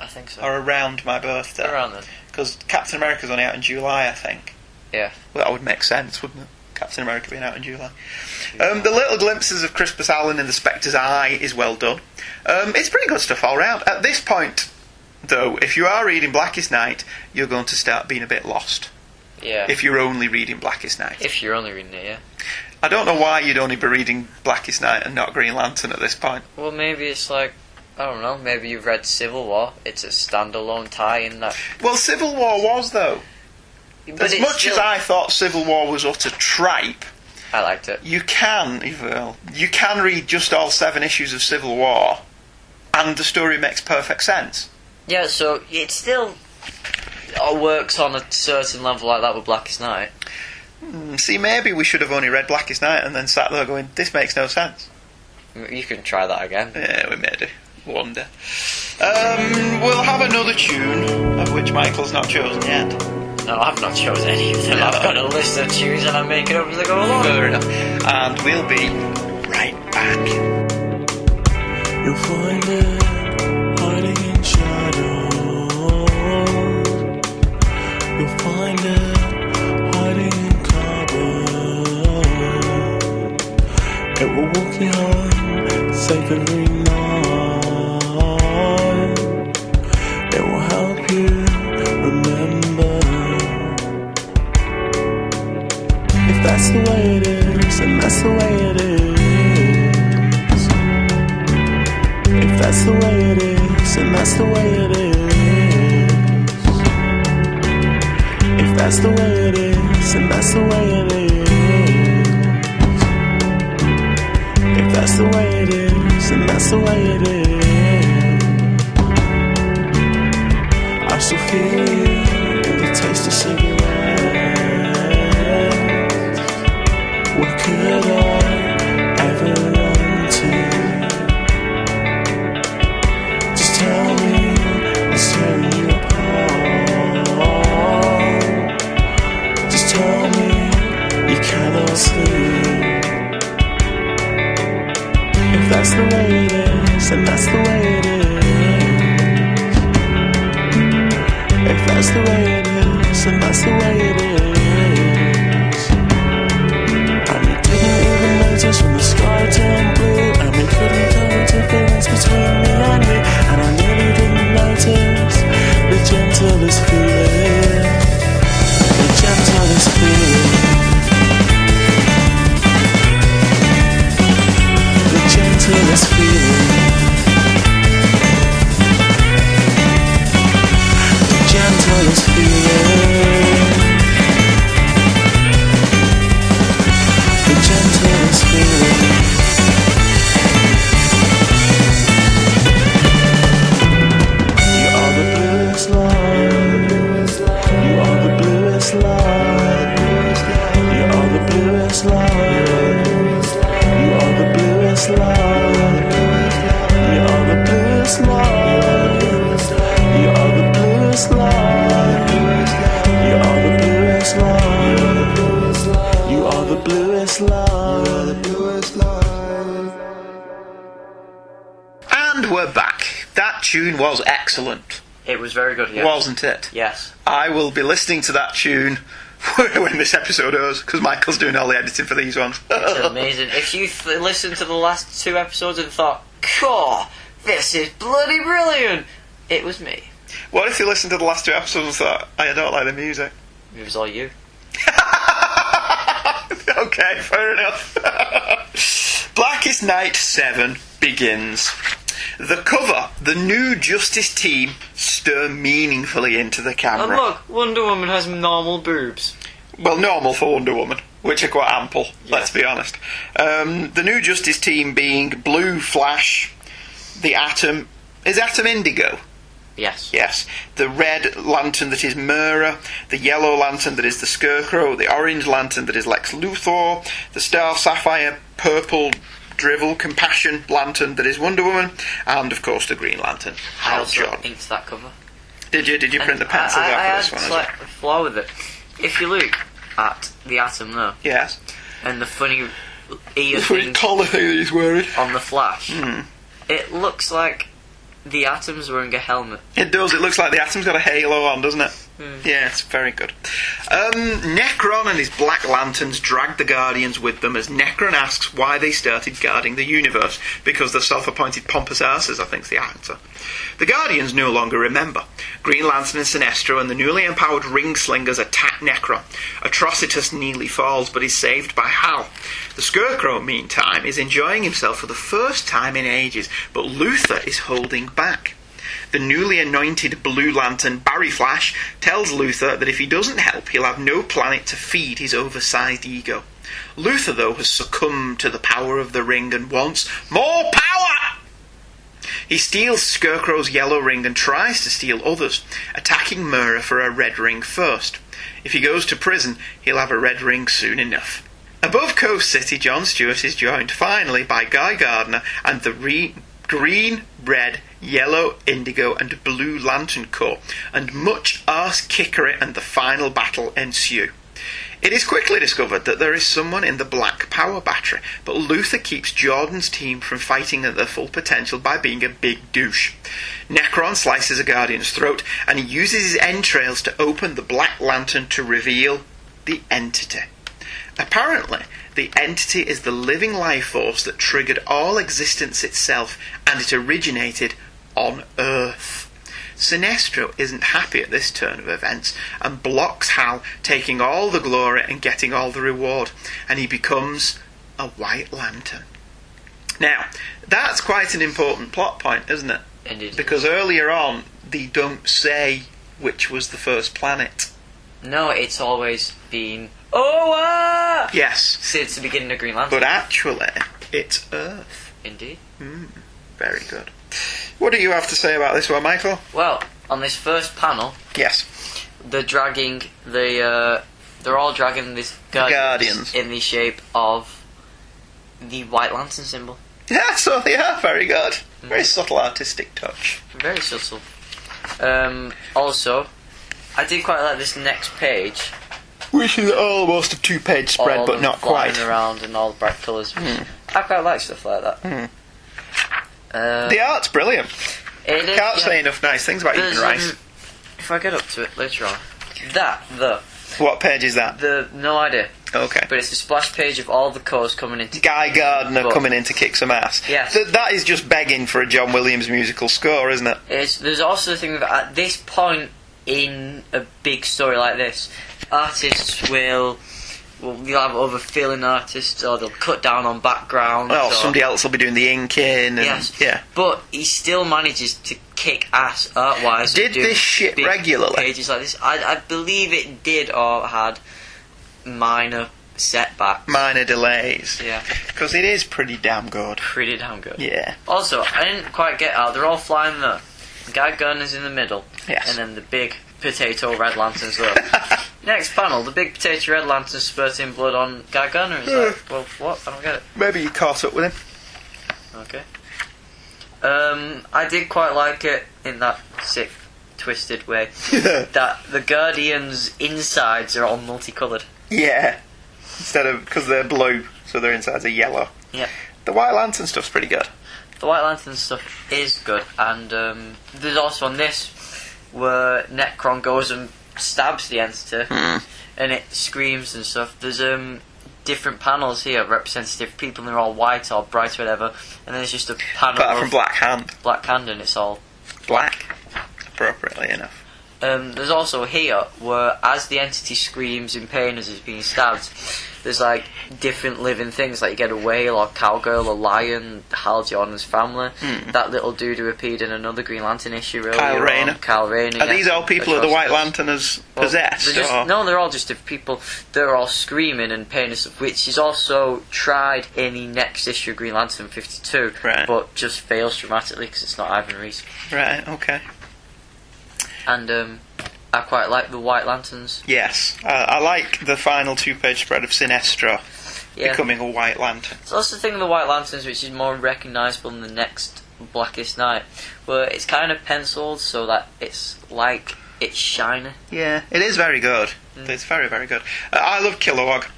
[SPEAKER 3] I think so.
[SPEAKER 1] or around my birthday?
[SPEAKER 3] Around then.
[SPEAKER 1] because Captain America's only out in July, I think.
[SPEAKER 3] Yeah.
[SPEAKER 1] Well, that would make sense, wouldn't it? Captain America being out in July. Um, the little glimpses of Crispus Allen in the Spectre's eye is well done. Um, it's pretty good stuff all round. At this point, though, if you are reading Blackest Night, you're going to start being a bit lost.
[SPEAKER 3] Yeah.
[SPEAKER 1] If you're only reading Blackest Night,
[SPEAKER 3] If you're only reading it, yeah.
[SPEAKER 1] I don't know why you'd only be reading Blackest Night and not Green Lantern at this point.
[SPEAKER 3] Well, maybe it's like I don't know. Maybe you've read Civil War. It's a standalone tie in that.
[SPEAKER 1] Well, Civil War was though.
[SPEAKER 3] But
[SPEAKER 1] as
[SPEAKER 3] it's
[SPEAKER 1] much
[SPEAKER 3] still,
[SPEAKER 1] as I thought Civil War was utter tripe,
[SPEAKER 3] I liked it.
[SPEAKER 1] you can, Evil, you can read just all seven issues of Civil War, and the story makes perfect sense.
[SPEAKER 3] Yeah. So it still uh, works on a certain level like that with Blackest Night.
[SPEAKER 1] Hmm, See, maybe we should have only read Blackest Night and then sat there going, "This makes no sense."
[SPEAKER 3] You can try that again.
[SPEAKER 1] Yeah, we may do. One day. Um, we'll have another tune, of which Michael's not chosen yet.
[SPEAKER 3] No, I've not chosen any of them. I've got a list of tunes and I make it up as I go along.
[SPEAKER 1] Fair enough. And we'll be right back.
[SPEAKER 7] You'll find it hiding in shadows. You'll find it hiding in cupboards. It will walk you home safe every night. It will help you remember. If that's the way it is, and that's the way it is. If that's the way it is, and that's the way it is. If that's the way it is, and that's the way it is. If that's the way it is, and that's the way it is. I still feel you in the taste of cigarettes. What could I ever run to? Just tell me it's tearing you apart. Just tell me you cannot sleep. If that's the way it is, then that's the way it is. If that's the way it is, then that's the way it is. And it didn't
[SPEAKER 1] And we're back. That tune was excellent,
[SPEAKER 3] It was very good, yeah.
[SPEAKER 1] wasn't it?
[SPEAKER 3] Yes.
[SPEAKER 1] I will be listening to that tune when this episode goes because Michael's doing all the editing for these ones.
[SPEAKER 3] It's amazing. If you th- listened to the last two episodes and thought, "Caw, this is bloody brilliant," it was me.
[SPEAKER 1] what if you listen to the last two episodes and thought, I don't like the music?
[SPEAKER 3] It was all you.
[SPEAKER 1] okay, fair enough. Blackest Night 7 begins. The cover, the new Justice team stir meaningfully into the
[SPEAKER 3] And
[SPEAKER 1] camera.
[SPEAKER 3] Oh, look, Wonder Woman has normal boobs.
[SPEAKER 1] Well, normal for Wonder Woman, which are quite ample, let's be honest. Um, the new Justice team being Blue Flash, the Atom. Is Atom Indigo?
[SPEAKER 3] Yes.
[SPEAKER 1] Yes. The red lantern that is Mera, the yellow lantern that is the Scarecrow, the orange lantern that is Lex Luthor, the star sapphire purple drivel compassion lantern that is Wonder Woman, and of course the green lantern.
[SPEAKER 3] I
[SPEAKER 1] Hal
[SPEAKER 3] also
[SPEAKER 1] Jordan.
[SPEAKER 3] inked that cover.
[SPEAKER 1] Did you did you print the pencils
[SPEAKER 3] I, I,
[SPEAKER 1] out
[SPEAKER 3] I had
[SPEAKER 1] for this one? as well?
[SPEAKER 3] slight flaw with it. If you look at the atom though,
[SPEAKER 1] Yes.
[SPEAKER 3] and the funny ear
[SPEAKER 1] The funny
[SPEAKER 3] thing
[SPEAKER 1] collar thing that he's wearing.
[SPEAKER 3] on the Flash,
[SPEAKER 1] Hmm.
[SPEAKER 3] it looks like the atom's wearing a helmet.
[SPEAKER 1] It does. It looks like the atom's got a halo on, doesn't it? Yeah, it's very good. Um, Necron and his Black Lanterns drag the Guardians with them as Necron asks why they started guarding the universe because the self-appointed pompous asses, I think's the answer. The Guardians no longer remember. Green Lantern and Sinestro and the newly empowered Ringslingers attack Necron. Atrocitus nearly falls but is saved by Hal. The Scarecrow, meantime, is enjoying himself for the first time in ages, but Luther is holding back. The newly anointed Blue Lantern, Barry Flash, tells Luther that if he doesn't help, he'll have no planet to feed his oversized ego. Luther, though, has succumbed to the power of the ring and wants more power! He steals Scarecrow's yellow ring and tries to steal others, attacking Murrah for a red ring first. If he goes to prison, he'll have a red ring soon enough. Above Coast City, John Stewart is joined finally by Guy Gardner and the re- Green, Red, Yellow, Indigo, and Blue Lantern Corps, and much arse kickery and the final battle ensue. It is quickly discovered that there is someone in the Black Power Battery, but Luther keeps Jordan's team from fighting at their full potential by being a big douche. Necron slices a Guardian's throat, and he uses his entrails to open the Black Lantern to reveal the Entity. Apparently, the Entity is the living life force that triggered all existence itself, and it originated on Earth. Sinestro isn't happy at this turn of events and blocks Hal taking all the glory and getting all the reward, and he becomes a White Lantern. Now, that's quite an important plot point, isn't it?
[SPEAKER 3] And it-
[SPEAKER 1] Because earlier on, they don't say which was the first planet.
[SPEAKER 3] no, it's always been oh ah
[SPEAKER 1] Yes,
[SPEAKER 3] since the beginning of Green Lantern.
[SPEAKER 1] but actually, it's Earth.
[SPEAKER 3] Indeed.
[SPEAKER 1] Very good. What do you have to say about this one, Michael?
[SPEAKER 3] Well, on this first panel,
[SPEAKER 1] Yes.
[SPEAKER 3] they're dragging the uh, they're all dragging this
[SPEAKER 1] Guardians.
[SPEAKER 3] in the shape of the White Lantern symbol.
[SPEAKER 1] Yeah, so they are very good. Very subtle artistic touch.
[SPEAKER 3] Very subtle. Um, also, I did quite like this next page.
[SPEAKER 1] Which is almost a two page spread,
[SPEAKER 3] all
[SPEAKER 1] but
[SPEAKER 3] them
[SPEAKER 1] not
[SPEAKER 3] flying
[SPEAKER 1] quite. Hmm.
[SPEAKER 3] around and all the bright colours. I quite like stuff like that. Uh,
[SPEAKER 1] The art's brilliant.
[SPEAKER 3] it is-
[SPEAKER 1] Hmm. Can't
[SPEAKER 3] yeah.
[SPEAKER 1] say enough nice things about
[SPEAKER 3] There's,
[SPEAKER 1] Ethan Rice.
[SPEAKER 3] um, if I get up to it later on, that the
[SPEAKER 1] What page is that?
[SPEAKER 3] the no idea,
[SPEAKER 1] Okay.
[SPEAKER 3] but it's the splash page of all the colours coming into
[SPEAKER 1] Guy Gardner
[SPEAKER 3] But-
[SPEAKER 1] coming in to kick some ass.
[SPEAKER 3] Yes.
[SPEAKER 1] Th- that is just begging for a John Williams musical score, isn't it?
[SPEAKER 3] It's, there's also the thing that at this point in a big story like this, artists will will you'll have other filling artists, or they'll cut down on background.
[SPEAKER 1] Well,
[SPEAKER 3] or,
[SPEAKER 1] somebody else will be doing the inking. And,
[SPEAKER 3] Yes.
[SPEAKER 1] Yeah.
[SPEAKER 3] But he still manages to kick ass art wise.
[SPEAKER 1] Did this shit regularly?
[SPEAKER 3] Pages like this, I, I believe it did or had minor setbacks.
[SPEAKER 1] Minor delays.
[SPEAKER 3] yeah,
[SPEAKER 1] Because it is pretty damn good.
[SPEAKER 3] pretty damn good.
[SPEAKER 1] Yeah.
[SPEAKER 3] Also, I didn't quite get out. They're all flying there. Guy Gunner's in the middle.
[SPEAKER 1] Yes.
[SPEAKER 3] And then the big potato red lanterns there. Next panel, the big potato red lantern spurting blood on Guy Gunner. It's like, well, what? I don't get it.
[SPEAKER 1] Maybe you caught up with him.
[SPEAKER 3] Okay. Um, I did quite like it in that sick, twisted way that the Guardians' insides are all multicolored.
[SPEAKER 1] Yeah. Instead of because they're blue, so their insides are yellow.
[SPEAKER 3] Yeah. Oh,
[SPEAKER 1] The White Lantern stuff's pretty good.
[SPEAKER 3] the White Lantern stuff is good, and um, there's also on this where Necron goes and stabs the entity,
[SPEAKER 1] Hmm.
[SPEAKER 3] and it screams and stuff. There's um different panels here representative people, and they're all white or bright or whatever, and there's just a panel
[SPEAKER 1] Apart
[SPEAKER 3] of
[SPEAKER 1] from Black Hand.
[SPEAKER 3] Black Hand, and it's all
[SPEAKER 1] Black, appropriately enough.
[SPEAKER 3] um, there's also here where as the entity screams in pain as it's being stabbed, there's like different living things like you get a whale or cowgirl or lion, Hal Jordan's family, that little dude who appeared in another Green Lantern issue. Earlier
[SPEAKER 1] Hmm. Kyle
[SPEAKER 3] on,
[SPEAKER 1] Rayner.
[SPEAKER 3] Kyle Rayner.
[SPEAKER 1] Are these all people that the White Lantern has possessed?
[SPEAKER 3] They're just-
[SPEAKER 1] or-
[SPEAKER 3] no, they're all just different people. They're all screaming and pain and stuff, which is also tried in the next issue of Green Lantern 52,
[SPEAKER 1] Right.
[SPEAKER 3] but just fails dramatically because it's not Ivan Reese.
[SPEAKER 1] Right, okay.
[SPEAKER 3] And um, I quite like the White Lanterns.
[SPEAKER 1] Yes. I, I like the final two page spread of Sinestro
[SPEAKER 3] Yeah.
[SPEAKER 1] becoming a White Lantern.
[SPEAKER 3] So that's the thing with the White Lanterns, which is more recognisable than the next Blackest Night, where it's kind of penciled so that it's like it's shiny.
[SPEAKER 1] Yeah, it is very good. It's very, very good. Uh, I love Kilowog.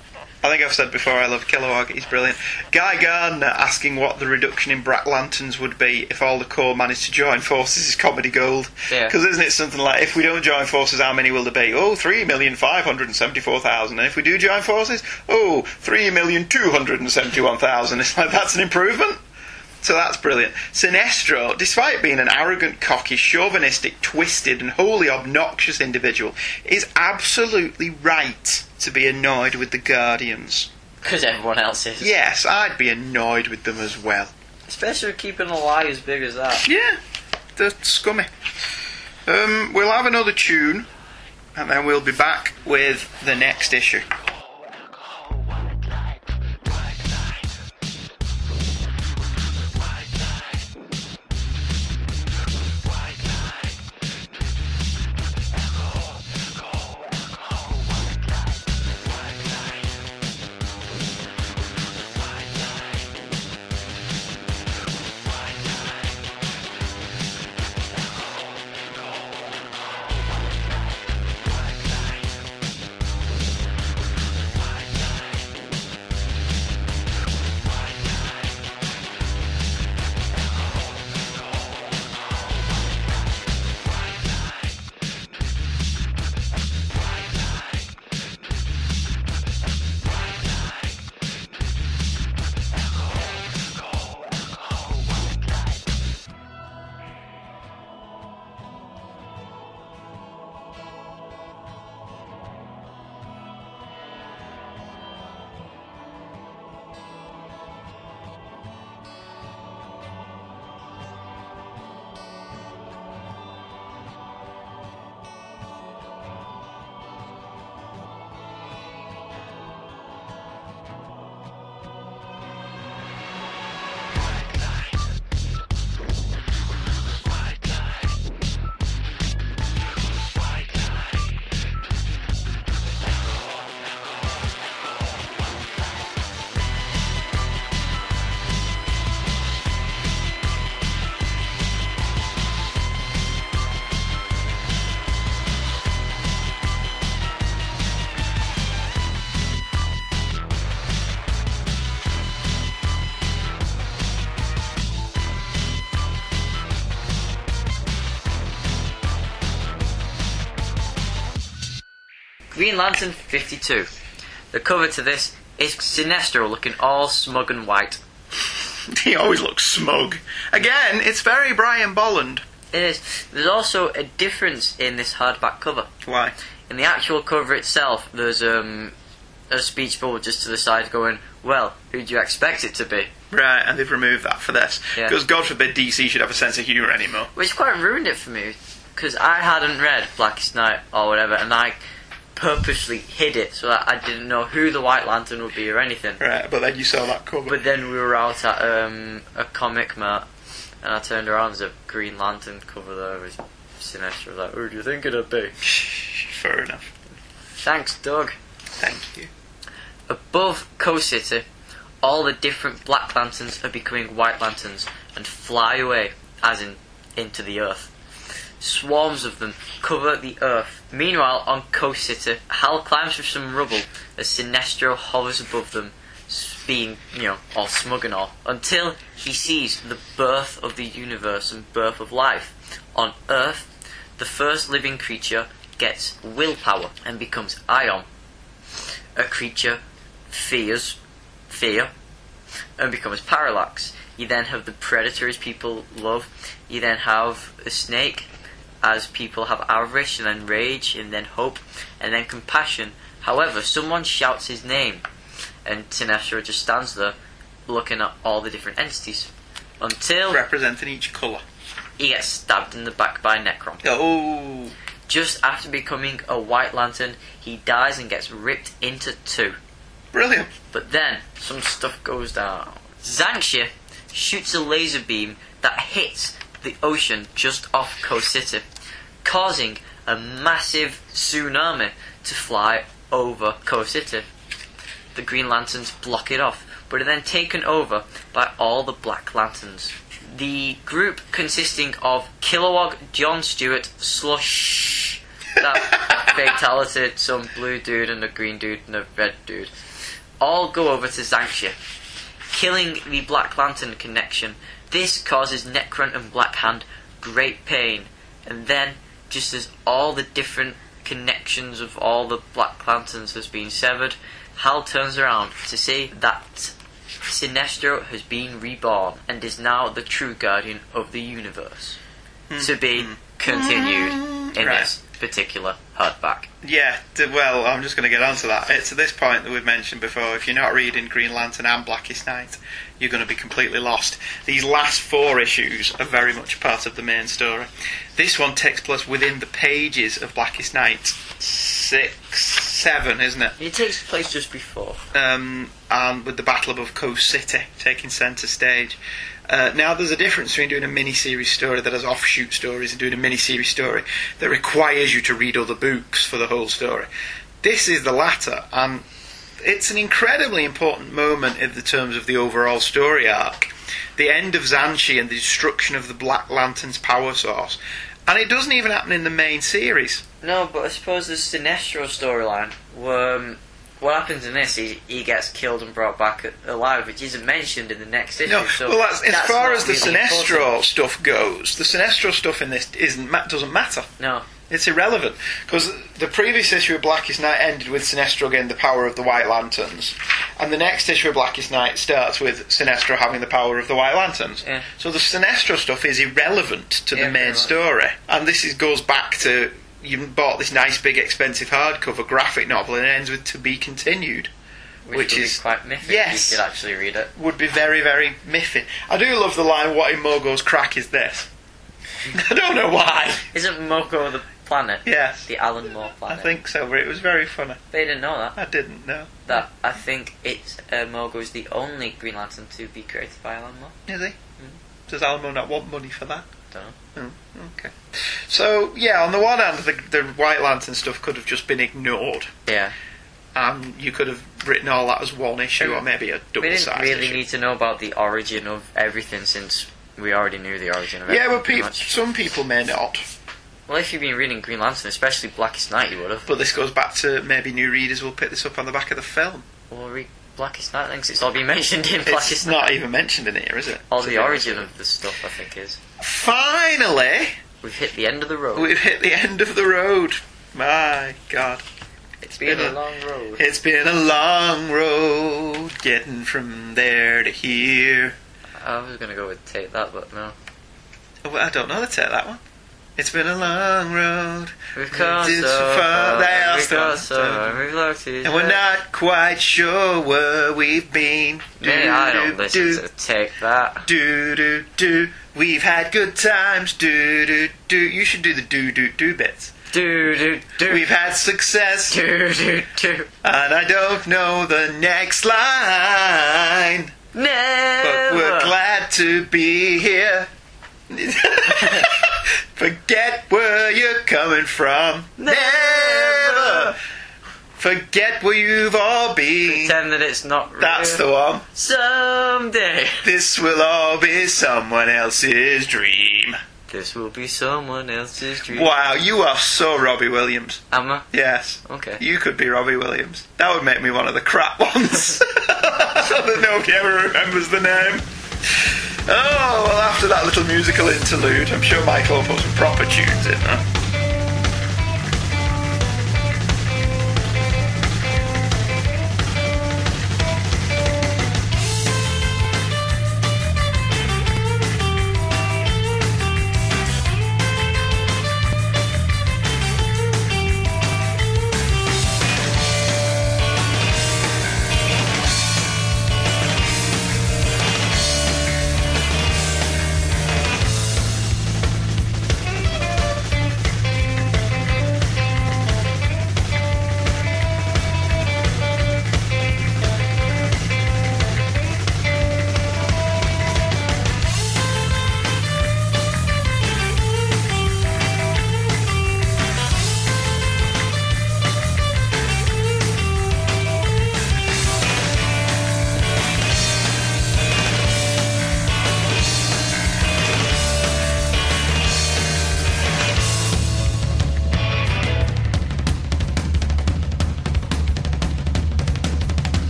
[SPEAKER 1] I think I've said before I love Kilowog. He's brilliant. Guy Gardner asking what the reduction in Black Lanterns would be if all the Corps managed to join forces is comedy gold.
[SPEAKER 3] Yeah.
[SPEAKER 1] Because isn't it something like if we don't join forces, how many will there be? Oh, three million five hundred and seventy-four thousand. And if we do join forces, oh, three million two hundred and seventy-one thousand. It's like that's an improvement. So that's brilliant. Sinestro, despite being an arrogant, cocky, chauvinistic, twisted, and wholly obnoxious individual, is absolutely right to be annoyed with the Guardians.
[SPEAKER 3] Because everyone else is.
[SPEAKER 1] Yes, I'd be annoyed with them as well.
[SPEAKER 3] Especially keeping a lie as big as that.
[SPEAKER 1] Yeah, they're scummy. Um, we'll have another tune, and then we'll be back with the next issue.
[SPEAKER 3] Green Lantern 52. The cover to this is Sinestro looking all smug and white.
[SPEAKER 1] he always looks smug. Again, it's very Brian Bolland.
[SPEAKER 3] It is. There's also a difference in this hardback cover.
[SPEAKER 1] Why?
[SPEAKER 3] In the actual cover itself, there's um, a speech bubble just to the side going, Well, who do you expect it to be?
[SPEAKER 1] Right, and they've removed that for this.
[SPEAKER 3] Yeah.
[SPEAKER 1] Because God forbid DC should have a sense of humour anymore.
[SPEAKER 3] Which quite ruined it for me, because I hadn't read Blackest Night or whatever, and I purposely hid it so that I didn't know who the White Lantern would be or anything.
[SPEAKER 1] Right, but then you saw that cover.
[SPEAKER 3] But then we were out at um, a comic mart, and I turned around, there's a Green Lantern cover there with Sinestro. I was like, who do you think it'd be?
[SPEAKER 1] Fair enough.
[SPEAKER 3] Thanks, Doug.
[SPEAKER 1] Thank you.
[SPEAKER 3] Above Co City, all the different black lanterns are becoming white lanterns and fly away, as in into the earth. Swarms of them cover the earth. Meanwhile, on Co City, Hal climbs through some rubble as Sinestro hovers above them, s- being, you know, all smug and all, until he sees the birth of the universe and birth of life. On Earth, the first living creature gets willpower and becomes Ion. A creature fears fear and becomes Parallax. You then have the predators people love. You then have a snake, as people have avarice and then rage and then hope and then compassion. However, someone shouts his name, and Sinestro just stands there, looking at all the different entities, until
[SPEAKER 1] representing each colour.
[SPEAKER 3] he gets stabbed in the back by Necron.
[SPEAKER 1] Oh,
[SPEAKER 3] Just after becoming a White Lantern, he dies and gets ripped into two.
[SPEAKER 1] brilliant!
[SPEAKER 3] But then some stuff goes down. Zanxia shoots a laser beam that hits the ocean just off Coast City, causing a massive tsunami to fly over Coast City. The Green Lanterns block it off, but are then taken over by all the Black Lanterns. The group consisting of Kilowog, John Stewart, Slush, that fatality, some blue dude and a green dude and a red dude all go over to Zanxia, killing the Black Lantern connection. This causes Necron and Black Hand great pain, and then, just as all the different connections of all the Black Lanterns has been severed, Hal turns around to see that Sinestro has been reborn and is now the true guardian of the universe. To be continued in
[SPEAKER 1] Right.
[SPEAKER 3] this particular hardback.
[SPEAKER 1] Yeah, d- well, I'm just going to get on to that. It's at this point that we've mentioned before. If you're not reading Green Lantern and Blackest Night, you're going to be completely lost. These last four issues are very much part of the main story. This one takes place within the pages of Blackest Night six, seven, isn't it?
[SPEAKER 3] It takes place just before.
[SPEAKER 1] um, and with the Battle above Coast City taking centre stage. Uh, now, there's a difference between doing a mini-series story that has offshoot stories and doing a mini-series story that requires you to read other books for the whole story. This is the latter, and it's an incredibly important moment in the terms of the overall story arc. The end of Zanshi and the destruction of the Black Lantern's power source. And it doesn't even happen in the main series.
[SPEAKER 3] No, but I suppose the Sinestro storyline. where, Um, what happens in this? He, he gets killed and brought back a- alive, which isn't mentioned in the next issue.
[SPEAKER 1] No,
[SPEAKER 3] so
[SPEAKER 1] well, that's, as far
[SPEAKER 3] not
[SPEAKER 1] as the
[SPEAKER 3] really
[SPEAKER 1] Sinestro
[SPEAKER 3] important.
[SPEAKER 1] stuff goes, the Sinestro stuff in this isn't ma- doesn't matter.
[SPEAKER 3] No,
[SPEAKER 1] It's irrelevant because the previous issue of Blackest Night ended with Sinestro getting the power of the White Lanterns, and the next issue of Blackest Night starts with Sinestro having the power of the White Lanterns.
[SPEAKER 3] Yeah.
[SPEAKER 1] So the Sinestro stuff is irrelevant to
[SPEAKER 3] Yeah,
[SPEAKER 1] the
[SPEAKER 3] pretty
[SPEAKER 1] main
[SPEAKER 3] much.
[SPEAKER 1] story, and this is, goes back to you bought this nice big expensive hardcover graphic novel and it ends with to be continued
[SPEAKER 3] which,
[SPEAKER 1] Which
[SPEAKER 3] would
[SPEAKER 1] is-
[SPEAKER 3] be quite mythic.
[SPEAKER 1] yes.
[SPEAKER 3] you could actually read it.
[SPEAKER 1] would be very, very miffy. I do love the line, What in Mogo's crack is this? I don't know why.
[SPEAKER 3] Isn't Moko the planet?
[SPEAKER 1] Yes.
[SPEAKER 3] The Alan Moore
[SPEAKER 1] I
[SPEAKER 3] planet.
[SPEAKER 1] think so, but it was very funny.
[SPEAKER 3] they didn't know that.
[SPEAKER 1] I didn't know.
[SPEAKER 3] That I think it's uh, Mogo is the only Green Lantern to be created by Alan Moore.
[SPEAKER 1] Is he? Does Alamo not want money for that?
[SPEAKER 3] Hmm. Dunno.
[SPEAKER 1] Oh, okay. So, yeah, on the one hand, the, the White Lantern stuff could have just been ignored,
[SPEAKER 3] Yeah,
[SPEAKER 1] and you could have written all that as one issue, or maybe a
[SPEAKER 3] we
[SPEAKER 1] double
[SPEAKER 3] didn't
[SPEAKER 1] sized
[SPEAKER 3] really
[SPEAKER 1] issue.
[SPEAKER 3] need to know about the origin of everything since we already knew the origin of
[SPEAKER 1] yeah,
[SPEAKER 3] everything.
[SPEAKER 1] well,
[SPEAKER 3] pretty
[SPEAKER 1] pe-
[SPEAKER 3] much.
[SPEAKER 1] some people may not,
[SPEAKER 3] Well, if you've been reading Green Lantern, especially Blackest Night, you would have.
[SPEAKER 1] but this goes back to maybe new readers will pick this up on the back of the film.
[SPEAKER 3] Well, read Blackest Night then, 'cause it's all been mentioned in
[SPEAKER 1] it's
[SPEAKER 3] Blackest Night.
[SPEAKER 1] not even mentioned in here, is it?
[SPEAKER 3] All
[SPEAKER 1] To
[SPEAKER 3] the
[SPEAKER 1] be honest.
[SPEAKER 3] origin of the stuff, I think, is.
[SPEAKER 1] Finally,
[SPEAKER 3] We've hit the end of the road.
[SPEAKER 1] we've hit the end of the road. My God,
[SPEAKER 3] it's been
[SPEAKER 1] been
[SPEAKER 3] a
[SPEAKER 1] a-
[SPEAKER 3] long road.
[SPEAKER 1] it's been a long road getting from there to here.
[SPEAKER 3] I was going to go with Take That, but no.
[SPEAKER 1] Oh, well, I don't know the take that one. It's been a long road,
[SPEAKER 3] We've come
[SPEAKER 1] It's
[SPEAKER 3] so
[SPEAKER 1] far-
[SPEAKER 3] far,
[SPEAKER 1] they are
[SPEAKER 3] we've
[SPEAKER 1] still-
[SPEAKER 3] got so far, we've looked each
[SPEAKER 1] and we're
[SPEAKER 3] other.
[SPEAKER 1] not quite sure where we've been.
[SPEAKER 3] Me, I
[SPEAKER 1] Do,
[SPEAKER 3] don't
[SPEAKER 1] do,
[SPEAKER 3] listen to Take That.
[SPEAKER 1] do do do. We've had good times. Do do do. You should do the do do do bits.
[SPEAKER 3] Do, do, do.
[SPEAKER 1] We've had success.
[SPEAKER 3] Do, do, do.
[SPEAKER 1] And I don't know the next line, but
[SPEAKER 3] Never!
[SPEAKER 1] we're glad to be here. Forget where you're coming from. Never! Forget where you've all been.
[SPEAKER 3] Pretend that it's not real.
[SPEAKER 1] That's the one.
[SPEAKER 3] Someday!
[SPEAKER 1] This will all be someone else's dream.
[SPEAKER 3] This will be someone else's dream.
[SPEAKER 1] Wow, you are so Robbie Williams.
[SPEAKER 3] Am I?
[SPEAKER 1] Yes.
[SPEAKER 3] Okay.
[SPEAKER 1] You could be Robbie Williams. That would make me one of the crap ones. so that nobody ever remembers the name. Oh, well, after that little musical interlude, I'm sure Michael will put some proper tunes in there.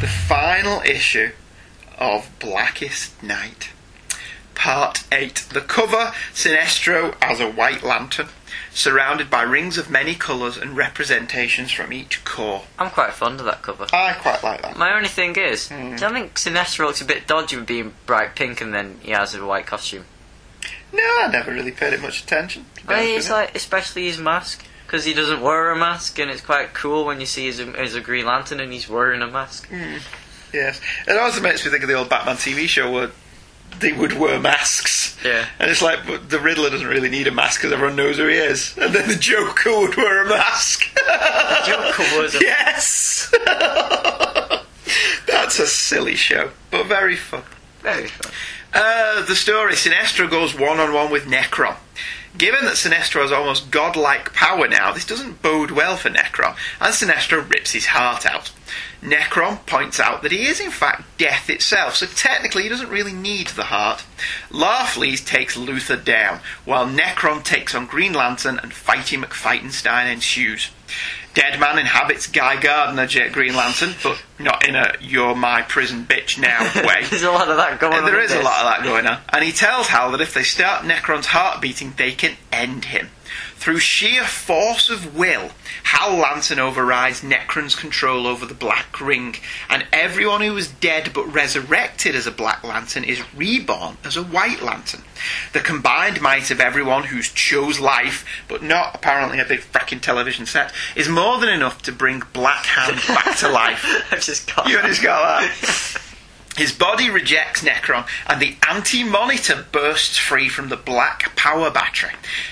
[SPEAKER 1] the final issue of Blackest Night. Part 8. The cover Sinestro as a white lantern, surrounded by rings of many colours and representations from each core.
[SPEAKER 3] I'm quite fond of that cover.
[SPEAKER 1] I quite like that.
[SPEAKER 3] My only thing is, do I think Sinestro looks a bit dodgy with being bright pink and then he has a white costume?
[SPEAKER 1] No, I never really paid it much attention. to be
[SPEAKER 3] Well,
[SPEAKER 1] honest
[SPEAKER 3] it's
[SPEAKER 1] with
[SPEAKER 3] like, especially his mask, because he doesn't wear a mask, and it's quite cool when you see his as a Green Lantern and he's wearing a mask.
[SPEAKER 1] you. Yes. It also makes me think of the old Batman TV show where they would wear masks.
[SPEAKER 3] Yeah.
[SPEAKER 1] And it's like, but the Riddler doesn't really need a mask because everyone knows who he is. And then the Joker would wear a mask.
[SPEAKER 3] Joker was a-
[SPEAKER 1] Yes! That's a silly show, but very fun.
[SPEAKER 3] Very fun.
[SPEAKER 1] Uh, the story Sinestro goes one on one with Necron. Given that Sinestro has almost godlike power now, this doesn't bode well for Necron, and Sinestro rips his heart out. Necron points out that he is in fact death itself, so technically he doesn't really need the heart. Larfleeze takes Luther down, while Necron takes on Green Lantern and fighting McFightenstein ensues. Deadman inhabits Guy Gardner, J- Green Lantern, but not in a you're my prison bitch now way.
[SPEAKER 3] There's a lot of that going on.
[SPEAKER 1] There
[SPEAKER 3] in
[SPEAKER 1] is a
[SPEAKER 3] this.
[SPEAKER 1] lot of that going on. And he tells Hal that if they start Necron's heart beating, they can end him. Through sheer force of will, Hal Lantern overrides Necron's control over the Black Ring, and everyone who was dead but resurrected as a Black Lantern is reborn as a White Lantern. The combined might of everyone who's chose life, but not apparently a big fracking television set, is more than enough to bring Black Hand back to life.
[SPEAKER 3] I've just got.
[SPEAKER 1] You
[SPEAKER 3] that.
[SPEAKER 1] just got that. His body rejects Necron, and the anti monitor bursts free from the black power battery.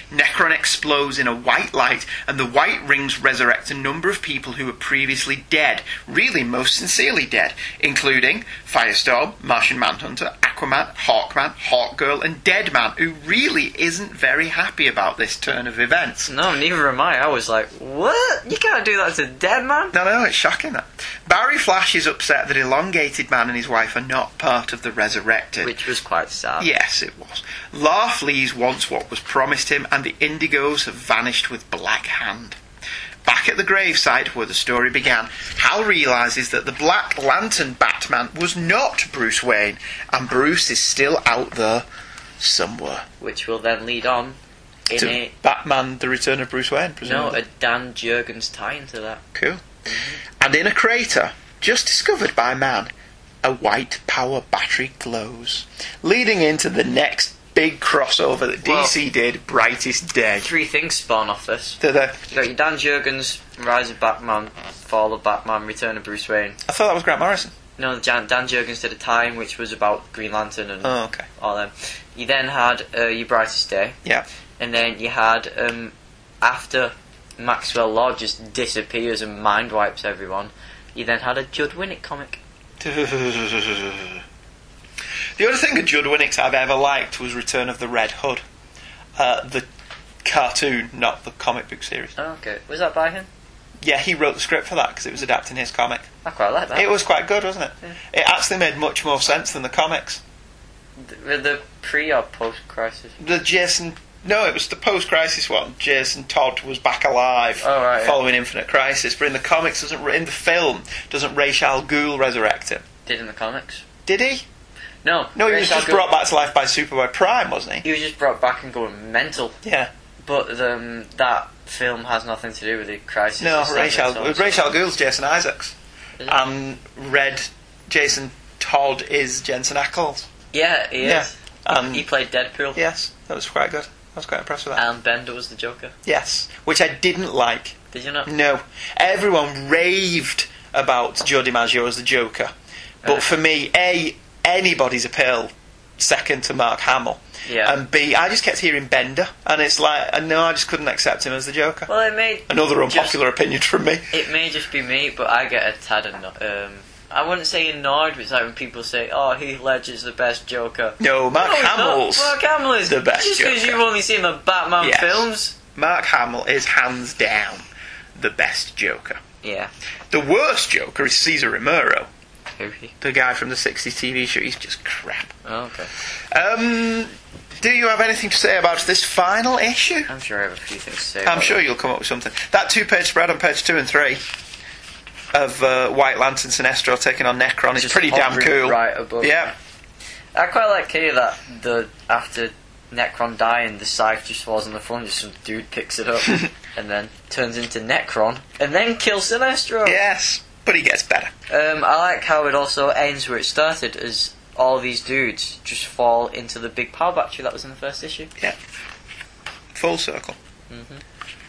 [SPEAKER 1] Necron explodes in a white light, and the white rings resurrect a number of people who were previously dead, really most sincerely dead, including Firestorm, Martian Manhunter, Aquaman, Hawkman, Hawkgirl, and Deadman, who really isn't very happy about this turn of events.
[SPEAKER 3] No, neither am I. I was like, what? You can't do that to dead man.
[SPEAKER 1] No, no, it's shocking that. Barry Flash is upset that Elongated Man and his wife are not part of the resurrected.
[SPEAKER 3] Which was quite sad.
[SPEAKER 1] Yes, it was. Larf leaves wants what was promised him, and the Indigos have vanished with Black Hand. Back at the gravesite where the story began, Hal realises that the Black Lantern Batman was not Bruce Wayne, and Bruce is still out there somewhere.
[SPEAKER 3] Which will then lead on in
[SPEAKER 1] To
[SPEAKER 3] a
[SPEAKER 1] Batman, the return of Bruce Wayne,
[SPEAKER 3] no
[SPEAKER 1] presumably.
[SPEAKER 3] a Dan Jurgens tie into that.
[SPEAKER 1] Cool. And in a crater, just discovered by man, a white power battery glows, leading into the next big crossover that
[SPEAKER 3] Well-
[SPEAKER 1] DC did, Brightest Day.
[SPEAKER 3] Three things spawn off this.
[SPEAKER 1] To the-
[SPEAKER 3] You got your Dan Jurgens, Rise of Batman, Fall of Batman, Return of Bruce Wayne.
[SPEAKER 1] I thought that was Grant Morrison.
[SPEAKER 3] no, Jan, Dan Jurgens did a time which was about Green Lantern and
[SPEAKER 1] Oh, okay.
[SPEAKER 3] all them. You then had uh, Your Brightest Day,
[SPEAKER 1] Yeah.
[SPEAKER 3] and then you had um, after Maxwell Lord just disappears and mind wipes everyone. You then had a Judd Winnick comic.
[SPEAKER 1] The other thing of Judd Winnick's I've ever liked was Return of the Red Hood, uh, the cartoon, not the comic book series.
[SPEAKER 3] Oh, okay, was that by him?
[SPEAKER 1] Yeah, he wrote the script for that because it was adapting his comic.
[SPEAKER 3] I quite like that.
[SPEAKER 1] It was quite good, wasn't it? It actually made much more sense than the comics.
[SPEAKER 3] the, the pre or post crisis.
[SPEAKER 1] The Jason, no, it was the post-crisis one. Jason Todd was back alive
[SPEAKER 3] Oh, right, yeah.
[SPEAKER 1] following Infinite Crisis, but in the comics doesn't. In the film, doesn't Ra's al Ghul resurrect him?
[SPEAKER 3] Did in the comics?
[SPEAKER 1] Did he?
[SPEAKER 3] No.
[SPEAKER 1] No, he
[SPEAKER 3] Ra's
[SPEAKER 1] was
[SPEAKER 3] al
[SPEAKER 1] just
[SPEAKER 3] Ghul-
[SPEAKER 1] brought back to life by Superboy Prime, wasn't he?
[SPEAKER 3] He was just brought back and going mental.
[SPEAKER 1] Yeah.
[SPEAKER 3] But um, that film has nothing to do with the crisis.
[SPEAKER 1] No,
[SPEAKER 3] It's
[SPEAKER 1] Ra's al,
[SPEAKER 3] something else.
[SPEAKER 1] Ra's al Ghul's Jason Isaacs.
[SPEAKER 3] Is it?
[SPEAKER 1] And Red Jason Todd is Jensen Ackles.
[SPEAKER 3] Yeah, he
[SPEAKER 1] Yeah.
[SPEAKER 3] is.
[SPEAKER 1] Um,
[SPEAKER 3] he Uh, played Deadpool,
[SPEAKER 1] yes, that was quite good. I was quite impressed with that.
[SPEAKER 3] and Bender was the Joker.
[SPEAKER 1] yes, which I didn't like.
[SPEAKER 3] Did you not?
[SPEAKER 1] No, everyone raved about Joe DiMaggio as the Joker, but
[SPEAKER 3] Uh.
[SPEAKER 1] for me, a anybody's appeal second to Mark Hamill,
[SPEAKER 3] Yeah.
[SPEAKER 1] and b I just kept hearing Bender, and it's like, and no, I just couldn't accept him as the Joker.
[SPEAKER 3] well, it may
[SPEAKER 1] Another
[SPEAKER 3] just-
[SPEAKER 1] unpopular opinion from me.
[SPEAKER 3] It may just be me, but I get a tad annoyed. Um, I wouldn't say annoyed, but it's like when people say, "Oh, Heath Ledger's the best Joker."
[SPEAKER 1] No, Mark
[SPEAKER 3] No, he's not.
[SPEAKER 1] Hamill's
[SPEAKER 3] Mark Hamill is
[SPEAKER 1] the best
[SPEAKER 3] Just because
[SPEAKER 1] Joker.
[SPEAKER 3] you've only seen the Batman
[SPEAKER 1] Yes.
[SPEAKER 3] films.
[SPEAKER 1] Mark Hamill is hands down the best Joker.
[SPEAKER 3] Yeah.
[SPEAKER 1] The worst Joker is Cesar Romero,
[SPEAKER 3] Who
[SPEAKER 1] the guy from the 60s TV show. He's just crap.
[SPEAKER 3] Oh, okay.
[SPEAKER 1] Um, do you have anything to say about this final issue?
[SPEAKER 3] I'm sure I have a few things to say.
[SPEAKER 1] I'm
[SPEAKER 3] about
[SPEAKER 1] sure
[SPEAKER 3] it.
[SPEAKER 1] you'll come up with something. That two page spread on page two and three of uh, White Lantern Sinestro taking on Necron is
[SPEAKER 3] Just
[SPEAKER 1] pretty damn
[SPEAKER 3] hovering
[SPEAKER 1] cool.
[SPEAKER 3] Right above.
[SPEAKER 1] Yeah.
[SPEAKER 3] I quite like here that the after Necron dying, the scythe just falls on the floor, and just some dude picks it up and then turns into Necron and then kills Sinestro.
[SPEAKER 1] Yes, but he gets better.
[SPEAKER 3] Um, I like how it also ends where it started, as all these dudes just fall into the big power battery that was in the first issue.
[SPEAKER 1] Full circle.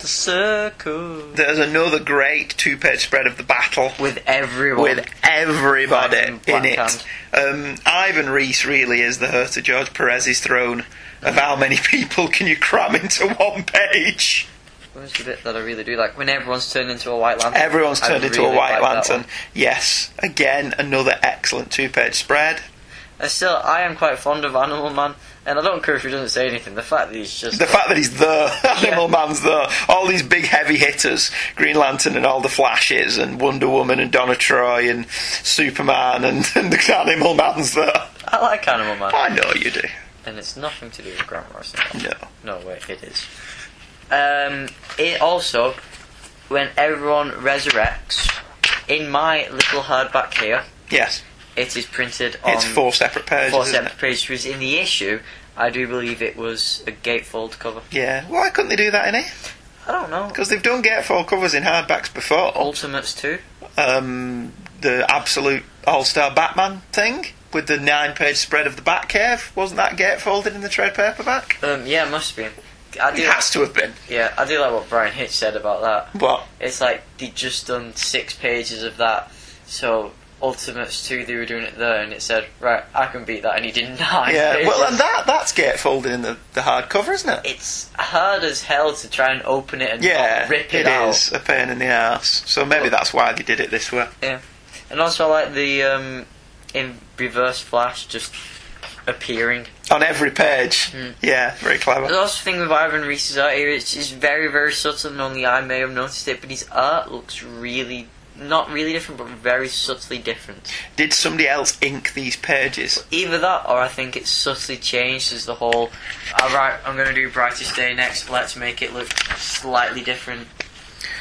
[SPEAKER 3] The circle
[SPEAKER 1] There's another great two page spread of the battle
[SPEAKER 3] with everyone.
[SPEAKER 1] with everybody
[SPEAKER 3] Black
[SPEAKER 1] in
[SPEAKER 3] and
[SPEAKER 1] it.
[SPEAKER 3] Black
[SPEAKER 1] Um, Ivan Reese really is the hurt of George Perez's throne. Of how many people can you cram into one page?
[SPEAKER 3] What was the bit that I really do like? When everyone's turned into a white lantern.
[SPEAKER 1] Everyone's
[SPEAKER 3] I
[SPEAKER 1] turned into
[SPEAKER 3] really
[SPEAKER 1] a White
[SPEAKER 3] like that
[SPEAKER 1] Lantern.
[SPEAKER 3] one.
[SPEAKER 1] Yes, again, another excellent two page spread.
[SPEAKER 3] And still, I am quite fond of Animal Man, and I don't care if he doesn't say anything. The fact that he's just
[SPEAKER 1] The fact that he's the Animal Man's there, all these big heavy hitters, Green Lantern and all the Flashes, and Wonder Woman and Donna Troy and Superman and, and the Animal Man's there.
[SPEAKER 3] I like Animal Man,
[SPEAKER 1] I know you do.
[SPEAKER 3] and it's nothing to do with Grant Morrison.
[SPEAKER 1] No.
[SPEAKER 3] No, wait, it is. Um, it also, when everyone resurrects, in my little hardback here,
[SPEAKER 1] Yes,
[SPEAKER 3] it is printed on
[SPEAKER 1] it's four separate pages.
[SPEAKER 3] four
[SPEAKER 1] isn't
[SPEAKER 3] separate pages. Because in the issue, I do believe it was a gatefold cover.
[SPEAKER 1] it? Yeah. Why couldn't they do that in here?
[SPEAKER 3] I don't know.
[SPEAKER 1] Because they've done gatefold covers in hardbacks before.
[SPEAKER 3] Ultimates too.
[SPEAKER 1] Um, the absolute All Star Batman thing with the nine page spread of the Batcave wasn't that gatefolded in the trade paperback?
[SPEAKER 3] Um, yeah, it must be. I do.
[SPEAKER 1] It has to have been.
[SPEAKER 3] Yeah, I do like what Brian Hitch said about that.
[SPEAKER 1] What?
[SPEAKER 3] It's like they just done six pages of that. So Ultimates two, they were doing it there, and it said, "Right, I can beat that," and he did nine.
[SPEAKER 1] Yeah,
[SPEAKER 3] pages.
[SPEAKER 1] well, um, and that that's gatefolded in the, the hardcover, isn't it?
[SPEAKER 3] it's hard as hell to try and open it and
[SPEAKER 1] Yeah,
[SPEAKER 3] not rip
[SPEAKER 1] it
[SPEAKER 3] it, out.
[SPEAKER 1] is a pain in the ass. So maybe that's why they did it this way.
[SPEAKER 3] And also, I like the um, in Reverse Flash just appearing.
[SPEAKER 1] On every page.
[SPEAKER 3] Mm.
[SPEAKER 1] Yeah, very
[SPEAKER 3] The
[SPEAKER 1] clever.
[SPEAKER 3] last thing with Ivan Reese's art here, it's just very, very subtle, and only I may have noticed it. But his art looks really, not really different, but very subtly different.
[SPEAKER 1] Did somebody else ink these pages?
[SPEAKER 3] Either that, or I think it's subtly changed as the whole. All right, I'm going to do Brightest Day next. Let's make it look slightly different.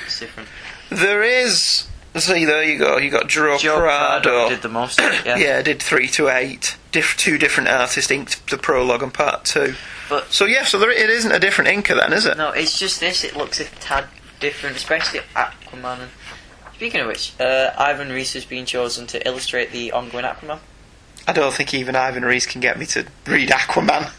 [SPEAKER 3] It's different.
[SPEAKER 1] There is. See, there you go. You got Joe,
[SPEAKER 3] Joe Prado
[SPEAKER 1] Prado.
[SPEAKER 3] did the most. Yeah.
[SPEAKER 1] yeah, did three to eight. Diff- two different artists inked the prologue and part two.
[SPEAKER 3] But-
[SPEAKER 1] so yeah, so there, it isn't a different inker then, is it?
[SPEAKER 3] No, it's just this. It looks a tad different, especially Aquaman. And speaking of which, uh, Ivan Reese has been chosen to illustrate the ongoing Aquaman.
[SPEAKER 1] I don't think even Ivan Rees can get me to read Aquaman.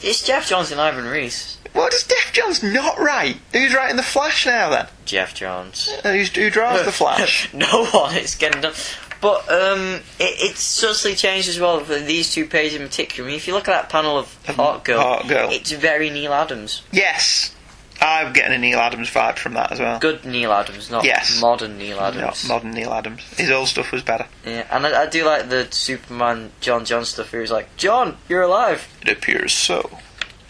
[SPEAKER 3] It's Jeff Johns and Ivan Reese.
[SPEAKER 1] What does Jeff Johns not write? Who's writing the Flash now then?
[SPEAKER 3] Jeff Johns.
[SPEAKER 1] Uh, Who's, who draws the Flash?
[SPEAKER 3] no one is getting done. But um, it, it's subtly changed as well for these two pages in particular. I mean, if you look at that panel of Hot Girl,
[SPEAKER 1] Hot Girl.
[SPEAKER 3] it's very Neil Adams.
[SPEAKER 1] Yes, I'm getting a Neil Adams vibe from that as well.
[SPEAKER 3] Good Neil Adams, not
[SPEAKER 1] Yes.
[SPEAKER 3] modern Neil
[SPEAKER 1] Not
[SPEAKER 3] Adams.
[SPEAKER 1] modern Neil Adams. His old stuff was better.
[SPEAKER 3] yeah, and I, I do like the Superman John John stuff. Where he's like, John, you're alive.
[SPEAKER 1] It appears so.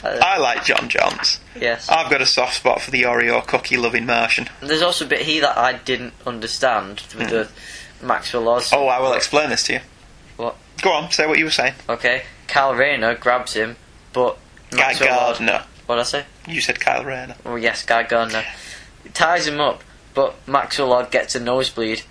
[SPEAKER 3] Uh,
[SPEAKER 1] I like John Johns.
[SPEAKER 3] yes.
[SPEAKER 1] I've got a soft spot for the Oreo cookie loving Martian.
[SPEAKER 3] There's also a bit here that I didn't understand with the Maxwell Oz.
[SPEAKER 1] Hmm. Oh, I will explain this to you.
[SPEAKER 3] What?
[SPEAKER 1] Go on, say what you were saying.
[SPEAKER 3] Okay, Cal Rayner grabs him, but
[SPEAKER 1] Guy
[SPEAKER 3] Maxwell Oz.
[SPEAKER 1] Gardner.
[SPEAKER 3] What did I say?
[SPEAKER 1] You said Kyle Rayner.
[SPEAKER 3] Oh yes, Guy Gardner ties him up, but Maxwell Lord gets a nosebleed.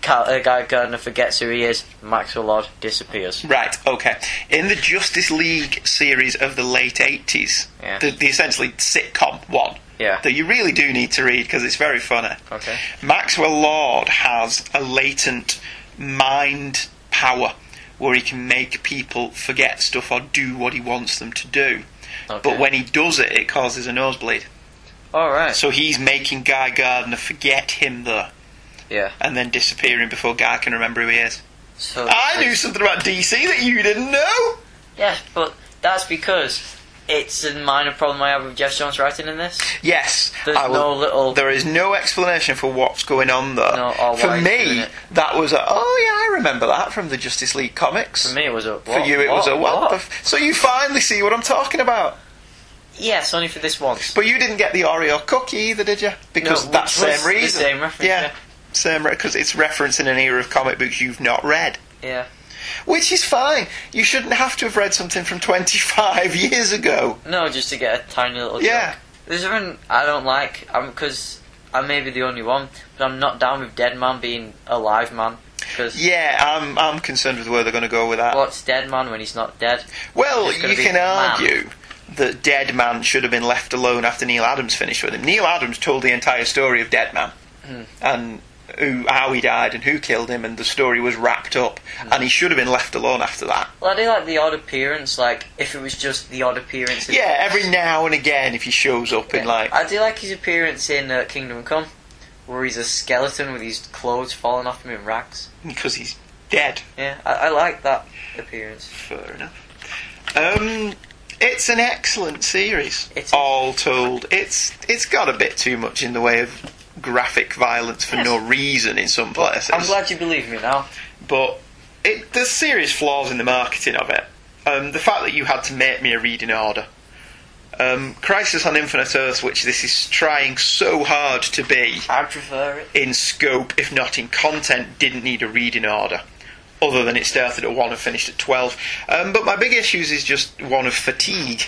[SPEAKER 3] Cal- uh, Guy Gardner forgets who he is. Maxwell Lord disappears.
[SPEAKER 1] Right, okay. In the Justice League series of the late 80s,
[SPEAKER 3] Yeah.
[SPEAKER 1] the, the essentially sitcom one,
[SPEAKER 3] Yeah.
[SPEAKER 1] that you really do need to read because it's very funny.
[SPEAKER 3] Okay.
[SPEAKER 1] Maxwell Lord has a latent mind power where he can make people forget stuff or do what he wants them to do.
[SPEAKER 3] okay. Uh,
[SPEAKER 1] But when he does it, it causes a nosebleed.
[SPEAKER 3] all right,
[SPEAKER 1] So he's making Guy Gardner forget him, though,
[SPEAKER 3] yeah.
[SPEAKER 1] and then disappearing before Guy can remember who he is.
[SPEAKER 3] So
[SPEAKER 1] I knew something about DC that you didn't know!
[SPEAKER 3] Yeah, but that's because it's a minor problem I have with Jeff Jones writing in this.
[SPEAKER 1] Yes,
[SPEAKER 3] There's
[SPEAKER 1] I will-
[SPEAKER 3] no little.
[SPEAKER 1] There is no explanation for what's going on there.
[SPEAKER 3] No, or why
[SPEAKER 1] for
[SPEAKER 3] he's doing
[SPEAKER 1] me,
[SPEAKER 3] it.
[SPEAKER 1] that was a oh yeah, I remember that from the Justice League comics.
[SPEAKER 3] for me, it was a.
[SPEAKER 1] For
[SPEAKER 3] what-
[SPEAKER 1] you, it was a what?
[SPEAKER 3] what?
[SPEAKER 1] the f- so you finally see what I'm talking about.
[SPEAKER 3] Yes, only for this once.
[SPEAKER 1] But you didn't get the Oreo cookie either, did you? Because
[SPEAKER 3] No,
[SPEAKER 1] that
[SPEAKER 3] which
[SPEAKER 1] same
[SPEAKER 3] was the
[SPEAKER 1] reason.
[SPEAKER 3] same reference, yeah.
[SPEAKER 1] Yeah, same because it's referencing an era of comic books you've not read,
[SPEAKER 3] Yeah.
[SPEAKER 1] which is fine. You shouldn't have to have read something from 25 years ago.
[SPEAKER 3] No, just to get a tiny little.
[SPEAKER 1] Yeah.
[SPEAKER 3] joke. There's something I don't like because I may be the only one, but I'm not down with Dead Man being a live man. Because
[SPEAKER 1] Yeah, I'm I'm concerned with where they're going to go with that.
[SPEAKER 3] what's Dead Man when he's not dead?
[SPEAKER 1] Well,
[SPEAKER 3] It's gonna
[SPEAKER 1] you
[SPEAKER 3] be
[SPEAKER 1] can
[SPEAKER 3] man.
[SPEAKER 1] argue that Dead Man should have been left alone after Neil Adams finished with him. Neil Adams told the entire story of Dead Man
[SPEAKER 3] Hmm.
[SPEAKER 1] and who, how he died and who killed him, and the story was wrapped up.
[SPEAKER 3] Hmm.
[SPEAKER 1] And he should have been left alone after that.
[SPEAKER 3] Well, I do like the odd appearance. Like if it was just the odd appearance. in-
[SPEAKER 1] Yeah, every now and again, if he shows up in like,
[SPEAKER 3] I do like his appearance in uh, Kingdom Come, where he's a skeleton with his clothes falling off him in rags.
[SPEAKER 1] because he's dead.
[SPEAKER 3] Yeah, I, I like that appearance.
[SPEAKER 1] Fair enough. Um, it's an excellent series.
[SPEAKER 3] It is.
[SPEAKER 1] all told, it's it's got a bit too much in the way of graphic violence for
[SPEAKER 3] Yes.
[SPEAKER 1] no reason in some places.
[SPEAKER 3] I'm glad you believe me now.
[SPEAKER 1] but it, there's serious flaws in the marketing of it. Um, the fact that you had to make me a reading order. Um, Crisis on Infinite Earth, which this is trying so hard to be
[SPEAKER 3] I prefer it.
[SPEAKER 1] in scope, if not in content, didn't need a reading order, other than it started at 1 and finished at 12. Um, but my big issues is just one of fatigue,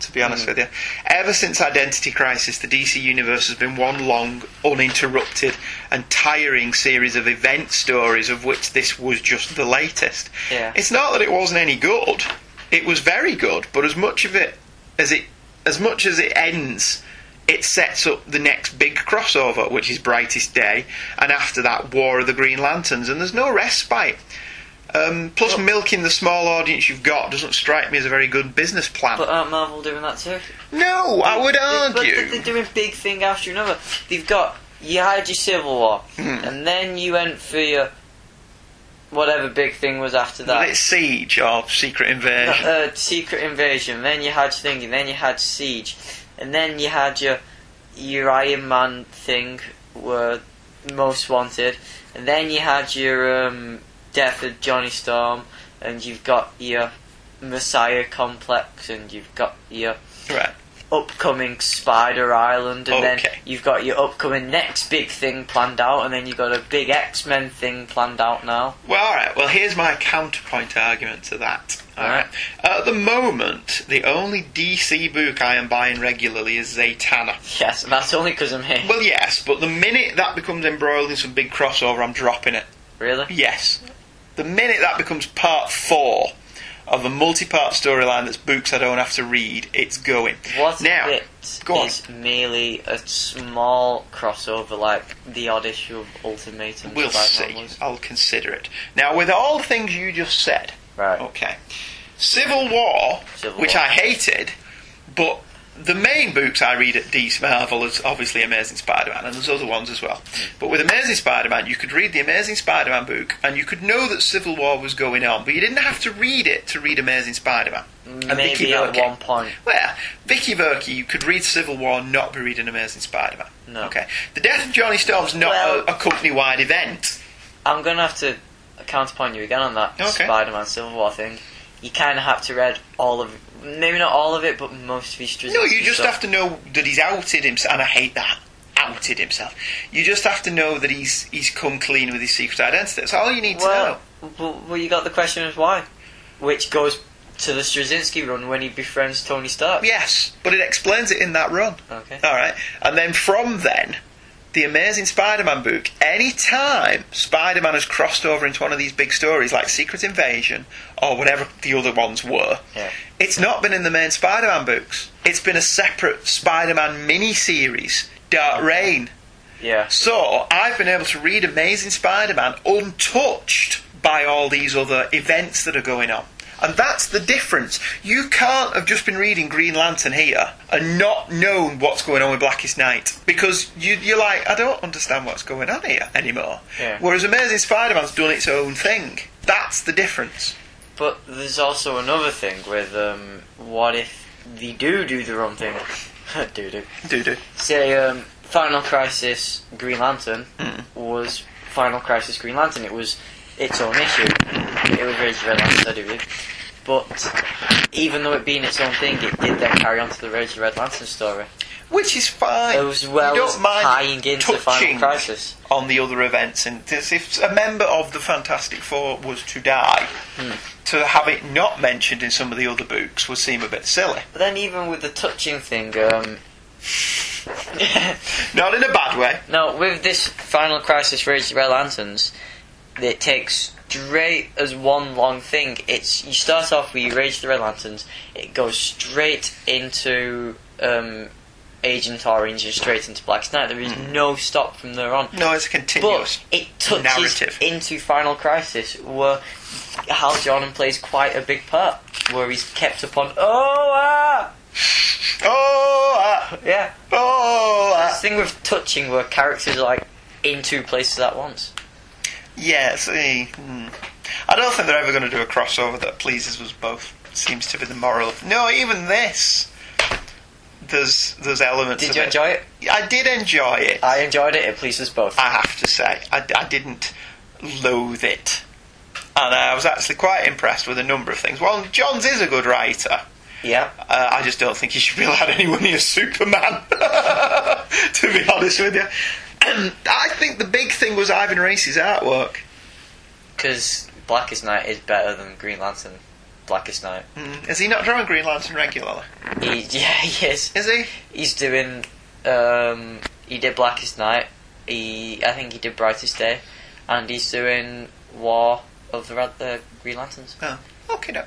[SPEAKER 1] to be
[SPEAKER 3] Mm.
[SPEAKER 1] honest with you. Ever since Identity Crisis, the DC Universe has been one long, uninterrupted, and tiring series of event stories, of which this was just the latest.
[SPEAKER 3] Yeah.
[SPEAKER 1] It's not that it wasn't any good, it was very good, but as much of it as it as much as it ends, it sets up the next big crossover, which is Brightest Day, and after that, War of the Green Lanterns, and there's no respite. Um, plus, milking the small audience you've got doesn't strike me as a very good business plan.
[SPEAKER 3] But aren't Marvel doing that too?
[SPEAKER 1] no, I would
[SPEAKER 3] But
[SPEAKER 1] argue.
[SPEAKER 3] they're doing big thing after another. They've got you had your Civil War,
[SPEAKER 1] Hmm.
[SPEAKER 3] and then you went for your whatever big thing was after that.
[SPEAKER 1] It's Siege or Secret Invasion.
[SPEAKER 3] uh, secret invasion. Then you had your thing, and then you had siege, and then you had your your Iron Man thing, were most wanted, and then you had your um, death of Johnny Storm, and you've got your Messiah complex, and you've got your
[SPEAKER 1] Right.
[SPEAKER 3] upcoming Spider Island, and then
[SPEAKER 1] Okay.
[SPEAKER 3] you've got your upcoming next big thing planned out, and then you've got a big X Men thing planned out now.
[SPEAKER 1] Well, all right. Well, here's my counterpoint argument to that. All
[SPEAKER 3] All
[SPEAKER 1] right. At the moment, the only DC book I am buying regularly is Zatanna.
[SPEAKER 3] Yes, and that's only because I'm here.
[SPEAKER 1] Well, yes, but the minute that becomes embroiled in some big crossover, I'm dropping it.
[SPEAKER 3] Really?
[SPEAKER 1] Yes. The minute that becomes part four of a multi part storyline that's books I don't have to read, it's going.
[SPEAKER 3] What
[SPEAKER 1] now,
[SPEAKER 3] it
[SPEAKER 1] go on.
[SPEAKER 3] is merely a small crossover, like the odd issue of Ultimatum.
[SPEAKER 1] We'll
[SPEAKER 3] Spider-Man
[SPEAKER 1] see.
[SPEAKER 3] was.
[SPEAKER 1] I'll consider it. Now, with all the things you just said,
[SPEAKER 3] Right.
[SPEAKER 1] okay, Civil War,
[SPEAKER 3] Civil
[SPEAKER 1] which
[SPEAKER 3] War.
[SPEAKER 1] I hated, but the main books I read at DC Marvel is obviously Amazing Spider-Man, and there's other ones as well.
[SPEAKER 3] Hmm.
[SPEAKER 1] But with Amazing Spider-Man, you could read the Amazing Spider-Man book, and you could know that Civil War was going on, but you didn't have to read it to read Amazing Spider-Man. And Vicky
[SPEAKER 3] Maybe at
[SPEAKER 1] Verke-
[SPEAKER 3] one point.
[SPEAKER 1] Well, Vicky Verke, you could read Civil War, and not be reading Amazing Spider-Man.
[SPEAKER 3] No.
[SPEAKER 1] Okay. The death of Johnny Storm's not
[SPEAKER 3] Well-
[SPEAKER 1] a, a company-wide event.
[SPEAKER 3] I'm going to have to counterpoint you again on that
[SPEAKER 1] Okay.
[SPEAKER 3] Spider-Man Civil War thing. You kind of have to read all of, maybe not all of it, but most of his
[SPEAKER 1] No, you just have to know that he's outed himself, and I hate that. Outed himself. You just have to know that he's he's come clean with his secret identity. That's all you need to know.
[SPEAKER 3] Well, but, well, you got the question of why, which goes to the Straczynski run when he befriends Tony Stark.
[SPEAKER 1] Yes, but it explains it in that run.
[SPEAKER 3] Okay.
[SPEAKER 1] All right, and then from then, the Amazing Spider-Man book. Any time Spider-Man has crossed over into one of these big stories, like Secret Invasion or whatever the other ones were,
[SPEAKER 3] Yeah.
[SPEAKER 1] it's not been in the main Spider-Man books. It's been a separate Spider-Man mini-series, Dark Reign.
[SPEAKER 3] Yeah.
[SPEAKER 1] So I've been able to read Amazing Spider-Man untouched by all these other events that are going on. And that's the difference. You can't have just been reading Green Lantern here and not known what's going on with Blackest Night because you, you're like, I don't understand what's going on here anymore.
[SPEAKER 3] Yeah.
[SPEAKER 1] Whereas Amazing Spider-Man's done its own thing. That's the difference.
[SPEAKER 3] But there's also another thing with um, what if they do do the wrong thing? do do.
[SPEAKER 1] Do do.
[SPEAKER 3] Say um, Final Crisis Green Lantern
[SPEAKER 1] Hmm.
[SPEAKER 3] was Final Crisis Green Lantern. It was its own issue. It was Rage of Red Lantern, I do believe. But even though it being its own thing, it did then carry on to the Rage of Red Lantern story.
[SPEAKER 1] Which is fine.
[SPEAKER 3] As well
[SPEAKER 1] you don't
[SPEAKER 3] as
[SPEAKER 1] mind
[SPEAKER 3] tying into Final
[SPEAKER 1] touching
[SPEAKER 3] Crisis.
[SPEAKER 1] on the other events. And this- if a member of the Fantastic Four was to die,
[SPEAKER 3] Hmm.
[SPEAKER 1] to have it not mentioned in some of the other books would seem a bit silly.
[SPEAKER 3] But then even with the touching thing, um,
[SPEAKER 1] Not in a bad way.
[SPEAKER 3] Now, with this Final Crisis Rage of the Red Lanterns, it takes straight as one long thing. It's you start off with you Rage of the Red Lanterns, it goes straight into um, Agent Orange and straight into Black Knight. There is no stop from there on.
[SPEAKER 1] No, it's Hmm. continuous.
[SPEAKER 3] But it touches
[SPEAKER 1] narrative.
[SPEAKER 3] into Final Crisis, where Hal Jordan plays quite a big part, where he's kept up on. Oh ah,
[SPEAKER 1] oh, ah,
[SPEAKER 3] yeah.
[SPEAKER 1] oh,
[SPEAKER 3] This
[SPEAKER 1] ah.
[SPEAKER 3] thing with touching, where characters are like in two places at once.
[SPEAKER 1] yeah. See, hmm. I don't think they're ever going to do a crossover that pleases us both. Seems to be the moral. of- No, even this. There's there's elements.
[SPEAKER 3] Did
[SPEAKER 1] of
[SPEAKER 3] you
[SPEAKER 1] it.
[SPEAKER 3] enjoy it?
[SPEAKER 1] I did enjoy it.
[SPEAKER 3] I enjoyed it. It pleased us both.
[SPEAKER 1] I have to say, I, I didn't loathe it. And I was actually quite impressed with a number of things. Well, Johns is a good writer.
[SPEAKER 3] yeah.
[SPEAKER 1] Uh, I just don't think he should be allowed anywhere near Superman, to be honest with you. And I think the big thing was Ivan Reis's artwork.
[SPEAKER 3] Because Blackest Night is better than Green Lantern. Blackest Night.
[SPEAKER 1] Mm. Is he not drawing Green Lantern regularly?
[SPEAKER 3] He, yeah, he is.
[SPEAKER 1] Is he?
[SPEAKER 3] He's doing. Um, he did Blackest Night. He, I think he did Brightest Day, and he's doing War of the Red, the Green Lanterns.
[SPEAKER 1] Oh, okay, no.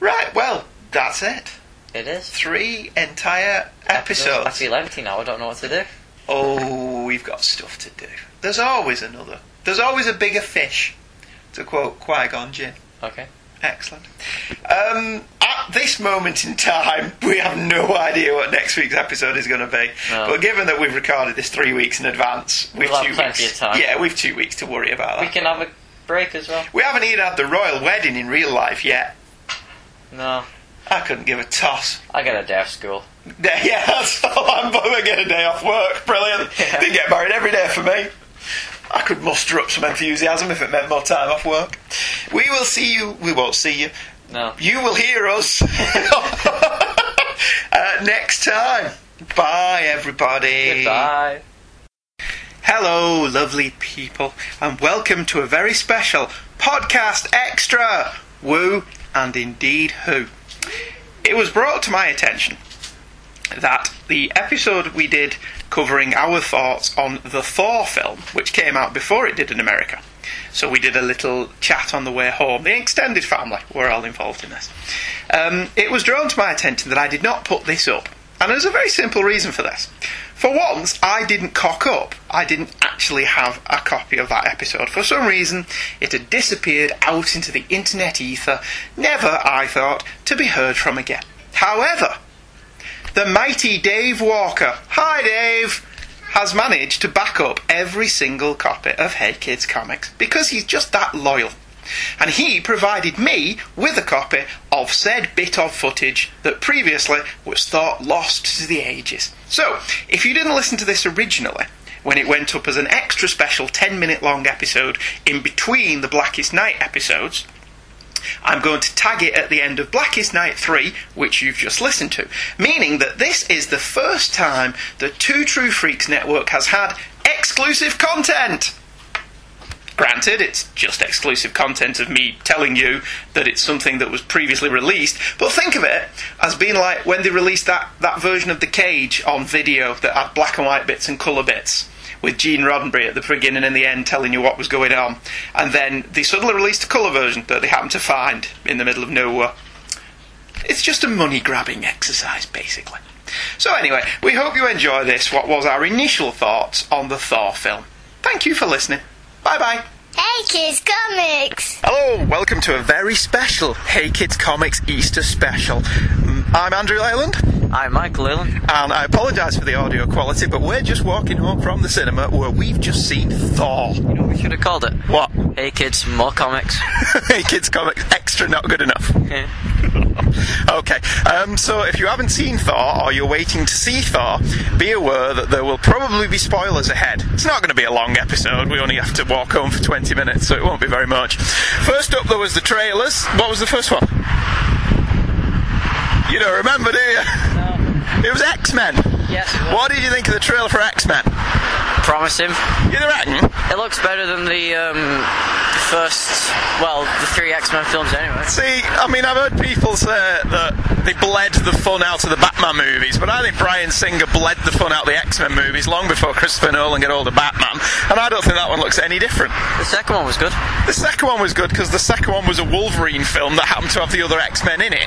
[SPEAKER 1] Right, well, that's it.
[SPEAKER 3] It is.
[SPEAKER 1] Three entire
[SPEAKER 3] I
[SPEAKER 1] episodes.
[SPEAKER 3] feel empty now. I don't know what to do.
[SPEAKER 1] Oh, we've got stuff to do. There's always another. There's always a bigger fish, to quote Qui Gon Jinn.
[SPEAKER 3] Okay.
[SPEAKER 1] Excellent. Um, at this moment in time, we have no idea what next week's episode is going to be.
[SPEAKER 3] No.
[SPEAKER 1] But given that we've recorded this three weeks in advance, we've
[SPEAKER 3] We'll have
[SPEAKER 1] two
[SPEAKER 3] plenty
[SPEAKER 1] weeks.
[SPEAKER 3] of time.
[SPEAKER 1] Yeah, we've two weeks to worry about
[SPEAKER 3] We
[SPEAKER 1] that.
[SPEAKER 3] can have a break as well.
[SPEAKER 1] We haven't even had the royal wedding in real life yet.
[SPEAKER 3] No,
[SPEAKER 1] I couldn't give a toss.
[SPEAKER 3] I got a day off school.
[SPEAKER 1] Yeah, that's all I'm going to get a day off work. Brilliant.
[SPEAKER 3] Yeah.
[SPEAKER 1] They get married every day for me. I could muster up some enthusiasm if it meant more time off work. We will see you. We won't see you.
[SPEAKER 3] No.
[SPEAKER 1] You will hear us uh, next time. Bye, everybody.
[SPEAKER 3] Goodbye.
[SPEAKER 1] Hello, lovely people, and welcome to a very special podcast extra. Woo and indeed who. It was brought to my attention that the episode we did covering our thoughts on the Thor film, which came out before it did in America. So we did a little chat on the way home. The extended family were all involved in this. Um, it was drawn to my attention that I did not put this up, and there's a very simple reason for this. For once, I didn't cock up. I didn't actually have a copy of that episode. For some reason, it had disappeared out into the internet ether, never, I thought, to be heard from again. However, The mighty Dave Walker. Hi, Dave. Has managed to back up every single copy of Hey Kids Comics because he's just that loyal. And he provided me with a copy of said bit of footage that previously was thought lost to the ages. So, if you didn't listen to this originally, when it went up as an extra special 10 minute long episode in between the Blackest Night episodes, I'm going to tag it at the end of Blackest Night 3, which you've just listened to, meaning that this is the first time the Two True Freaks Network has had exclusive content. Granted, it's just exclusive content of me telling you that it's something that was previously released, but think of it as being like when they released that, that version of The Cage on video that had black and white bits and colour bits with Gene Roddenberry at the beginning and the end telling you what was going on. And then they suddenly released a colour version that they happened to find in the middle of nowhere. It's just a money grabbing exercise, basically. So, anyway, we hope you enjoy this, what was our initial thoughts on the Thor film. Thank you for listening. Bye bye.
[SPEAKER 10] Hey Kids Comics!
[SPEAKER 1] Hello, welcome to a very special Hey Kids Comics Easter special. Mm, I'm Andrew Leyland,
[SPEAKER 3] I'm Michael Leland.
[SPEAKER 1] and I apologise for the audio quality, but we're just walking home from the cinema where we've just seen Thor.
[SPEAKER 3] You know what we should have called it?
[SPEAKER 1] What?
[SPEAKER 3] Hey kids, more comics.
[SPEAKER 1] hey Kids Comics Extra Not Good Enough.
[SPEAKER 3] Yeah.
[SPEAKER 1] okay, um, so if you haven't seen Thor or you're waiting to see Thor, be aware that there will probably be spoilers ahead. It's not going to be a long episode, we only have to walk home for 20 minutes, so it won't be very much. First up, there was the trailers. What was the first one? You don't remember, do you? It was X Men.
[SPEAKER 3] Yes, it was.
[SPEAKER 1] What did you think of the trailer for X Men?
[SPEAKER 3] Promising.
[SPEAKER 1] You reckon?
[SPEAKER 3] It looks better than the um, first, well, the three X Men films anyway.
[SPEAKER 1] See, I mean, I've heard people say that they bled the fun out of the Batman movies, but I think Brian Singer bled the fun out of the X Men movies long before Christopher Nolan got hold of Batman, and I don't think that one looks any different.
[SPEAKER 3] The second one was good.
[SPEAKER 1] The second one was good because the second one was a Wolverine film that happened to have the other X Men in it.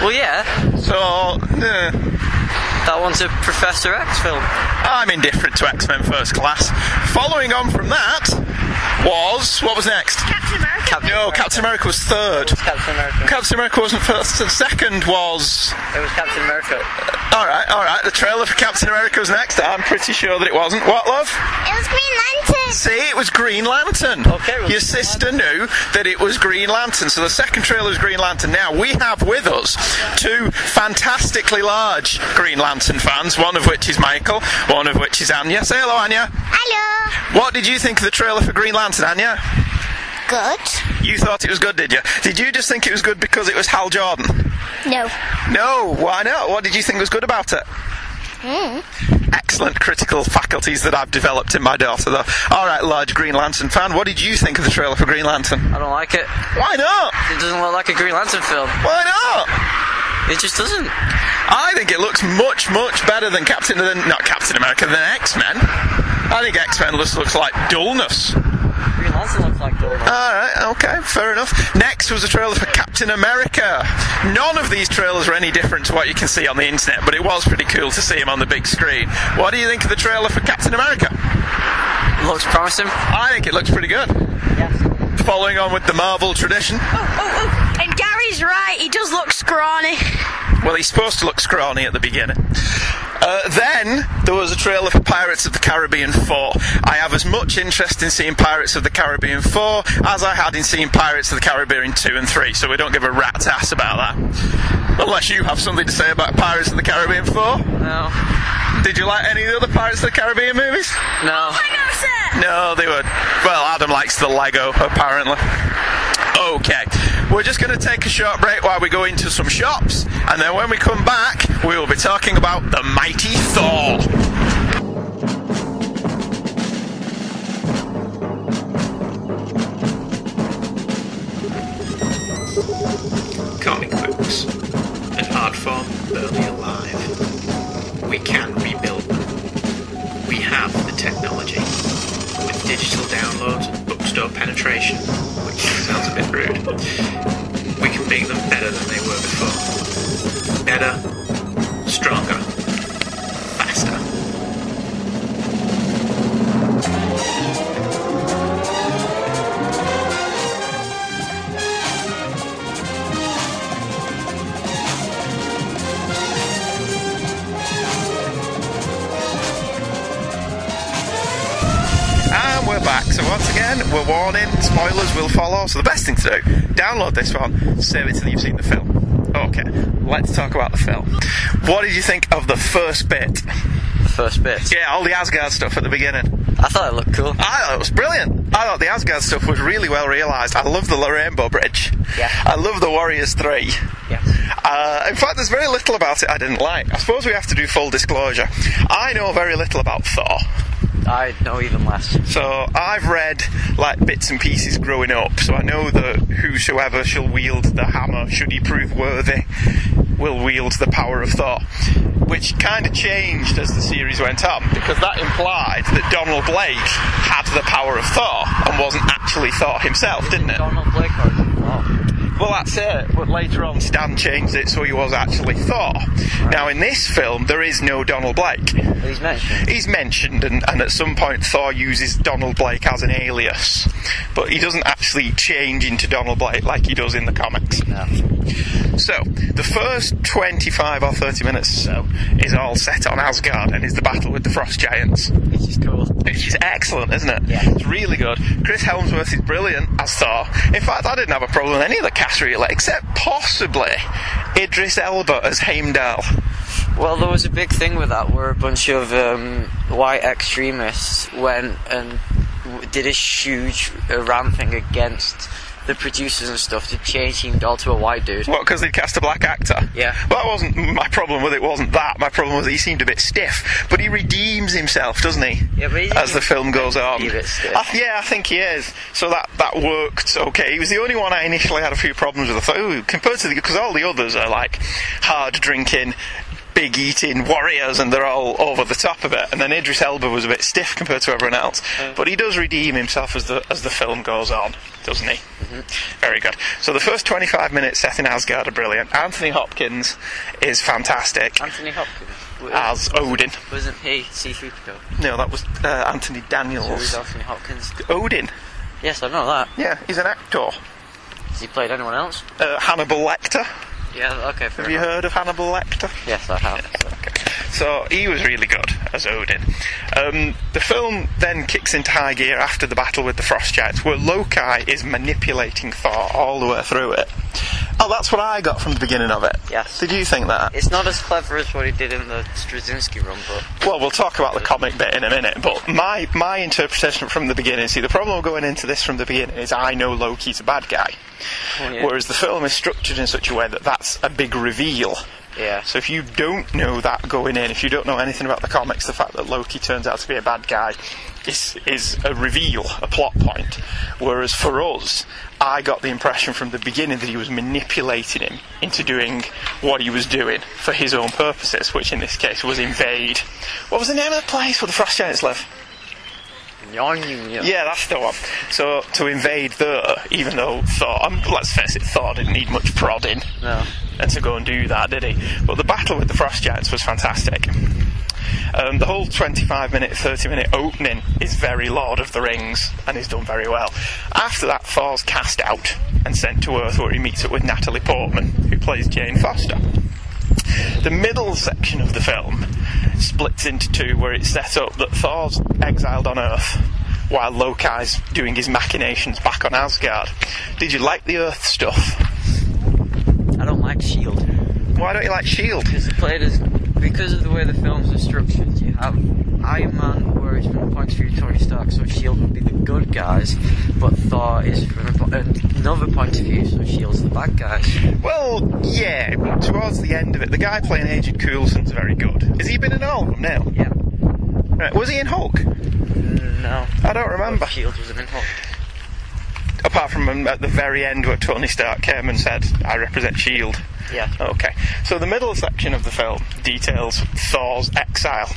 [SPEAKER 3] Well, yeah,
[SPEAKER 1] So, eh,
[SPEAKER 3] that one's a Professor X film.
[SPEAKER 1] I'm indifferent to X Men First Class. Following on from that was. What was next?
[SPEAKER 10] Captain America.
[SPEAKER 3] Captain
[SPEAKER 1] No, Captain America was third.
[SPEAKER 3] It was Captain America.
[SPEAKER 1] Captain America wasn't first, and second was.
[SPEAKER 3] it was Captain America.
[SPEAKER 1] Alright, alright, the trailer for Captain America was next. I'm pretty sure that it wasn't. What, love?
[SPEAKER 10] It was Green Lantern.
[SPEAKER 1] See, it was Green Lantern.
[SPEAKER 3] Okay, well,
[SPEAKER 1] Your sister knew that it was Green Lantern. So the second trailer is Green Lantern. Now, we have with us two fantastically large Green Lantern fans, one of which is Michael, one of which is Anya. Say hello, Anya.
[SPEAKER 10] Hello.
[SPEAKER 1] What did you think of the trailer for Green Lantern, Anya?
[SPEAKER 10] Good.
[SPEAKER 1] You thought it was good, did you? Did you just think it was good because it was Hal Jordan?
[SPEAKER 10] No.
[SPEAKER 1] No, why not? What did you think was good about it? Excellent critical faculties that I've developed in my daughter, though. All right, large Green Lantern fan, what did you think of the trailer for Green Lantern?
[SPEAKER 3] I don't like it.
[SPEAKER 1] Why not?
[SPEAKER 3] It doesn't look like a Green Lantern film.
[SPEAKER 1] Why not?
[SPEAKER 3] It just doesn't.
[SPEAKER 1] I think it looks much, much better than Captain, than not Captain America, than X Men. I think X Men just looks like dullness.
[SPEAKER 3] Green Lantern looks like Golden.
[SPEAKER 1] All right, okay, fair enough. Next was a trailer for Captain America. None of these trailers were any different to what you can see on the internet, but it was pretty cool to see him on the big screen. What do you think of the trailer for Captain America?
[SPEAKER 3] looks promising.
[SPEAKER 1] I think it looks pretty good. Following on with the Marvel tradition,
[SPEAKER 11] Oh, And Gary's right, he does look scrawny.
[SPEAKER 1] well, he's supposed to look scrawny at the beginning. Uh, then there was a trailer for Pirates of the Caribbean 4. I have as much interest in seeing Pirates of the Caribbean 4 as I had in seeing Pirates of the Caribbean 2 and 3, so we don't give a rat's ass about that. Unless you have something to say about Pirates of the Caribbean 4.
[SPEAKER 3] No.
[SPEAKER 1] Did you like any of the other Pirates of the Caribbean movies?
[SPEAKER 3] No.
[SPEAKER 1] No, they were. Well, Adam likes the Lego, apparently. Okay, we're just going to take a short break while we go into some shops, and then when we come back, we will be talking about the mighty Thor.
[SPEAKER 2] comic books and hard form barely alive. We can rebuild them. We have the technology. With digital downloads and bookstore penetration, which sounds a bit rude, we can make them better than they were before. Better, stronger, faster.
[SPEAKER 1] again, we're warning, spoilers will follow. So the best thing to do, download this one, save it till you've seen the film. Okay, let's talk about the film. What did you think of the first bit?
[SPEAKER 3] The first bit?
[SPEAKER 1] Yeah, all the Asgard stuff at the beginning.
[SPEAKER 3] I thought it looked cool.
[SPEAKER 1] I thought it was brilliant. I thought the Asgard stuff was really well realised. I love the Rainbow Bridge.
[SPEAKER 3] Yeah.
[SPEAKER 1] I love the Warriors 3.
[SPEAKER 3] Yeah.
[SPEAKER 1] Uh, in fact, there's very little about it I didn't like. I suppose we have to do full disclosure. I know very little about Thor.
[SPEAKER 3] I know even less.
[SPEAKER 1] So I've read like bits and pieces growing up, so I know that whosoever shall wield the hammer, should he prove worthy, will wield the power of Thor. Which kind of changed as the series went on, because that implied that Donald Blake had the power of Thor and wasn't actually Thor himself, didn't it?
[SPEAKER 3] Donald Blake or Thor?
[SPEAKER 1] Well, that's it. But later on, Stan changed it so he was actually Thor. Now, in this film, there is no Donald Blake.
[SPEAKER 3] He's mentioned.
[SPEAKER 1] He's mentioned, and, and at some point, Thor uses Donald Blake as an alias. But he doesn't actually change into Donald Blake like he does in the comics.
[SPEAKER 3] No.
[SPEAKER 1] So, the first 25 or 30 minutes or so is all set on Asgard and is the battle with the Frost Giants.
[SPEAKER 3] Which is cool.
[SPEAKER 1] Which is excellent, isn't it?
[SPEAKER 3] Yeah.
[SPEAKER 1] It's really good. Chris Helmsworth is brilliant as Thor. In fact, I didn't have a problem with any of the cast really, except possibly Idris Elba as Heimdall.
[SPEAKER 3] Well, there was a big thing with that where a bunch of um, white extremists went and w- did a huge uh, rant thing against the producers and stuff to change Heimdall to a white dude.
[SPEAKER 1] What, because they cast a black actor?
[SPEAKER 3] Yeah.
[SPEAKER 1] Well, that wasn't my problem with it. Wasn't that my problem? Was that he seemed a bit stiff, but he redeems himself, doesn't he?
[SPEAKER 3] Yeah, but he's-
[SPEAKER 1] as the film goes on.
[SPEAKER 3] a bit stiff.
[SPEAKER 1] I, yeah, I think he is. So that that worked okay. He was the only one I initially had a few problems with. I thought, ooh, compared to the because all the others are like hard drinking. Big eating warriors, and they're all over the top of it. And then Idris Elba was a bit stiff compared to everyone else, but he does redeem himself as the as the film goes on, doesn't he? Very good. So the first 25 minutes set in Asgard are brilliant. Anthony Hopkins is fantastic
[SPEAKER 3] Anthony Hopkins.
[SPEAKER 1] as Odin.
[SPEAKER 3] Wasn't he C3PO?
[SPEAKER 1] No, that was uh, Anthony
[SPEAKER 3] So was
[SPEAKER 1] Daniels.
[SPEAKER 3] Anthony Hopkins.
[SPEAKER 1] Odin.
[SPEAKER 3] Yes, I know that.
[SPEAKER 1] Yeah, he's an actor.
[SPEAKER 3] Has he played anyone else?
[SPEAKER 1] Uh, Hannibal Lecter.
[SPEAKER 3] Yeah, okay, fair
[SPEAKER 1] Have you
[SPEAKER 3] enough.
[SPEAKER 1] heard of Hannibal Lecter?
[SPEAKER 3] Yes, I have.
[SPEAKER 1] So he was really good as Odin. Um, the film then kicks into high gear after the battle with the Frost Giants, where Loki is manipulating Thor all the way through it. Oh, that's what I got from the beginning of it.
[SPEAKER 3] Yes.
[SPEAKER 1] Did you think that?
[SPEAKER 3] It's not as clever as what he did in the Straczynski run, but
[SPEAKER 1] Well, we'll talk about the comic bit in a minute, but my, my interpretation from the beginning, see, the problem with going into this from the beginning is I know Loki's a bad guy.
[SPEAKER 3] Oh, yeah.
[SPEAKER 1] Whereas the film is structured in such a way that that's a big reveal.
[SPEAKER 3] yeah.
[SPEAKER 1] So if you don't know that going in, if you don't know anything about the comics, the fact that Loki turns out to be a bad guy is, is a reveal, a plot point. Whereas for us, I got the impression from the beginning that he was manipulating him into doing what he was doing for his own purposes, which in this case was invade. What was the name of the place where the Frost Giants live?
[SPEAKER 3] Yarn Union.
[SPEAKER 1] Yeah, that's the one. So to invade the, even though Thor, um, let's face it, Thor didn't need much prodding
[SPEAKER 3] No.
[SPEAKER 1] and to go and do that, did he? But the battle with the Frost Giants was fantastic. Um, the whole 25 minute, 30 minute opening is very Lord of the Rings and is done very well. After that, Thor's cast out and sent to Earth where he meets up with Natalie Portman, who plays Jane Foster. The middle section of the film splits into two where it's set up that Thor's exiled on Earth while Loki's doing his machinations back on Asgard. Did you like the Earth stuff?
[SPEAKER 3] I E don't like Shield.
[SPEAKER 1] Why don't you like S.H.I.E.L.D.?
[SPEAKER 3] Because the players, because of the way the films are structured, you have Iron Man, where it's from the point of view of Tony Stark, so Shield E would be the good guys, but Thor is from a po- another point of view, so Shield's E the bad guys.
[SPEAKER 1] Well, yeah, but towards the end of it, the guy playing Agent Coulson's very good. Has he been in all of them now?
[SPEAKER 3] Yeah.
[SPEAKER 1] Right, was he in Hulk?
[SPEAKER 3] No.
[SPEAKER 1] I don't remember.
[SPEAKER 3] Shield E was an Hulk.
[SPEAKER 1] Apart from um, at the very end where Tony Stark came and said, I represent S.H.I.E.L.D.
[SPEAKER 3] Yeah.
[SPEAKER 1] Okay, so the middle section of the film details Thor's exile.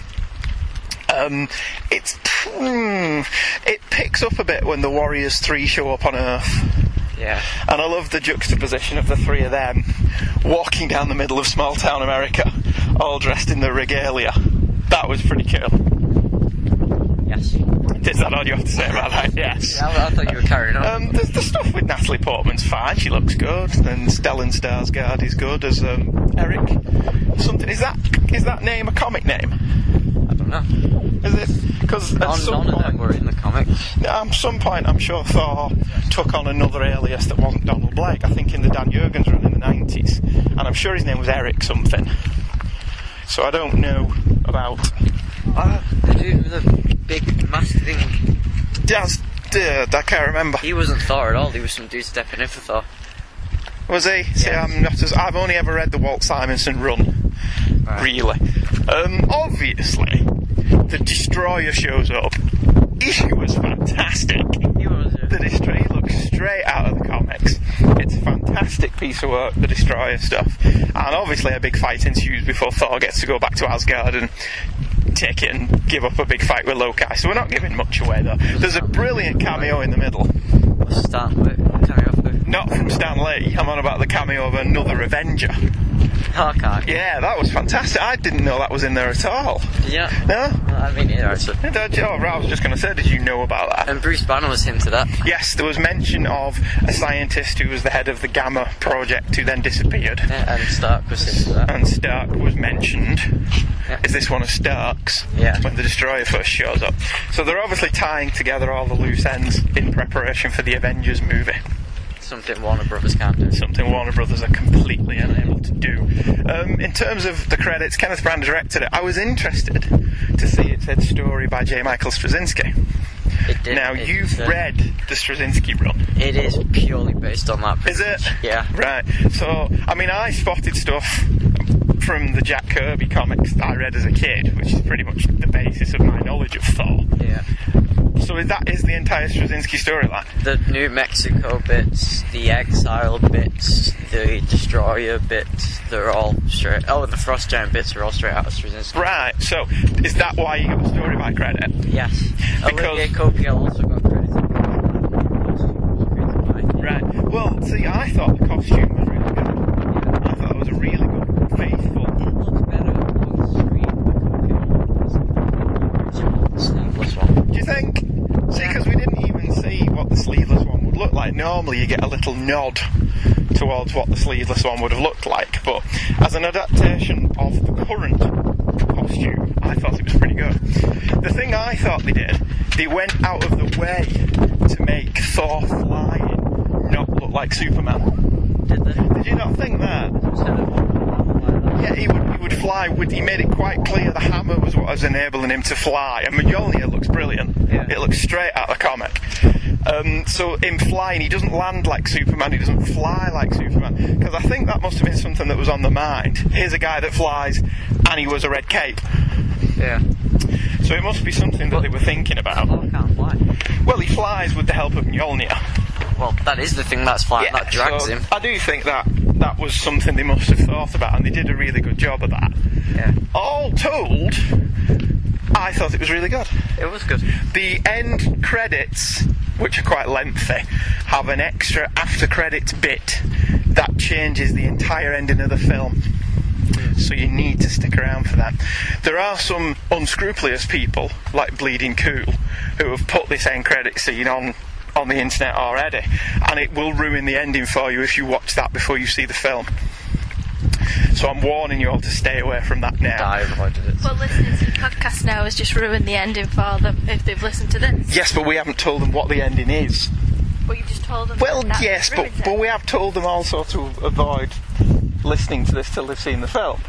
[SPEAKER 1] Um, it's. hmm, it picks up a bit when the Warriors 3 show up on Earth.
[SPEAKER 3] Yeah.
[SPEAKER 1] And I love the juxtaposition of the three of them walking down the middle of small town America, all dressed in their regalia. That was pretty cool.
[SPEAKER 3] Yes.
[SPEAKER 1] Is that all you have to say about that? Yes.
[SPEAKER 3] Yeah, I, I thought you were carrying on.
[SPEAKER 1] Um, the, the stuff with Natalie Portman's fine. She looks good, and Stellan Skarsgård is good as um, Eric. Something is that is that name a comic name?
[SPEAKER 3] I don't know.
[SPEAKER 1] Is it? Because at
[SPEAKER 3] None,
[SPEAKER 1] some
[SPEAKER 3] none of them
[SPEAKER 1] point,
[SPEAKER 3] were in the comic.
[SPEAKER 1] at um, some point, I'm sure Thor took on another alias that wasn't Donald Blake. I think in the Dan Jurgens run in the 90s, and I'm sure his name was Eric something. So I don't know about.
[SPEAKER 3] Ah, the dude with the big mask thing.
[SPEAKER 1] That's, uh, I can't remember.
[SPEAKER 3] He wasn't Thor at all. He was some dude stepping in for Thor.
[SPEAKER 1] Was he? See, I'm not as. I've only ever read the Walt Simonson run, really. Um, obviously, the Destroyer shows up. He was fantastic.
[SPEAKER 3] He was.
[SPEAKER 1] The Destroyer he looks straight out of the comics. It's a fantastic piece of work, the Destroyer stuff. And obviously, a big fight ensues before Thor gets to go back to Asgard and take it and give up a big fight with Loki. So we're not giving much away, though. There's a brilliant cameo in the middle.
[SPEAKER 3] Let's start with carry off the
[SPEAKER 1] Not from Stan Lee. I'm on about the cameo of another Avenger.
[SPEAKER 3] Hawkeye.
[SPEAKER 1] Yeah, that was fantastic. I didn't know that was in there at all.
[SPEAKER 3] Yeah.
[SPEAKER 1] No?
[SPEAKER 3] I mean, yeah, actually.
[SPEAKER 1] Did you, oh, I was just going to say, did you know about that?
[SPEAKER 3] And Bruce Banner was hinted at.
[SPEAKER 1] Yes, there was mention of a scientist who was the head of the Gamma project who then disappeared.
[SPEAKER 3] Yeah, and Stark was hinted at.
[SPEAKER 1] And Stark was mentioned.
[SPEAKER 3] Yeah.
[SPEAKER 1] Is this one of Stark's?
[SPEAKER 3] Yeah.
[SPEAKER 1] When the Destroyer first shows up. So they're obviously tying together all the loose ends in preparation for the Avengers movie.
[SPEAKER 3] Something Warner Brothers can't do.
[SPEAKER 1] something Warner Brothers are completely unable to do. Um, in terms of the credits, Kenneth Branagh directed it. I was interested to see it said story by J. Michael Straczynski.
[SPEAKER 3] It did.
[SPEAKER 1] now
[SPEAKER 3] it
[SPEAKER 1] you've
[SPEAKER 3] did.
[SPEAKER 1] read the Straczynski run,
[SPEAKER 3] It is purely based on that.
[SPEAKER 1] is it?
[SPEAKER 3] Yeah.
[SPEAKER 1] Right. So I mean, I spotted stuff from the Jack Kirby comics that I read as a kid, which is pretty much the basis of my knowledge of Thor.
[SPEAKER 3] Yeah.
[SPEAKER 1] So is that is the entire Straczynski storyline.
[SPEAKER 3] The New Mexico bits, the Exile bits, the Destroyer bits, they're all straight. Oh, and the Frost Giant bits are all straight out of Straczynski.
[SPEAKER 1] Right. So is that why you got the story by credit?
[SPEAKER 3] Yes.
[SPEAKER 1] Because-
[SPEAKER 3] Olivia Copiel also got credited.
[SPEAKER 1] Right. Well, see, I thought the costume was really good. I thought it was a really good, faithful. Do you think? See, because we didn't even see what the sleeveless one would look like. Normally, you get a little nod towards what the sleeveless one would have looked like, but as an adaptation of the current costume, I thought it was pretty good. The thing I thought they did, they went out of the way to make Thor flying not look like Superman. Did you not think that? Yeah, he would, he would fly. With, he made it quite clear the hammer was what was enabling him to fly. And Mjolnir looks brilliant.
[SPEAKER 3] Yeah.
[SPEAKER 1] It looks straight out of the comic. Um, so him flying, he doesn't land like Superman. He doesn't fly like Superman. Because I think that must have been something that was on the mind. Here's a guy that flies, and he was a red cape.
[SPEAKER 3] Yeah.
[SPEAKER 1] So it must be something that they were thinking about.
[SPEAKER 3] Oh, can't fly.
[SPEAKER 1] Well, he flies with the help of Mjolnir.
[SPEAKER 3] Well, that is the thing that's flying. that drags
[SPEAKER 1] so uh,
[SPEAKER 3] him.
[SPEAKER 1] I do think that that was something they must have thought about, and they did a really good job of that.
[SPEAKER 3] Yeah.
[SPEAKER 1] All told, I thought it was really good.
[SPEAKER 3] It was good.
[SPEAKER 1] The end credits, which are quite lengthy, have an extra after credits bit that changes the entire ending of the film. So you need to stick around for that. There are some unscrupulous people, like Bleeding Cool, who have put this end credit scene on on the internet already, and it will ruin the ending for you if you watch that before you see the film. So I'm warning you all to stay away from that now.
[SPEAKER 3] I avoided it.
[SPEAKER 12] Well, listening to the podcast now has just ruined the ending for them if they've listened to this.
[SPEAKER 1] Yes, but we haven't told them what the ending is.
[SPEAKER 12] But you just told them.
[SPEAKER 1] Well,
[SPEAKER 12] that
[SPEAKER 1] yes, but,
[SPEAKER 12] ruins it.
[SPEAKER 1] but we have told them also to avoid listening to this till they've seen the film.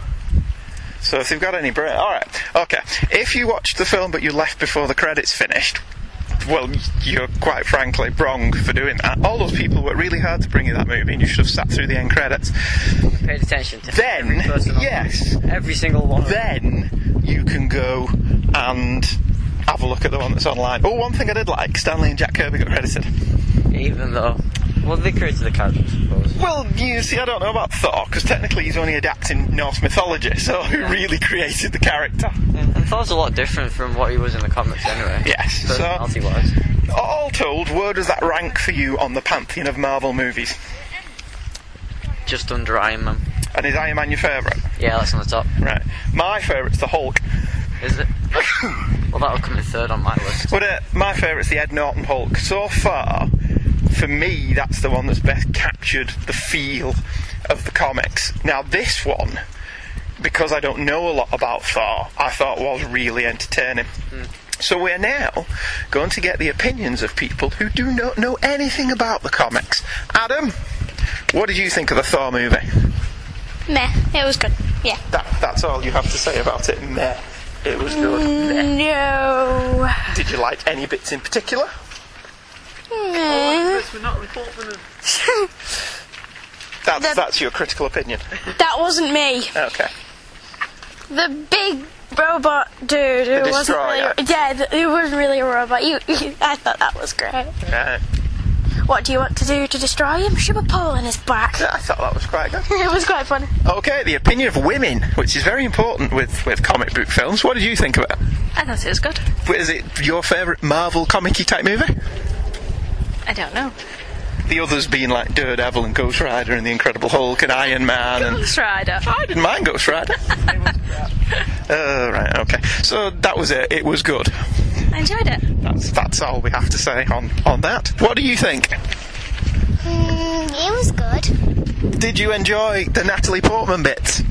[SPEAKER 1] So if they've got any break, all right, okay. If you watched the film but you left before the credits finished, well, you're quite frankly wrong for doing that. All those people worked really hard to bring you that movie, and you should have sat through the end credits.
[SPEAKER 3] Paid attention to
[SPEAKER 1] Then,
[SPEAKER 3] every person on-
[SPEAKER 1] yes,
[SPEAKER 3] every single one. of them.
[SPEAKER 1] then you can go and have a look at the one that's online. Oh, one thing I did like: Stanley and Jack Kirby got credited.
[SPEAKER 3] Even though, well, they created the character, I suppose.
[SPEAKER 1] Well, you see, I don't know about Thor because technically he's only adapting Norse mythology, so who really created the character?
[SPEAKER 3] And, and Thor's a lot different from what he was in the comics, anyway.
[SPEAKER 1] Yes, so-
[SPEAKER 3] Personality wise.
[SPEAKER 1] All told, where does that rank for you on the pantheon of Marvel movies?
[SPEAKER 3] Just under Iron Man.
[SPEAKER 1] And is Iron Man your favourite?
[SPEAKER 3] Yeah, that's on the top.
[SPEAKER 1] Right. My favourite's the Hulk.
[SPEAKER 3] Is it? well, that'll come in third on my list.
[SPEAKER 1] But uh, my favourite's the Ed Norton Hulk. So far, for me, that's the one that's best captured the feel of the comics. Now, this one because I don't know a lot about Thor, I thought was really entertaining. So we're now going to get the opinions of people who do not know anything about the comics. Adam, what did you think of the Thor movie?
[SPEAKER 10] Meh, it was good. Yeah.
[SPEAKER 1] That, that's all you have to say about it. Meh, it was good.
[SPEAKER 10] No.
[SPEAKER 1] Did you like any bits in particular?
[SPEAKER 10] No.
[SPEAKER 2] We're not reporting them.
[SPEAKER 1] That's
[SPEAKER 10] The-
[SPEAKER 1] that's your critical opinion.
[SPEAKER 11] That wasn't me.
[SPEAKER 1] Okay.
[SPEAKER 11] The big robot dude who
[SPEAKER 1] The
[SPEAKER 11] wasn't
[SPEAKER 1] destroyer.
[SPEAKER 11] really yeah, th- who wasn't really a robot. You, you, I thought that was great.
[SPEAKER 1] Uh,
[SPEAKER 11] What do you want to do to destroy him? Shove a pole in his back.
[SPEAKER 1] I thought that was quite good.
[SPEAKER 11] it was quite funny.
[SPEAKER 1] Okay, the opinion of women, which is very important with, with comic book films. What did you think of it?
[SPEAKER 12] I thought it was good.
[SPEAKER 1] Is it your favourite Marvel comic-y type movie?
[SPEAKER 12] I don't know.
[SPEAKER 1] The others being like Daredevil and Ghost Rider and the Incredible Hulk and Iron Man and
[SPEAKER 12] Ghost Rider.
[SPEAKER 1] I didn't mind Ghost Rider. uh, right, okay. So that was it. It was good.
[SPEAKER 12] I enjoyed it.
[SPEAKER 1] That's that's all we have to say on on that. What do you think?
[SPEAKER 10] Mm, it was good.
[SPEAKER 1] Did you enjoy the Natalie Portman bits?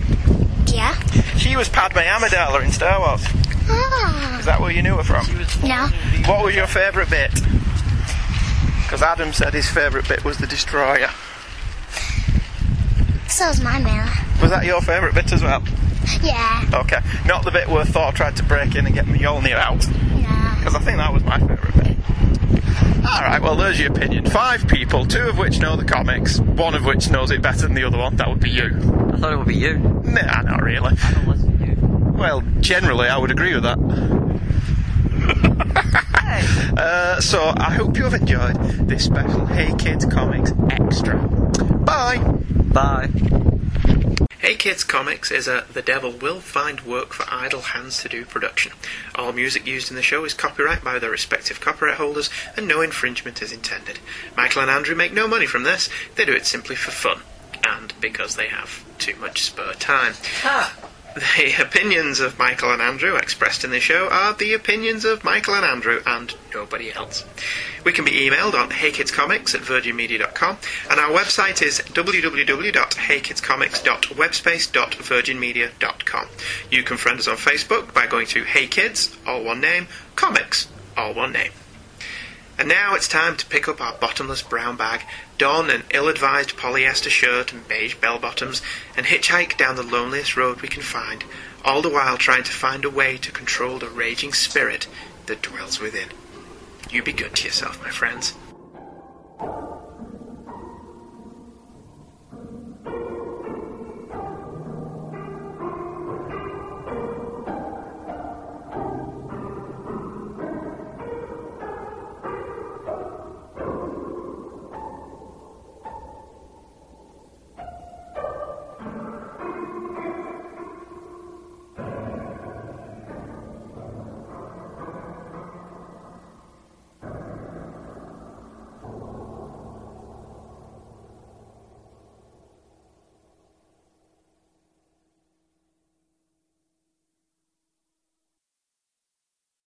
[SPEAKER 10] Yeah.
[SPEAKER 1] She was Padme Amidala in Star Wars.
[SPEAKER 10] Ah.
[SPEAKER 1] Is that where you knew her from?
[SPEAKER 10] No.
[SPEAKER 1] What was your favourite bit? Because Adam said his favourite bit was the Destroyer.
[SPEAKER 10] So's my mother.
[SPEAKER 1] Was that your favourite bit as well?
[SPEAKER 10] Yeah.
[SPEAKER 1] Okay, not the bit where Thor tried to break in and get Mjolnir out.
[SPEAKER 10] No.
[SPEAKER 1] Because I think that was my favourite bit. Alright, well, there's your opinion. Five people, two of which know the comics, one of which knows it better than the other one. That would be you.
[SPEAKER 3] I thought it would be you.
[SPEAKER 1] Nah, not really.
[SPEAKER 3] I don't listen to you.
[SPEAKER 1] Well, generally, I would agree with that. uh, so, I hope you have enjoyed this special Hey Kids Comics Extra. Bye!
[SPEAKER 3] Bye.
[SPEAKER 2] Hey Kids Comics is a The Devil Will Find Work for Idle Hands to Do production. All music used in the show is copyright by their respective copyright holders, and no infringement is intended. Michael and Andrew make no money from this, they do it simply for fun, and because they have too much spare time. The opinions of Michael and Andrew expressed in the show are the opinions of Michael and Andrew and nobody else. We can be emailed on heykidscomics at virginmedia.com and our website is www.heykidscomics.webspace.virginmedia.com. You can friend us on Facebook by going to Hey Kids, all one name, comics, all one name. And now it's time to pick up our bottomless brown bag, don an ill advised polyester shirt and beige bell bottoms, and hitchhike down the loneliest road we can find, all the while trying to find a way to control the raging spirit that dwells within. You be good to yourself, my friends.